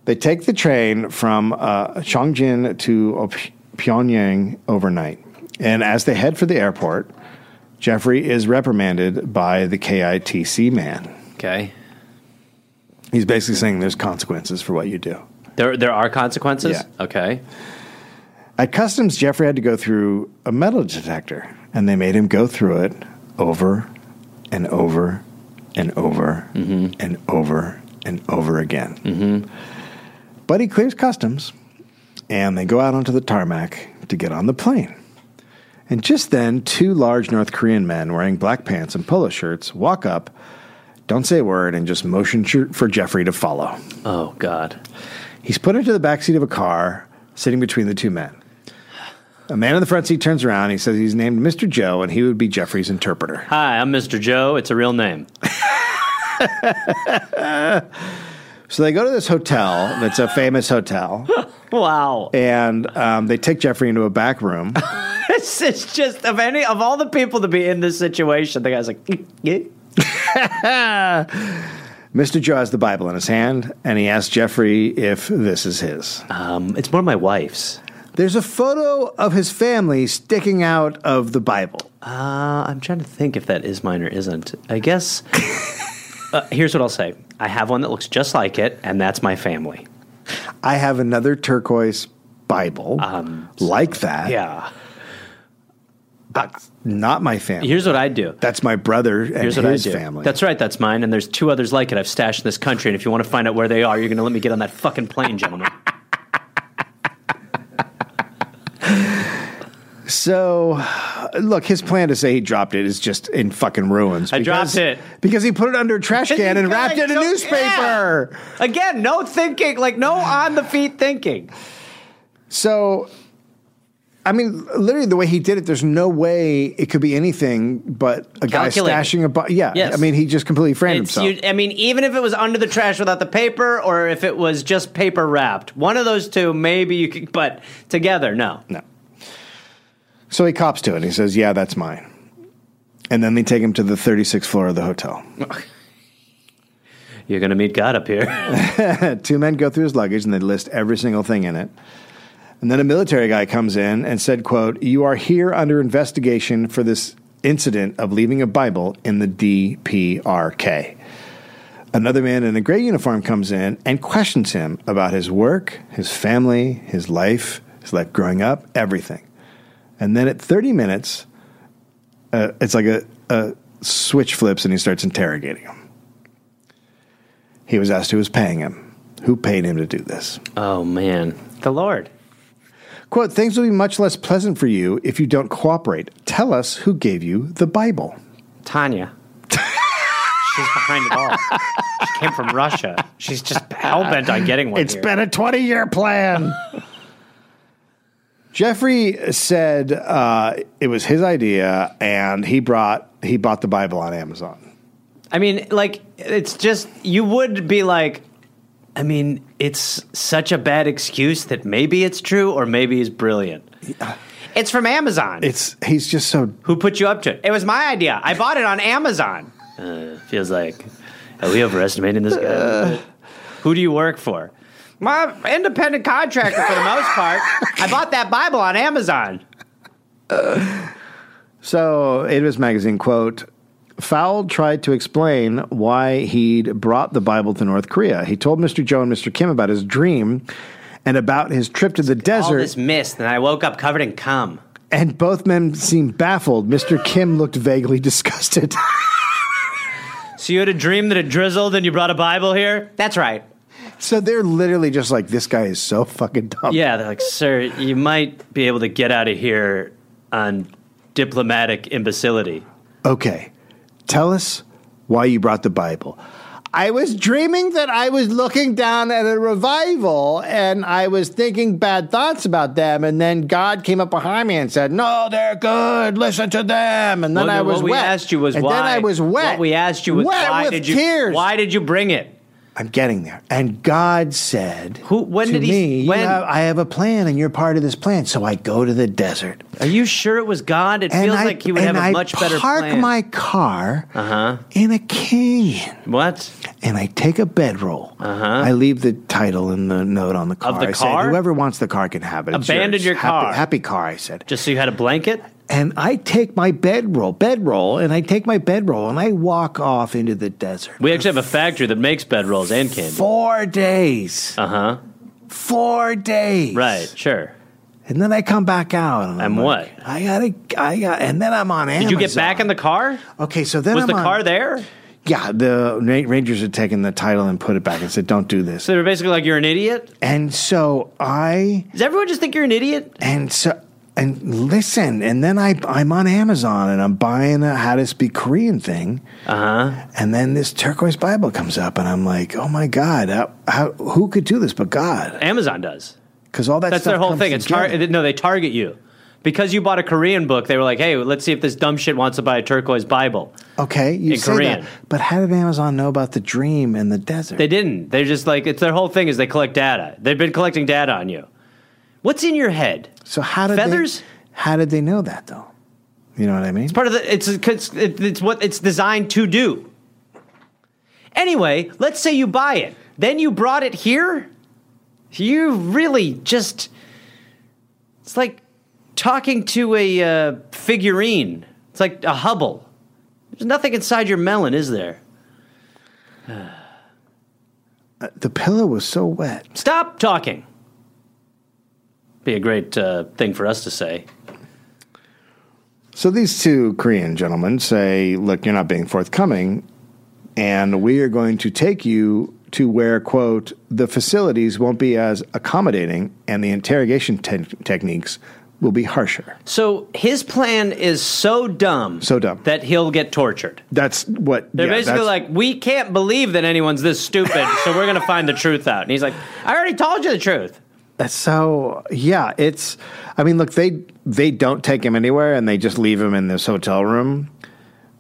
Speaker 1: they take the train from uh, Chongjin to O- Pyongyang overnight. And as they head for the airport, Jeffrey is reprimanded by the KITC man.
Speaker 8: okay.
Speaker 1: He's basically saying there's consequences for what you do.
Speaker 8: There, there are consequences?
Speaker 1: Yeah.
Speaker 8: Okay.
Speaker 1: At customs, Jeffrey had to go through a metal detector, and they made him go through it over and over and over and over and over again. But he clears customs, and they go out onto the tarmac to get on the plane. And just then, two large North Korean men wearing black pants and polo shirts walk up, don't say a word, and just motion for Jeffrey to follow.
Speaker 8: Oh, God.
Speaker 1: He's put into the back seat of a car, sitting between the two men. A man in the front seat turns around. He says he's named Mr. Joe, and he would be Jeffrey's interpreter.
Speaker 8: Hi, I'm Mr. Joe. It's a real name.
Speaker 1: So they go to this hotel that's a famous hotel,
Speaker 8: [laughs] Wow.
Speaker 1: and um, they take Jeffrey into a back room.
Speaker 8: This is just, of any, of all the people to be in this situation, the guy's like, yeah.
Speaker 1: Mr. Joe has the Bible in his hand, and he asks Jeffrey if this is his.
Speaker 8: um, it's more my wife's.
Speaker 1: There's a photo of his family sticking out of the Bible.
Speaker 8: Uh, I'm trying to think if that is mine or isn't. I [laughs] guess. uh, here's what I'll say I have one that looks just like it, and that's my family.
Speaker 1: I have another turquoise Bible like that.
Speaker 8: Um, Yeah.
Speaker 1: Not my family.
Speaker 8: Here's what I'd do.
Speaker 1: that's my brother and
Speaker 8: Here's what
Speaker 1: his
Speaker 8: I do.
Speaker 1: family.
Speaker 8: That's right, that's mine. And there's two others like it I've stashed in this country. And if you want to find out where they are, you're going to let me get on that fucking plane, gentlemen.
Speaker 1: So, look, his plan to say he dropped it is just in fucking ruins.
Speaker 8: I dropped it.
Speaker 1: because he put it under a trash can and wrapped it in a
Speaker 8: Yeah.
Speaker 1: newspaper.
Speaker 8: [laughs] Again, no thinking, like no on the feet thinking.
Speaker 1: So, I mean, literally, the way he did it, there's no way it could be anything but a guy
Speaker 8: Calculated.
Speaker 1: stashing a. Bu- yeah,
Speaker 8: Yes.
Speaker 1: I mean, he just completely framed
Speaker 8: It's,
Speaker 1: himself.
Speaker 8: you, I mean, even if it was under the trash without the paper, or if it was just paper wrapped, one of those two, maybe you could. But together, no.
Speaker 1: No. So he cops to it. He says, "Yeah, that's mine." And then they take him to the 36th floor of the hotel.
Speaker 8: You're going to meet God up here.
Speaker 1: [laughs]
Speaker 8: [laughs]
Speaker 1: Two men go through his luggage and they list every single thing in it. And then a military guy comes in and said, quote, You are here under investigation for this incident of leaving a Bible in the DPRK. Another man in a gray uniform comes in and questions him about his work, his family, his life, his life growing up, everything. And then at 30 minutes, uh, it's like a, a switch flips and he starts interrogating him. He was asked who was paying him. Who paid him to do this?
Speaker 8: oh man, the Lord.
Speaker 1: Quote, things will be much less pleasant for you if you don't cooperate. Tell us who gave you the Bible.
Speaker 8: Tanya. She's behind it all. She came from Russia. She's just hell bent on getting one.
Speaker 1: It's
Speaker 8: here.
Speaker 1: been a 20 year plan. [laughs] Jeffrey said uh, it was his idea and he brought he bought the Bible on Amazon.
Speaker 8: I mean, like, it's just, you would be like, I mean, it's such a bad excuse that maybe it's true or maybe it's brilliant. It's from Amazon.
Speaker 1: It's he's just so
Speaker 8: Who put you up to it? It was my idea. I bought it on Amazon. Uh, feels like, are we overestimating this guy? [sighs] Who do you work for? My independent contractor, for the most [laughs] part. I bought that Bible on Amazon.
Speaker 1: So it was magazine quote. Fowl tried to explain why he'd brought the Bible to North Korea. He told Mr. Joe and Mr. Kim about his dream and about his trip to the
Speaker 8: All
Speaker 1: desert,
Speaker 8: this mist, and I woke up covered in cum.
Speaker 1: and both men seemed baffled. Mr. Kim looked vaguely [laughs] disgusted.
Speaker 8: So you had a dream that it drizzled and you brought a Bible here? That's right.
Speaker 1: so they're literally just like, this guy is so fucking dumb.
Speaker 8: Yeah, they're like, sir, you might be able to get out of here on diplomatic imbecility.
Speaker 1: Okay. Tell us why you brought the Bible. I was dreaming that I was looking down at a revival and I was thinking bad thoughts about them. And then God came up behind me and said, No, they're good. Listen to them. And then
Speaker 8: Well,
Speaker 1: I
Speaker 8: no,
Speaker 1: was
Speaker 8: what we
Speaker 1: wet.
Speaker 8: asked you was
Speaker 1: and
Speaker 8: why.
Speaker 1: Then I was wet.
Speaker 8: What we asked you was
Speaker 1: wet
Speaker 8: why
Speaker 1: with
Speaker 8: did you
Speaker 1: tears.
Speaker 8: why did you bring it?
Speaker 1: I'm getting there. And God said,
Speaker 8: Who- when
Speaker 1: to
Speaker 8: did he-
Speaker 1: me, you
Speaker 8: when-
Speaker 1: have- I have a plan and you're part of this plan. So I go to the desert.
Speaker 8: Are you sure it was God? It feels
Speaker 1: I-
Speaker 8: like he would have
Speaker 1: and
Speaker 8: a
Speaker 1: I
Speaker 8: much better
Speaker 1: park
Speaker 8: plan. Uh-huh.
Speaker 1: my car in a canyon
Speaker 8: what?
Speaker 1: and I take a bedroll. I leave the title and the note on the car.
Speaker 8: Uh-huh. the
Speaker 1: I said,
Speaker 8: car?
Speaker 1: Whoever wants the car can have it. It's
Speaker 8: Abandon
Speaker 1: yours.
Speaker 8: your
Speaker 1: Happy-
Speaker 8: car.
Speaker 1: Happy car, I said.
Speaker 8: Just so you had a blanket?
Speaker 1: And I take my bedroll, bedroll, and I take my bedroll and I walk off into the desert.
Speaker 8: We actually have a factory that makes bedrolls and candy.
Speaker 1: Four days.
Speaker 8: Uh huh.
Speaker 1: Four days.
Speaker 8: Right. Sure.
Speaker 1: And then I come back out. And, I'm
Speaker 8: And
Speaker 1: like,
Speaker 8: what?
Speaker 1: I gotta, I got, and then I'm on
Speaker 8: Did
Speaker 1: Amazon.
Speaker 8: you get back in the car?
Speaker 1: Okay, so then
Speaker 8: Was
Speaker 1: I'm
Speaker 8: the
Speaker 1: on-
Speaker 8: car there?
Speaker 1: Yeah, the Ra- Rangers had taken the title and put it back and said, "Don't do this."
Speaker 8: So they were basically like, "You're an idiot."
Speaker 1: And so I,
Speaker 8: Does everyone just think you're an idiot?
Speaker 1: and so, and listen, and then I, I'm on Amazon and I'm buying a How to Speak Korean thing,
Speaker 8: Uh huh.
Speaker 1: and then this turquoise Bible comes up, and I'm like, "Oh my God, how, how who could do this but God?"
Speaker 8: Amazon does.
Speaker 1: Because all that
Speaker 8: That's
Speaker 1: stuff
Speaker 8: their whole
Speaker 1: comes
Speaker 8: thing. It's tar-
Speaker 1: together.
Speaker 8: no, they target you because you bought a Korean book. They were like, "Hey, let's see if this dumb shit wants to buy a turquoise Bible."
Speaker 1: okay, you
Speaker 8: in
Speaker 1: say
Speaker 8: Korean.
Speaker 1: that, but how did Amazon know about the dream and the desert?
Speaker 8: They didn't. They're just like it's their whole thing is they collect data. They've been collecting data on you. What's in your head?
Speaker 1: So how did
Speaker 8: Feathers?
Speaker 1: They, how did they know that though? You know what I mean?
Speaker 8: Part of the it's it's, it's what it's designed to do. Anyway, let's say you buy it. Then you brought it here. You really just it's like talking to a uh, figurine. It's like a Hubble. There's nothing inside your melon, is there?
Speaker 1: The pillow was so wet.
Speaker 8: Stop talking. Be a great uh, thing for us to say.
Speaker 1: So these two Korean gentlemen say, "Look, you're not being forthcoming, and we are going to take you to where quote the facilities won't be as accommodating, and the interrogation te- techniques will be harsher."
Speaker 8: So his plan is so dumb,
Speaker 1: So dumb.
Speaker 8: that he'll get tortured.
Speaker 1: That's what
Speaker 8: They're
Speaker 1: yeah,
Speaker 8: basically
Speaker 1: that's-
Speaker 8: like, we can't believe that anyone's this stupid, so we're gonna find the truth out. And he's like, I already told you the truth.
Speaker 1: That's so yeah, it's I mean, look, they they don't take him anywhere and they just leave him in this hotel room.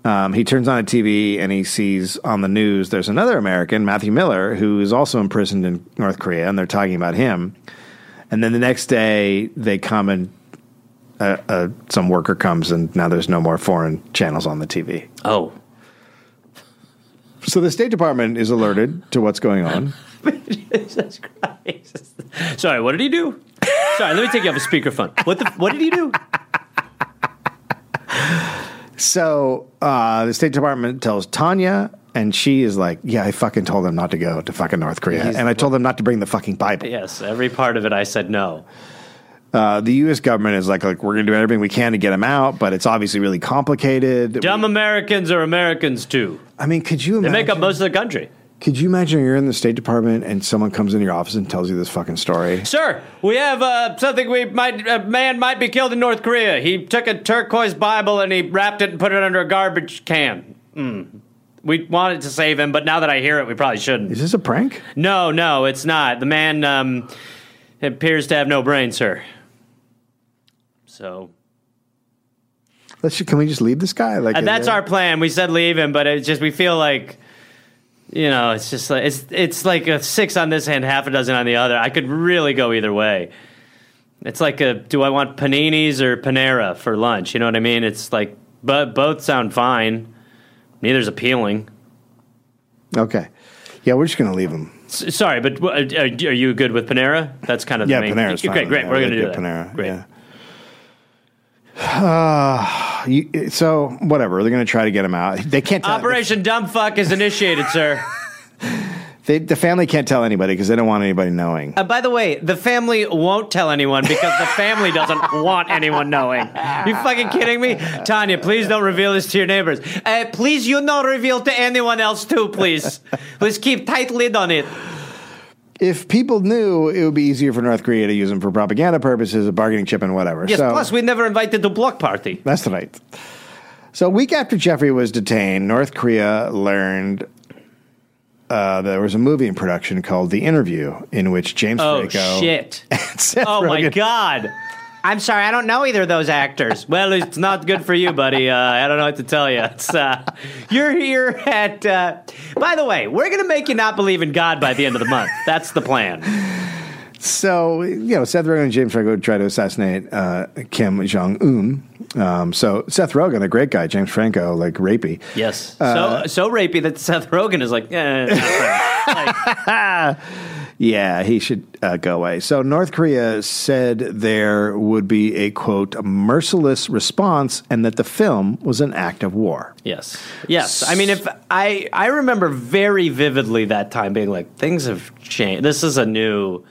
Speaker 1: Um, he turns on a TV and he sees on the news there's another American, Matthew Miller, who is also imprisoned in North Korea, and they're talking about him. And then the next day, they come and uh, uh, some worker comes, and now there's no more foreign channels on the TV.
Speaker 8: [laughs] Oh,
Speaker 1: So the State Department is alerted to what's going on.
Speaker 8: Jesus Christ! Sorry, what did he do? Sorry, let me take you off a speakerphone. What the? What did he do?
Speaker 1: So uh, the State Department tells Tanya, and she is like, "Yeah, I fucking told them not to go to fucking North Korea, and I told them not to bring the fucking Bible."
Speaker 8: Yes, every part of it, I said no.
Speaker 1: Uh, the U.S. government is like, "Like we're gonna do everything we can to get him out, but it's obviously really complicated."
Speaker 8: Dumb Americans are Americans too.
Speaker 1: I mean, could you
Speaker 8: They
Speaker 1: imagine?
Speaker 8: make up most of the country.
Speaker 1: could you imagine you're in the State Department and someone comes into your office and tells you this fucking story?
Speaker 8: Sir, we have uh, something. We might a man might be killed in North Korea. He took a turquoise Bible and he wrapped it and put it under a garbage can. Mm. We wanted to save him, but now that I hear it, we probably shouldn't.
Speaker 1: Is this a prank?
Speaker 8: No, no, it's not. The man um, appears to have no brain, sir. So
Speaker 1: Let's ju- can we just leave this guy? Like
Speaker 8: uh, that's
Speaker 1: uh,
Speaker 8: our plan. We said leave him, but it's just we feel like. You know, it's just like it's it's like a six on this hand, half a dozen on the other. I could really go either way. It's like a do I want paninis or Panera for lunch? You know what I mean? It's like but both sound fine. Neither's appealing.
Speaker 1: okay. Yeah, we're just gonna leave him.
Speaker 8: S- sorry, but wh- are, are you good with Panera? That's kind of
Speaker 1: Yeah,
Speaker 8: the main.
Speaker 1: Panera's
Speaker 8: Okay,
Speaker 1: fine.
Speaker 8: great.
Speaker 1: Yeah,
Speaker 8: We're gonna
Speaker 1: really
Speaker 8: do
Speaker 1: good
Speaker 8: that.
Speaker 1: Panera.
Speaker 8: Great.
Speaker 1: Yeah. Uh, [sighs] you, so whatever they're going to try to get him out. They can't tell
Speaker 8: [laughs] Operation Dumb Fuck is initiated, sir.
Speaker 1: They, the family can't tell anybody because they don't want anybody knowing.
Speaker 8: Uh, by the way, the family won't tell anyone because the family doesn't [laughs] want anyone knowing. You fucking kidding me? Tanya, please don't reveal this to your neighbors. Uh, please, you not reveal to anyone else too, [laughs] please. Let's keep tight lid on it.
Speaker 1: If people knew, it would be easier for North Korea to use them for propaganda purposes, a bargaining chip, and whatever.
Speaker 8: Yes,
Speaker 1: so,
Speaker 8: plus we never invited to block party.
Speaker 1: that's the night. So, a week after Jeffrey was detained, North Korea learned uh, there was a movie in production called The Interview, in which James
Speaker 8: Oh
Speaker 1: Franco. [laughs]
Speaker 8: shit!
Speaker 1: Seth
Speaker 8: oh my
Speaker 1: Rogen-
Speaker 8: god! I'm sorry, I don't know either of those actors. Well, it's not good for you, buddy. Uh, I don't know what to tell you. It's uh, you're here at. Uh, by the way, we're gonna make you not believe in God by the end of the month. That's the plan.
Speaker 1: So, you know, Seth Rogen and James Franco try to assassinate uh, Kim Jong Un. Um, so, Seth Rogen, a great guy, James Franco, like rapey.
Speaker 8: Yes.
Speaker 1: Uh,
Speaker 8: so so rapey that Seth Rogen is like, eh, not so. Like,
Speaker 1: Yeah, he should uh, go away. So, North Korea said there would be a quote, merciless response and that the film was an act of war.
Speaker 8: [laughs] yes. Yes. I mean, if I I remember very vividly that time being like, things have changed. This is a new,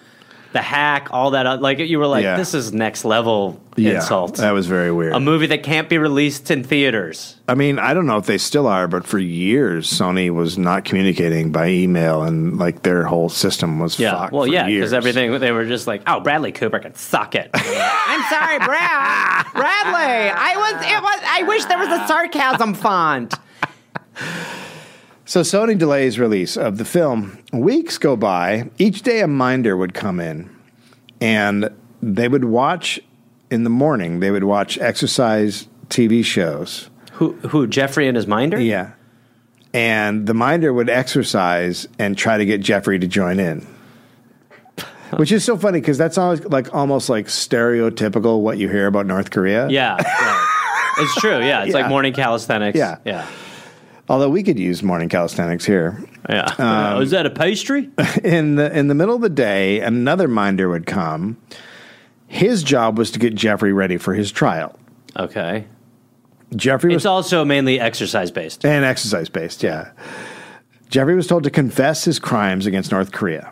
Speaker 8: the hack, all that. uh, Like you were like,
Speaker 1: Yeah.
Speaker 8: this is next level insult.
Speaker 1: That was very weird.
Speaker 8: a movie that can't be released in theaters.
Speaker 1: I mean, I don't know if they still are, but for years, Sony was not communicating by email and like their whole system was
Speaker 8: Yeah.
Speaker 1: fucked.
Speaker 8: well,
Speaker 1: for
Speaker 8: yeah,
Speaker 1: years.
Speaker 8: because everything they were just like, oh, Bradley Cooper can suck it. [laughs] I'm sorry, Brad. Bradley. I was. It was. I wish there was a sarcasm font.
Speaker 1: So Sony delays release of the film. Weeks go by. Each day a minder would come in and they would watch in the morning, they would watch exercise TV shows.
Speaker 8: Who? Who? Jeffrey and his minder.
Speaker 1: Yeah. And the minder would exercise and try to get Jeffrey to join in. Which is so funny because that's always like almost like stereotypical what you hear about North Korea.
Speaker 8: Yeah. yeah. It's true. Yeah. It's like
Speaker 1: Yeah.
Speaker 8: morning calisthenics.
Speaker 1: Yeah.
Speaker 8: Yeah.
Speaker 1: Although we could use morning calisthenics here.
Speaker 8: Yeah. Uh, Is that a pastry?
Speaker 1: In the in the middle of the day, another minder would come. His job was to get Jeffrey ready for his trial.
Speaker 8: okay.
Speaker 1: Jeffrey was
Speaker 8: It's also mainly exercise based.
Speaker 1: and exercise based, yeah. Jeffrey was told to confess his crimes against North Korea,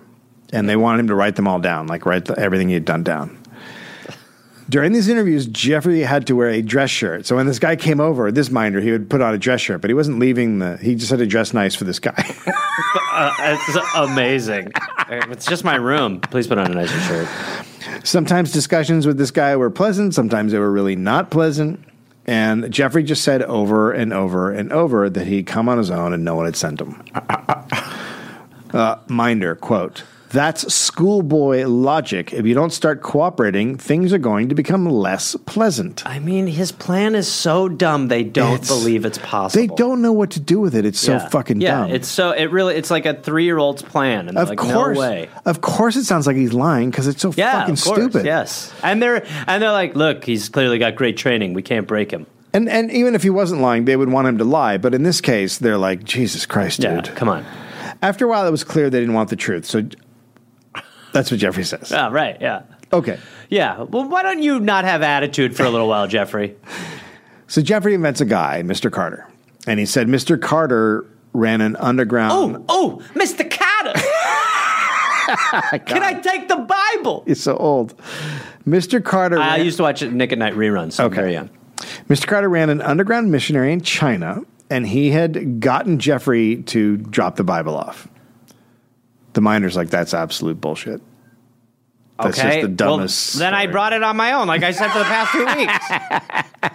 Speaker 1: and they wanted him to write them all down, like write the, everything he had done down. During these interviews, Jeffrey had to wear a dress shirt. So when this guy came over, this minder, he would put on a dress shirt, but he wasn't leaving the. He just had to dress nice for this guy. [laughs]
Speaker 8: It's [laughs] amazing. it's just my room. Please put on a nicer shirt.
Speaker 1: Sometimes discussions with this guy were pleasant, sometimes they were really not pleasant. And Jeffrey just said over and over and over that he'd come on his own and no one had sent him. [laughs] uh, Minder, quote, that's schoolboy logic. If you don't start cooperating, things are going to become less pleasant.
Speaker 8: I mean, his plan is so dumb. They don't
Speaker 1: It's-
Speaker 8: believe it's possible.
Speaker 1: They don't know what to do with it. It's so fucking
Speaker 8: yeah,
Speaker 1: dumb.
Speaker 8: it's so it really it's like a three year old's plan. And
Speaker 1: of
Speaker 8: like,
Speaker 1: course,
Speaker 8: no way.
Speaker 1: of course, it sounds like he's lying because it's so
Speaker 8: Yeah,
Speaker 1: fucking
Speaker 8: of course,
Speaker 1: stupid.
Speaker 8: Yes, and they're and they're like, look, he's clearly got great training. We can't break him.
Speaker 1: And and even if he wasn't lying, they would want him to lie. But in this case, they're like, Jesus Christ,
Speaker 8: Yeah,
Speaker 1: dude.
Speaker 8: come on.
Speaker 1: After a while, it was clear they didn't want the truth. So that's what Jeffrey says.
Speaker 8: Oh, right. Yeah,
Speaker 1: Okay.
Speaker 8: yeah. Well, why don't you not have attitude for a little
Speaker 1: [laughs]
Speaker 8: while, Jeffrey?
Speaker 1: So Jeffrey invents a guy, Mr. Carter. And he said Mr. Carter ran an underground.
Speaker 8: Oh, oh, Mister Carter. [laughs] Can I take the Bible?
Speaker 1: [laughs] He's so old. Mr. Carter.
Speaker 8: I
Speaker 1: ran-
Speaker 8: used to watch it Nick at Night reruns. So okay.
Speaker 1: Okay.
Speaker 8: Very young.
Speaker 1: Mr. Carter ran an underground missionary in China, and he had gotten Jeffrey to drop the Bible off. The miner's like, that's absolute bullshit. That's
Speaker 8: okay.
Speaker 1: just the dumbest.
Speaker 8: Well, then I
Speaker 1: story.
Speaker 8: brought it on my own, like I said for the past two
Speaker 1: [laughs]
Speaker 8: weeks.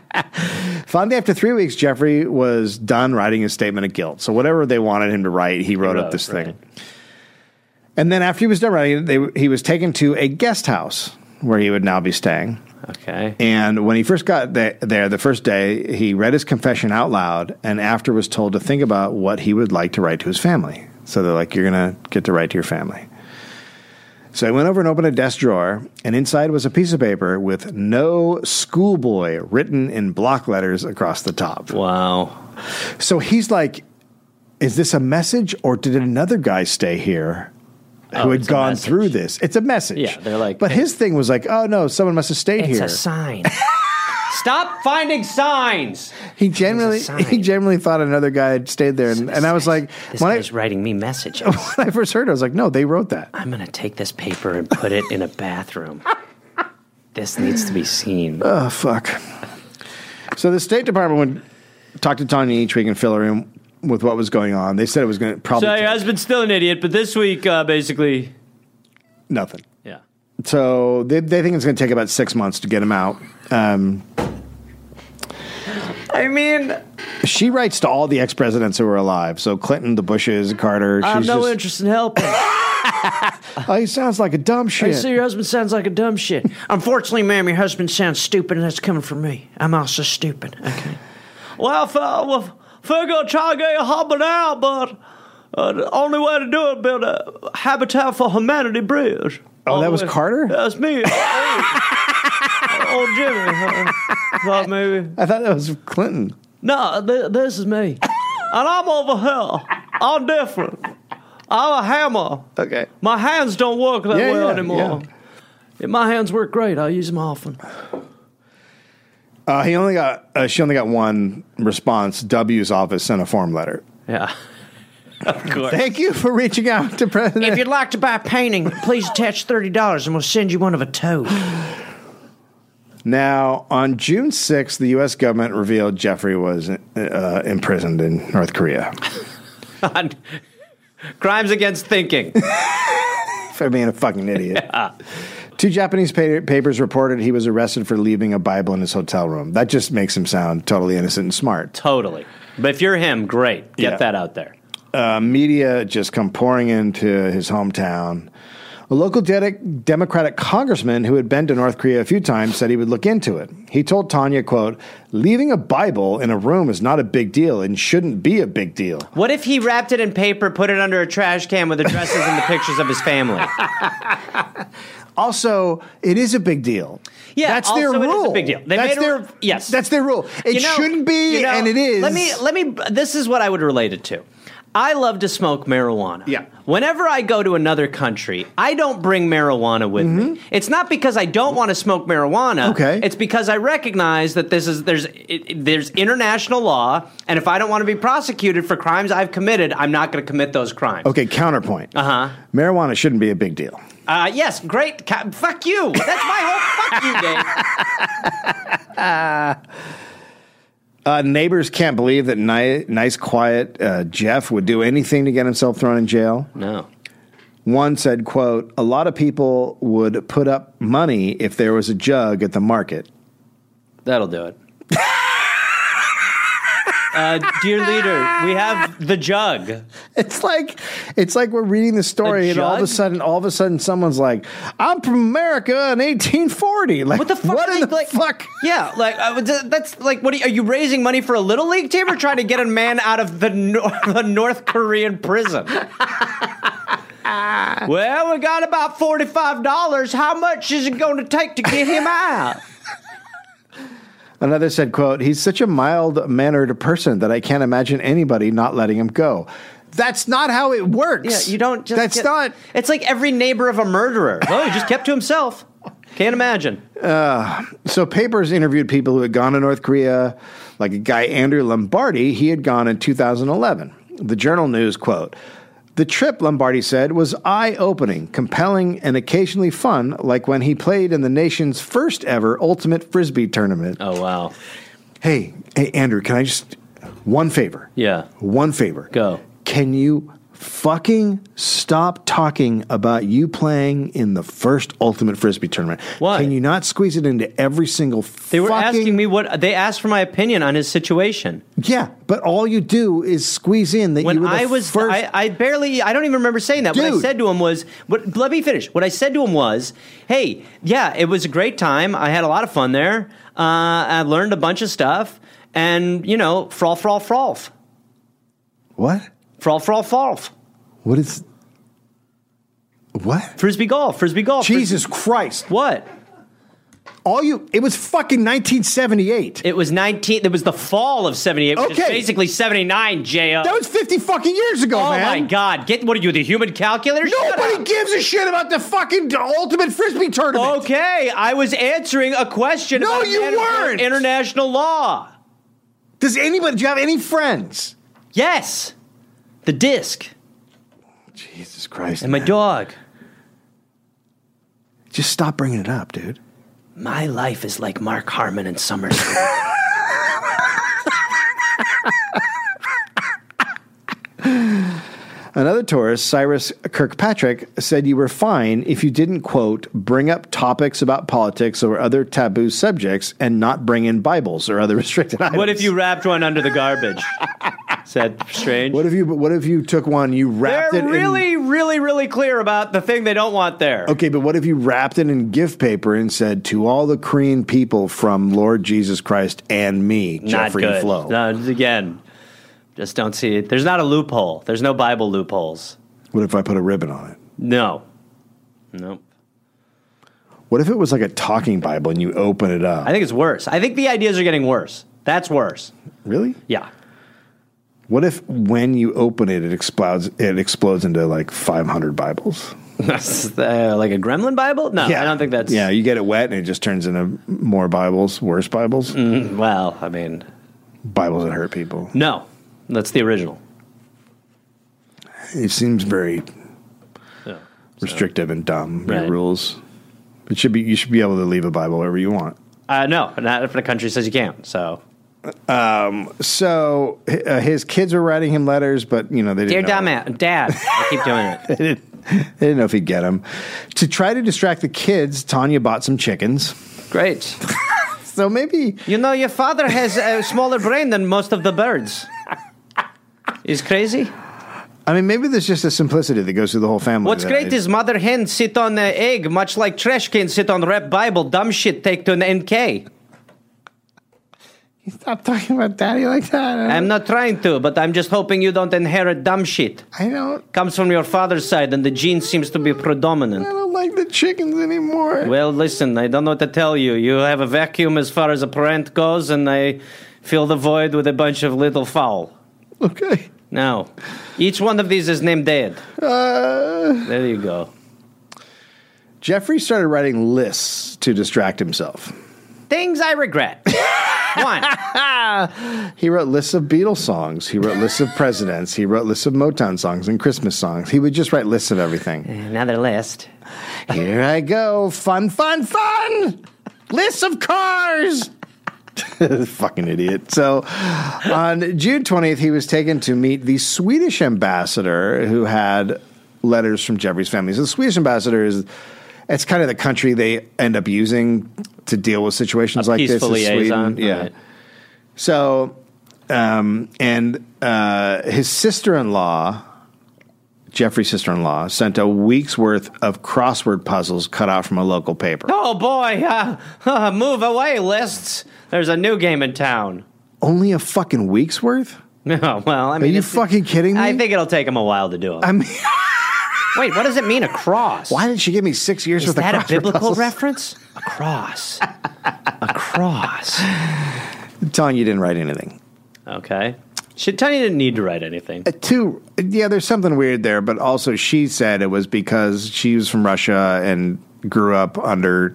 Speaker 1: Finally, after three weeks, Jeffrey was done writing his statement of guilt. So whatever they wanted him to write, he wrote, up
Speaker 8: wrote,
Speaker 1: this
Speaker 8: right.
Speaker 1: thing. And then after he was done writing, it, they, he was taken to a guest house where he would now be staying.
Speaker 8: Okay.
Speaker 1: And when he first got the- there, the first day, he read his confession out loud, and after was told to think about what he would like to write to his family. So they're like, "You're gonna get to write to your family." So I went over and opened a desk drawer, and inside was a piece of paper with "No Schoolboy" written in block letters across the top.
Speaker 8: Wow.
Speaker 1: So he's like, "Is this a message, or did another guy stay here?" Who
Speaker 8: Oh,
Speaker 1: had
Speaker 8: it's a
Speaker 1: gone
Speaker 8: message.
Speaker 1: through this? It's a message.
Speaker 8: Yeah, they're like-
Speaker 1: But his thing was like, oh no, someone must have stayed here.
Speaker 5: sign.
Speaker 8: [laughs] Stop finding signs.
Speaker 1: He generally
Speaker 5: sign.
Speaker 1: he generally thought another guy had stayed there, and, and I was like,
Speaker 5: This
Speaker 1: when I,
Speaker 5: guy's writing me messages.
Speaker 1: [laughs] when I first heard, it, I was like, no, they wrote that.
Speaker 5: I'm gonna take this paper and put it in a
Speaker 8: [laughs]
Speaker 5: bathroom. This needs to be seen.
Speaker 1: Oh fuck. So the State Department would talk to Tanya each week and fill her in with what was going on. They said it was going to probably
Speaker 8: So
Speaker 1: take
Speaker 8: your husband's still an idiot, but this week, uh, basically,
Speaker 5: uh,
Speaker 1: nothing.
Speaker 8: yeah.
Speaker 1: So they, they think it's going to take about six months to get him out. Um,
Speaker 8: I mean,
Speaker 1: she writes to all the ex presidents who are alive. So Clinton, the Bushes, Carter.
Speaker 5: I have
Speaker 1: She's
Speaker 5: no
Speaker 1: just,
Speaker 5: interest in helping.
Speaker 1: oh, he sounds like a dumb
Speaker 5: I
Speaker 1: shit.
Speaker 5: see your husband sounds like a dumb
Speaker 1: [laughs]
Speaker 5: shit. Unfortunately, ma'am, your husband sounds stupid, and that's coming from me. I'm also stupid. Okay. Well, f- uh, well, figure try to get your husband out, but uh, the only way to do it build a Habitat for Humanity bridge.
Speaker 1: Oh, that was Carter?
Speaker 5: That's
Speaker 1: [laughs]
Speaker 5: me. oh, Jimmy. Uh, thought maybe.
Speaker 1: I thought that was Clinton.
Speaker 5: No, th- this is me. and I'm over here. I'm different. I'm a hammer.
Speaker 1: Okay.
Speaker 5: My hands don't work that
Speaker 1: Yeah,
Speaker 5: well
Speaker 1: yeah,
Speaker 5: anymore. My hands work great. I use them often.
Speaker 1: Uh, he only got uh, she only got one response. W's office sent a form letter. [laughs]
Speaker 5: Yeah.
Speaker 1: Thank you for reaching out to
Speaker 5: If
Speaker 1: President.
Speaker 5: you'd like to buy a painting, please attach $30 and we'll send you one of a toad.
Speaker 8: [laughs]
Speaker 1: Now, on June 6th, the U.S. government revealed Jeffrey was uh, imprisoned in North Korea
Speaker 8: on crimes against thinking.
Speaker 1: [laughs] for being a fucking [laughs] idiot. Two Japanese pa- papers reported he was arrested for leaving a Bible in his hotel room. That just makes him sound totally innocent and smart.
Speaker 8: totally. But if you're him, great. Get
Speaker 1: Yeah.
Speaker 8: that out there.
Speaker 1: uh, media just come pouring into his hometown. A local de- Democratic congressman who had been to North Korea a few times said he would look into it. He told Tanya, quote, leaving a Bible in a room is not a big deal and shouldn't be a big deal.
Speaker 8: What if he wrapped it in paper, put it under a trash can with addresses and the pictures of his family?
Speaker 1: Also, it is a big deal.
Speaker 8: Yeah,
Speaker 1: that's their
Speaker 8: also it is a
Speaker 1: rule.
Speaker 8: big deal. They
Speaker 1: that's
Speaker 8: made a-
Speaker 1: their
Speaker 8: yes.
Speaker 1: That's their rule. It
Speaker 8: You know-
Speaker 1: shouldn't be,
Speaker 8: you know,
Speaker 1: and it is.
Speaker 8: Let me let me this is what I would relate it to. I love to smoke marijuana.
Speaker 1: Yeah.
Speaker 8: Whenever I go to another country, I don't bring marijuana with me. It's not because I don't want to smoke marijuana.
Speaker 1: Mm-hmm. Okay.
Speaker 8: It's because I recognize that this is there's it, it- there's international law, and if I don't want to be prosecuted for crimes I've committed, I'm not going to commit those crimes.
Speaker 1: Okay, counterpoint. Uh
Speaker 8: Uh-huh.
Speaker 1: Marijuana shouldn't be a big deal.
Speaker 8: Uh, yes, great. Ca- fuck you. That's my whole fuck you game.
Speaker 1: [laughs] Uh, neighbors can't believe that ni- nice, quiet uh, Jeff would do anything to get himself thrown in jail.
Speaker 8: No.
Speaker 1: One said, "quote A lot of people would put up money if there was a jug at the market." [laughs]
Speaker 8: That'll do it. uh, dear leader, we have the jug.
Speaker 1: It's like, it's like we're reading the story,
Speaker 8: A
Speaker 1: and all of a
Speaker 8: jug?
Speaker 1: sudden, all of a sudden, someone's like, "I'm from America in 1840." Like,
Speaker 8: What the fuck?
Speaker 1: What
Speaker 8: are
Speaker 1: in
Speaker 8: they-
Speaker 1: the
Speaker 8: like-
Speaker 1: fuck?
Speaker 8: Yeah, like I would- that's like, what are you, are you raising money for a little league team or trying to get a man out of the, nor- [laughs] the North Korean [laughs] prison? well, we got about forty-five dollars. How much is it going to take to get him out?
Speaker 1: Another said, "quote He's such a mild mannered person that I can't imagine anybody not letting him go." That's not how it works.
Speaker 8: Yeah, you don't. Just
Speaker 1: That's
Speaker 8: get-
Speaker 1: not.
Speaker 8: It's like every neighbor of a murderer. Well, Oh, he just kept to himself. Can't imagine.
Speaker 1: So papers interviewed people who had gone to North Korea, like a guy Andrew Lombardi. He had gone in 2011. The Journal News quote: "The trip," Lombardi said, "was eye-opening, compelling, and occasionally fun, like when he played in the nation's first ever ultimate frisbee tournament."
Speaker 8: Oh wow.
Speaker 1: Hey, hey, Andrew, can I just one favor?
Speaker 8: Yeah.
Speaker 1: One favor.
Speaker 8: Go.
Speaker 1: Can you fucking stop talking about you playing in the first Ultimate Frisbee tournament?
Speaker 8: Why?
Speaker 1: Can you not squeeze it into every single
Speaker 8: They were
Speaker 1: fucking
Speaker 8: asking me what they asked for my opinion on his situation.
Speaker 1: Yeah, but all you do is squeeze in that you
Speaker 8: When
Speaker 1: were the
Speaker 8: I was,
Speaker 1: first
Speaker 8: I, I barely, I don't even remember saying that. What I
Speaker 1: Dude.
Speaker 8: said to him was, what, let me finish. What I said to him was, hey, yeah, it was a great time. I had a lot of fun there. Uh, I learned a bunch of stuff. And, you know, frol, frol, frolf.
Speaker 1: What?
Speaker 8: Frol, frol, frolf.
Speaker 1: What is What?
Speaker 8: Frisbee golf, frisbee golf. frisbee-
Speaker 1: Jesus Christ.
Speaker 8: What?
Speaker 1: All you it was fucking 1978.
Speaker 8: It was 19, it was the fall of 78, which is
Speaker 1: Okay.
Speaker 8: basically 79, J.O.
Speaker 1: that was 50 fucking years ago,
Speaker 8: oh
Speaker 1: man.
Speaker 8: my God. Get, what are you, the human calculator? Shut up. Oh.
Speaker 1: Nobody gives a shit about the fucking ultimate frisbee tournament.
Speaker 8: Okay, I was answering a question.
Speaker 1: No,
Speaker 8: about
Speaker 1: you
Speaker 8: inter-
Speaker 1: weren't.
Speaker 8: International law.
Speaker 1: Does anybody? Do you have any friends?
Speaker 8: Yes, the disc
Speaker 1: Jesus Christ!
Speaker 8: and my dog.
Speaker 1: Just stop bringing it up, dude.
Speaker 8: My life is like Mark Harmon in summer school.
Speaker 1: Another tourist, Cyrus Kirkpatrick, said you were fine if you didn't, quote, bring up topics about politics or other taboo subjects and not bring in Bibles or other [laughs] restricted items.
Speaker 8: [laughs] What if you wrapped one under the garbage? Is that strange?
Speaker 1: What if you? What if you took one? You wrapped
Speaker 8: They're
Speaker 1: it.
Speaker 8: really, really, really clear about the thing they don't want there.
Speaker 1: In, okay, but what if you wrapped it in gift paper and said to all the Korean people from Lord Jesus Christ and me,
Speaker 8: Not
Speaker 1: Jeffrey
Speaker 8: good.
Speaker 1: Flo?
Speaker 8: No, again, just don't see it. There's not a loophole. There's no Bible loopholes.
Speaker 1: What if I put a ribbon on it?
Speaker 8: No. Nope.
Speaker 1: What if it was like a talking Bible and you open it up?
Speaker 8: I think it's worse. I think the ideas are getting worse. That's worse.
Speaker 1: really?
Speaker 8: Yeah.
Speaker 1: What if when you open it, it explodes? It explodes into like 500 Bibles.
Speaker 8: That's, uh, like a gremlin Bible? No, I don't think that's.
Speaker 1: Yeah, you get it wet and it just turns into more Bibles, worse Bibles,
Speaker 8: Mm. Well, I mean,
Speaker 1: Bibles that hurt people.
Speaker 8: no. That's the original.
Speaker 1: It seems very
Speaker 8: Yeah.
Speaker 1: restrictive and dumb your
Speaker 8: Right.
Speaker 1: rules. It should be you should be able to leave a Bible wherever you want.
Speaker 8: Uh, no, not if the country says you can't. So,
Speaker 1: So hi- uh, his kids were writing him letters, but you know they
Speaker 8: dear
Speaker 1: didn't. know.
Speaker 8: dumbass, dad, I keep doing [laughs] it.
Speaker 1: They didn't, they didn't know if he'd get them. To try to distract the kids, Tanya bought some chickens.
Speaker 8: Great.
Speaker 1: So maybe
Speaker 8: You know, your father has a smaller brain than most of the birds. Is crazy.
Speaker 1: I mean maybe there's just a simplicity that goes through the whole family.
Speaker 8: What's
Speaker 1: that
Speaker 8: great
Speaker 1: I-
Speaker 8: is mother hen sit on the egg, much like trash cans sit on rep Bible. Dumb shit take to an NK.
Speaker 1: stop talking about daddy like that. I
Speaker 8: I'm not trying to, but I'm just hoping you don't inherit dumb shit.
Speaker 1: I don't
Speaker 8: Comes from your father's side, and the gene seems to be predominant.
Speaker 1: don't like the chickens anymore.
Speaker 8: Well, listen, I don't know what to tell you. You have a vacuum as far as a parent goes, and I fill the void with a bunch of little fowl.
Speaker 1: Okay.
Speaker 8: Now, each one of these is named Dad.
Speaker 1: Uh,
Speaker 8: There you go.
Speaker 1: Jeffrey started writing lists to distract himself.
Speaker 8: Things I [laughs] regret. One.
Speaker 1: He wrote lists of Beatles songs. He wrote lists of presidents. He wrote lists of Motown songs and Christmas songs. He would just write lists of everything.
Speaker 8: Another list.
Speaker 1: Here I go. Fun, fun, fun. Lists of cars. [laughs] Fucking idiot. So on June 20th, he was taken to meet the Swedish ambassador who had letters from Jeffrey's family. So the Swedish ambassador is. It's kind of the country they end up using to deal with situations like this.
Speaker 8: peaceful
Speaker 1: is Sweden.
Speaker 8: liaison.
Speaker 1: Yeah.
Speaker 8: Right.
Speaker 1: So, um, and uh, his sister in law, Jeffrey's sister in law, sent a week's worth of crossword puzzles cut out from a local paper.
Speaker 8: Oh boy, uh, uh, move away lists. There's a new game in town. [laughs]
Speaker 1: Only a fucking week's worth?
Speaker 8: No, well, I mean,
Speaker 1: you
Speaker 8: it's-
Speaker 1: fucking kidding me?
Speaker 8: I think it'll take him a while to
Speaker 1: [laughs]
Speaker 8: do it.
Speaker 1: I mean,
Speaker 8: Wait, what does it mean? A cross?
Speaker 1: why did she give me six years
Speaker 8: is
Speaker 1: worth of
Speaker 8: that a
Speaker 1: crossword
Speaker 8: biblical
Speaker 1: puzzles? [laughs]
Speaker 8: reference? A cross. a cross.
Speaker 1: Tanya didn't write anything.
Speaker 8: Okay. Should Tony didn't need to write anything.
Speaker 1: Two, yeah, there's something weird there, but also she said it was because she was from Russia and grew up under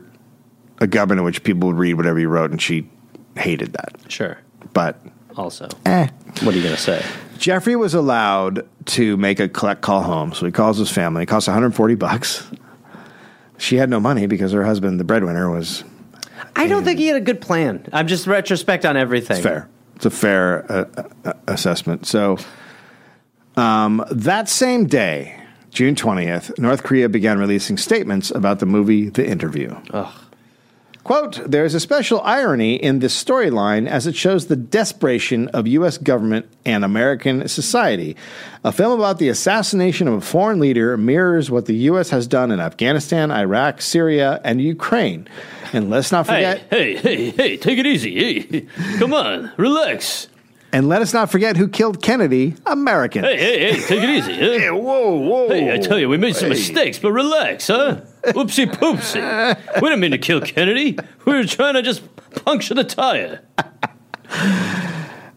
Speaker 1: a government in which people would read whatever you wrote, and she hated that.
Speaker 8: Sure.
Speaker 1: But,
Speaker 8: Also,
Speaker 1: eh.
Speaker 8: what are you gonna say?
Speaker 1: Jeffrey was allowed to make a collect call home, so he calls his family. It costs 140 bucks. She had no money because her husband, the breadwinner, was
Speaker 8: I don't think he had a good plan. I'm just retrospect on everything.
Speaker 1: fair. It's a fair uh, uh, assessment. So, um, that same day, June 20th, North Korea began releasing statements about the movie The Interview. Quote, there is a special irony in this storyline as it shows the desperation of U.S. government and American society. A film about the assassination of a foreign leader mirrors what the U.S. has done in Afghanistan, Iraq, Syria, and Ukraine. And let's not forget.
Speaker 6: Hey, hey, hey, take it easy. Hey, come on, relax.
Speaker 1: And let us not forget who killed Kennedy, American.
Speaker 6: Hey, hey, hey, take it easy. huh?
Speaker 1: whoa, whoa.
Speaker 6: Hey, I tell you, we made some mistakes, but relax, huh? Oopsie poopsie. We didn't mean to kill Kennedy. We were trying to just puncture the tire.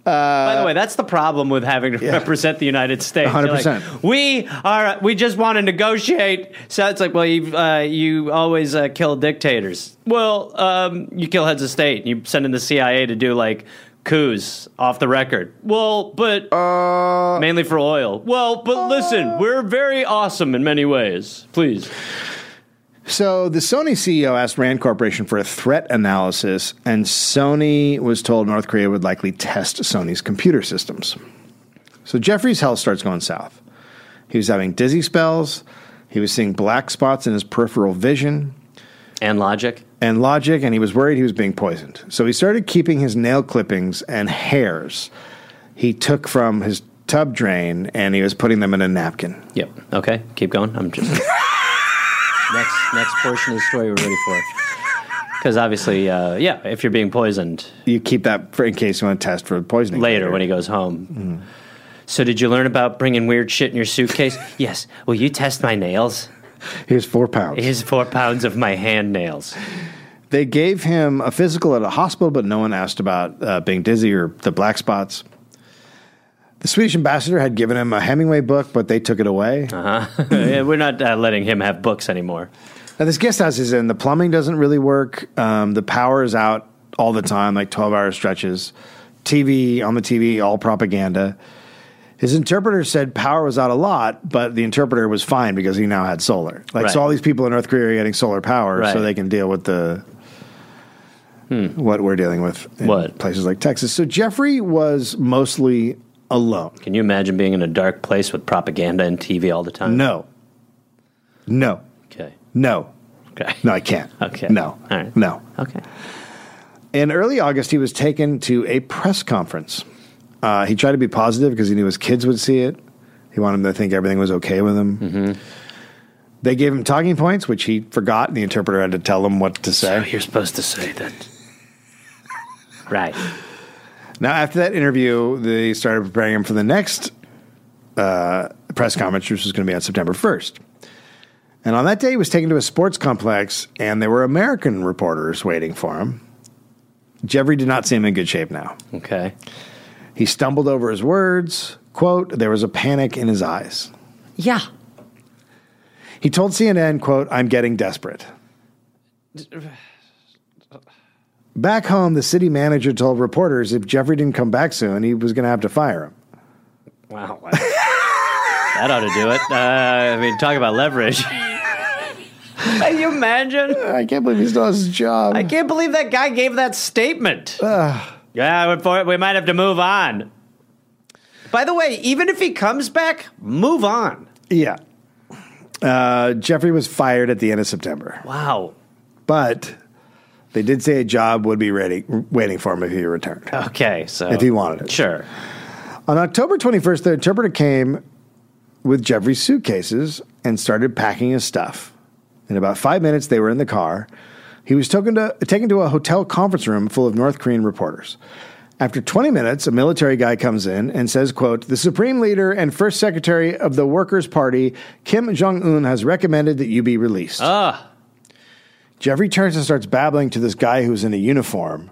Speaker 8: By the way, that's the problem with having to represent the United States. You're like,
Speaker 1: 100%.
Speaker 8: we are. We just want to negotiate. So it's like, well, you uh, you always uh, kill dictators. Well, um, you kill heads of state. You send in the CIA to do like coups off the record. Well, but mainly for oil. Well, but listen, we're very awesome in many ways. Please.
Speaker 1: So the Sony CEO asked Rand Corporation for a threat analysis, and Sony was told North Korea would likely test Sony's computer systems. So Jeffrey's health starts going south. He was having dizzy spells. He was seeing black spots in his peripheral vision
Speaker 8: And logic.
Speaker 1: and logic, and he was worried he was being poisoned. So he started keeping his nail clippings and hairs he took from his tub drain and he was putting them in a napkin.
Speaker 8: Yep. Okay. Keep going. I'm
Speaker 1: [laughs]
Speaker 8: just next next portion of the story we're ready for. Because obviously, uh, yeah, if you're being poisoned
Speaker 1: You keep that for in case you want to test for poisoning.
Speaker 8: later when he goes home.
Speaker 1: Mm-hmm.
Speaker 8: So did you learn about bringing weird shit in your
Speaker 1: [laughs]
Speaker 8: suitcase? yes. Will you test my nails?
Speaker 1: Here's four pounds.
Speaker 8: Here's four pounds of my
Speaker 1: [laughs]
Speaker 8: hand nails.
Speaker 1: They gave him a physical at a hospital, but no one asked about uh, being dizzy or the black spots. The Swedish ambassador had given him a Hemingway book, but they took it away.
Speaker 8: Yeah, we're not uh, letting him have books anymore.
Speaker 1: Now, this guest house is in. The plumbing doesn't really work. Um, the power is out all the time, like 12 hour stretches. TV, on the TV, all propaganda. His interpreter said power was out a lot, but the interpreter was fine because he now had solar. Like, so
Speaker 8: Right.
Speaker 1: all these people in North Korea are getting solar power so
Speaker 8: Right. Hmm.
Speaker 1: they can deal with the. What we're dealing with in
Speaker 8: What?
Speaker 1: places like Texas. So Jeffrey was mostly alone.
Speaker 8: Can you imagine being in a dark place with propaganda and TV all the time?
Speaker 1: No. No.
Speaker 8: Okay.
Speaker 1: No.
Speaker 8: Okay.
Speaker 1: No, I can't.
Speaker 8: Okay.
Speaker 1: No.
Speaker 8: All right.
Speaker 1: No.
Speaker 8: Okay.
Speaker 1: In early August, he was taken to a press conference. Uh, he tried to be positive because he knew his kids would see it. He wanted them to think everything was okay with him. They gave him talking points, which he forgot, and the interpreter had to tell him what to
Speaker 8: So
Speaker 1: say.
Speaker 8: you're supposed to say that. right.
Speaker 1: Now, after that interview, they started preparing him for the next uh, press conference, which was going to be on September 1st. And on that day, he was taken to a sports complex, and there were American reporters waiting for him. Jeffrey did not seem in good shape now.
Speaker 8: Okay.
Speaker 1: He stumbled over his words. Quote, there was a panic in his eyes.
Speaker 8: Yeah.
Speaker 1: He told CNN, quote, I'm getting desperate. Back home, the city manager told reporters if Jeffrey didn't come back soon, he was going to have to fire him.
Speaker 8: Wow. [laughs] that ought to do it. Uh, I mean, talk about [laughs] leverage.
Speaker 5: Can you imagine?
Speaker 1: I can't believe he still has his job.
Speaker 8: I can't believe that guy gave that statement. [sighs] yeah, we're for, we might have to move on. By the way, even if he comes back, move on.
Speaker 1: yeah. Uh, Jeffrey was fired at the end of September,
Speaker 8: Wow.
Speaker 1: but they did say a job would be ready, waiting for him if he returned,
Speaker 8: Okay, so
Speaker 1: if he wanted it.
Speaker 8: sure.
Speaker 1: On October 21st, the interpreter came with Jeffrey's suitcases and started packing his stuff. In about five minutes, they were in the car. He was taken to, taken to a hotel conference room full of North Korean reporters. After 20 minutes, a military guy comes in and says, quote, The supreme leader and first secretary of the Workers' Party, Kim Jong-un, has recommended that you be released. Jeffrey turns and starts babbling to this guy who's in a uniform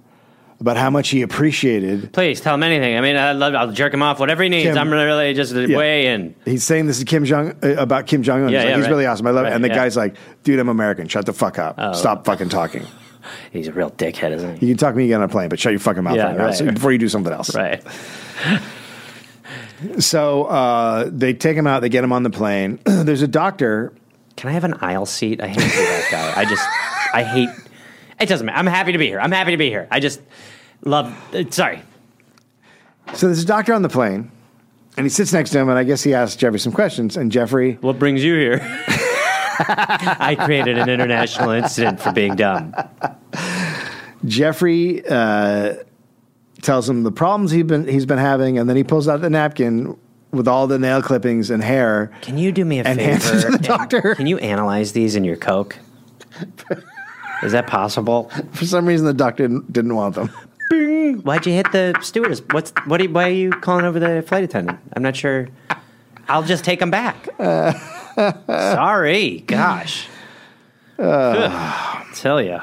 Speaker 1: about how much he appreciated
Speaker 8: Please tell him anything. I mean, I love, I'll jerk him off, whatever he needs.
Speaker 1: Kim-
Speaker 8: I'm really just way in.
Speaker 1: He's saying this is Kim Jong uh, about Kim Jong Un.
Speaker 8: Yeah,
Speaker 1: he's like,
Speaker 8: yeah,
Speaker 1: he's
Speaker 8: right.
Speaker 1: really awesome. I love
Speaker 8: Right,
Speaker 1: it. And the
Speaker 8: yeah. Oh.
Speaker 1: guy's like, dude, I'm American. Shut the fuck up. Stop fucking talking.
Speaker 8: He's a real dickhead, isn't he?
Speaker 1: You can talk to me again on a plane, but shut your fucking mouth
Speaker 8: Yeah,
Speaker 1: right now,
Speaker 8: right.
Speaker 1: so- before you do something else.
Speaker 8: Right.
Speaker 1: So uh, they take him out. They get him on the plane. [clears throat] There's a doctor.
Speaker 8: Can I have an aisle seat? I hate to be that guy. I just, I hate. It doesn't matter. I'm happy to be here. I'm happy to be here. I just love. uh, Sorry.
Speaker 1: So there's a doctor on the plane, and he sits next to him, and I guess he asks Jeffrey some questions. And Jeffrey,
Speaker 8: What brings you here? [laughs] I created an international incident for being dumb.
Speaker 1: Jeffrey uh, tells him the problems he's been he's been having, and then he pulls out the napkin with all the nail clippings and hair.
Speaker 8: Can you do me a
Speaker 1: And
Speaker 8: favor?
Speaker 1: hands it to the
Speaker 8: and-
Speaker 1: doctor.
Speaker 8: Can you analyze these in your Coke? Is that possible?
Speaker 1: For some reason, the doctor didn't, didn't want them. [laughs]
Speaker 8: Why'd you hit the stewardess? What's what? Are, you- why are you calling over the flight attendant? I'm not sure. I'll just take them back. Sorry, gosh. Tell you,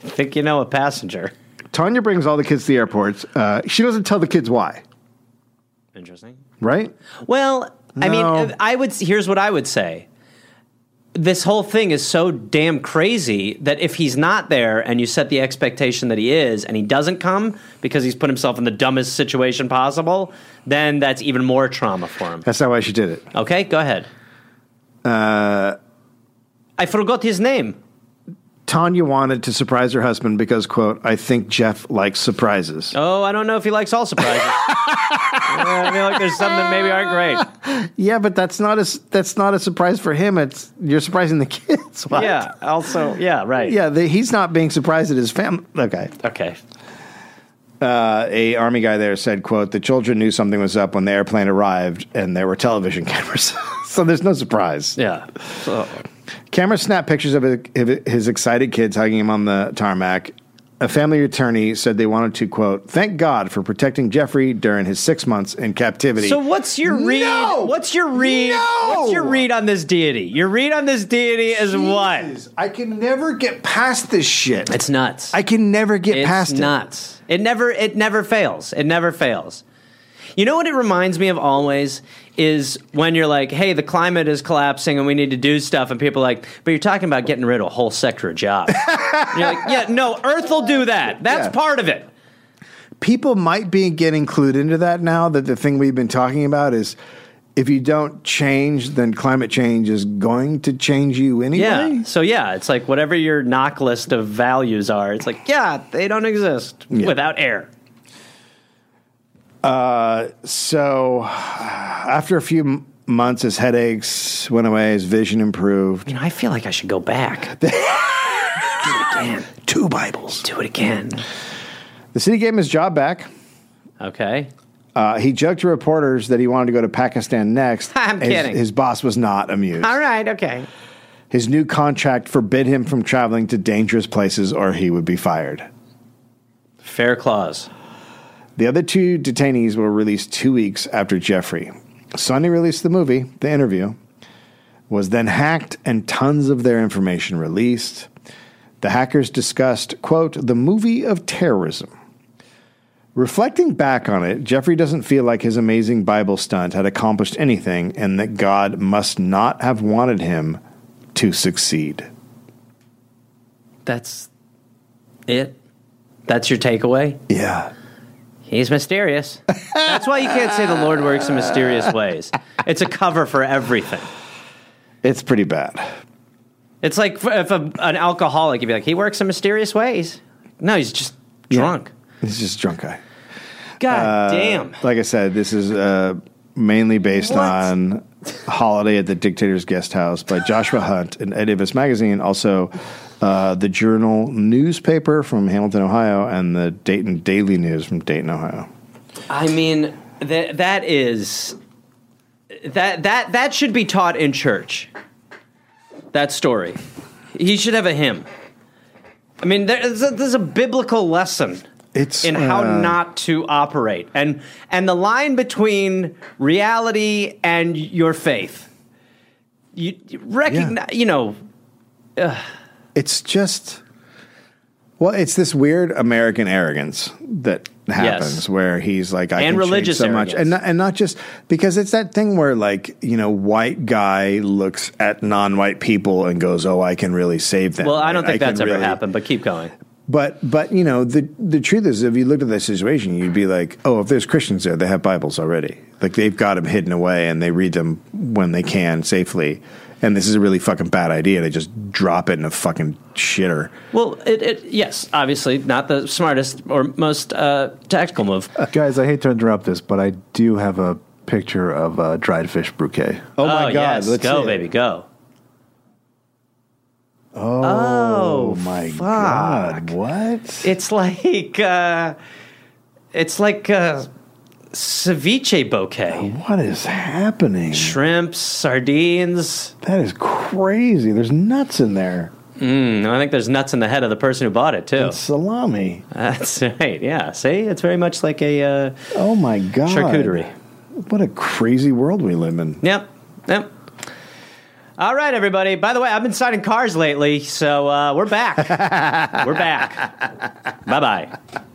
Speaker 8: think you know a passenger.
Speaker 1: Tanya brings all the kids to the airports. Uh, she doesn't tell the kids why,
Speaker 8: Interesting.
Speaker 1: right?
Speaker 8: Well, I
Speaker 1: No.
Speaker 8: mean, I would. Here's what I would say. This whole thing is so damn crazy that if he's not there and you set the expectation that he is and he doesn't come because he's put himself in the dumbest situation possible, then that's even more trauma for
Speaker 1: [laughs]
Speaker 8: him.
Speaker 1: That's not why she did it.
Speaker 8: Okay, go ahead. Uh, I forgot his name.
Speaker 1: Tanya wanted to surprise her husband because, quote, I think Jeff likes surprises.
Speaker 8: Oh, I don't know if he likes
Speaker 1: [laughs]
Speaker 8: all surprises. Yeah, I feel like there's some that maybe aren't great.
Speaker 1: Yeah, but that's not a that's not a surprise for him. It's you're surprising the [laughs] kids. What?
Speaker 8: Yeah. Also, yeah, right.
Speaker 1: yeah. The, he's not being surprised at his family. Okay.
Speaker 8: Okay.
Speaker 1: Uh, a army guy there said, "quote The children knew something was up when the airplane arrived, and there were television [laughs] cameras, so there's no surprise."
Speaker 8: Yeah. So,
Speaker 1: Cameras snapped pictures of his- his excited kids hugging him on the tarmac. A family attorney said they wanted to quote, "Thank God for protecting Jeffrey during his six months in captivity."
Speaker 8: so what's your read?
Speaker 1: No!
Speaker 8: What's your read?
Speaker 1: No!
Speaker 8: What's your read on this deity? Your read on this deity is what?
Speaker 1: Jesus, I can never get past this shit.
Speaker 8: It's nuts.
Speaker 1: I can never get
Speaker 8: it's
Speaker 1: past it.
Speaker 8: nuts. It never it never fails. It never fails. You know what it reminds me of always is when you're like, hey, the climate is collapsing and we need to do stuff, and people are like, but you're talking about getting rid of a whole sector
Speaker 1: [laughs]
Speaker 8: of jobs. And you're like, yeah, no, Earth will do that. That's
Speaker 1: Yeah.
Speaker 8: part of it.
Speaker 1: People might be getting clued into that now that the thing we've been talking about is if you don't change, then climate change is going to change you anyway.
Speaker 8: Yeah. So yeah, it's like whatever your knock list of values are, it's like, yeah, they don't exist
Speaker 1: Yeah.
Speaker 8: without air.
Speaker 1: So after a few m- months, his headaches went away, his vision improved.
Speaker 8: You know, I feel like I should
Speaker 1: [laughs]
Speaker 8: go back.
Speaker 1: Two Bibles.
Speaker 8: do it again.
Speaker 1: The city gave him his job back.
Speaker 8: Okay.
Speaker 1: Uh, he joked to reporters that he wanted to go to Pakistan next.
Speaker 8: [laughs] I'm
Speaker 1: His-
Speaker 8: kidding.
Speaker 1: His boss was not amused.
Speaker 8: All right, okay.
Speaker 1: His new contract forbid him from traveling to dangerous places or he would be fired.
Speaker 8: Fair clause.
Speaker 1: The other two detainees were released two weeks after Jeffrey. Sony released the movie, The Interview, was then hacked and tons of their information released. The hackers discussed, quote, the movie of terrorism. Reflecting back on it, Jeffrey doesn't feel like his amazing Bible stunt had accomplished anything and that God must not have wanted him to succeed.
Speaker 8: That's it. That's your takeaway.
Speaker 1: Yeah.
Speaker 8: He's mysterious. That's why you can't say the Lord works in mysterious ways. It's a cover for everything.
Speaker 1: It's pretty bad.
Speaker 8: It's like f- if a, an alcoholic, you'd be like, he works in mysterious ways. No, he's just drunk.
Speaker 1: He's just a drunk guy.
Speaker 8: God damn.
Speaker 1: Uh, Like I said, this is uh, mainly based on Holiday at the Dictator's Guest House by Joshua Hunt and Edivis Magazine, also uh, the Journal newspaper from Hamilton, Ohio, and the Dayton Daily News from Dayton, Ohio.
Speaker 8: I mean, that that is that that that should be taught in church. That story. He should have a hymn. I mean, there's a, there's a biblical lesson
Speaker 1: It's
Speaker 8: in how
Speaker 1: uh,
Speaker 8: not to operate and and the line between reality and your faith you, you recognize you know
Speaker 1: It's just well, it's this weird American arrogance that happens where he's like, I
Speaker 8: And
Speaker 1: can change
Speaker 8: religious
Speaker 1: so much, and
Speaker 8: arrogance.
Speaker 1: not, and not just because it's that thing where like you know, white guy looks at non-white people and goes, "Oh, I can really save them."
Speaker 8: well i don't think
Speaker 1: can
Speaker 8: that's ever
Speaker 1: really-
Speaker 8: happened but keep going
Speaker 1: But but you know, the the truth is, if you looked at that situation, you'd be like, "Oh, if there's Christians there, they have Bibles already. Like they've got them hidden away, and they read them when they can safely." And this is a really fucking bad idea to just drop it in a fucking shitter.
Speaker 8: well it, it yes obviously not the smartest or most uh, tactical move
Speaker 10: Guys, I hate to interrupt this, but I do have a picture of uh, dried fish bouquet.
Speaker 1: Oh my god,
Speaker 8: yes.
Speaker 1: let's see
Speaker 8: go
Speaker 1: it.
Speaker 8: baby go
Speaker 1: Oh my god. What?
Speaker 8: it's like uh it's like uh ceviche bouquet
Speaker 1: What is happening?
Speaker 8: shrimps sardines
Speaker 1: That is crazy. There's nuts in there.
Speaker 8: Mm, i think there's nuts in the head of the person who bought it too
Speaker 1: Salami.
Speaker 8: [laughs] That's right. Yeah. See, it's very much like a. Uh,
Speaker 1: Oh my god.
Speaker 8: Charcuterie.
Speaker 1: What a crazy world we live in.
Speaker 8: yep. Yep. All right, everybody. By the way, I've been signing
Speaker 1: [laughs]
Speaker 8: cars lately, so uh, we're back. we're back. Bye bye.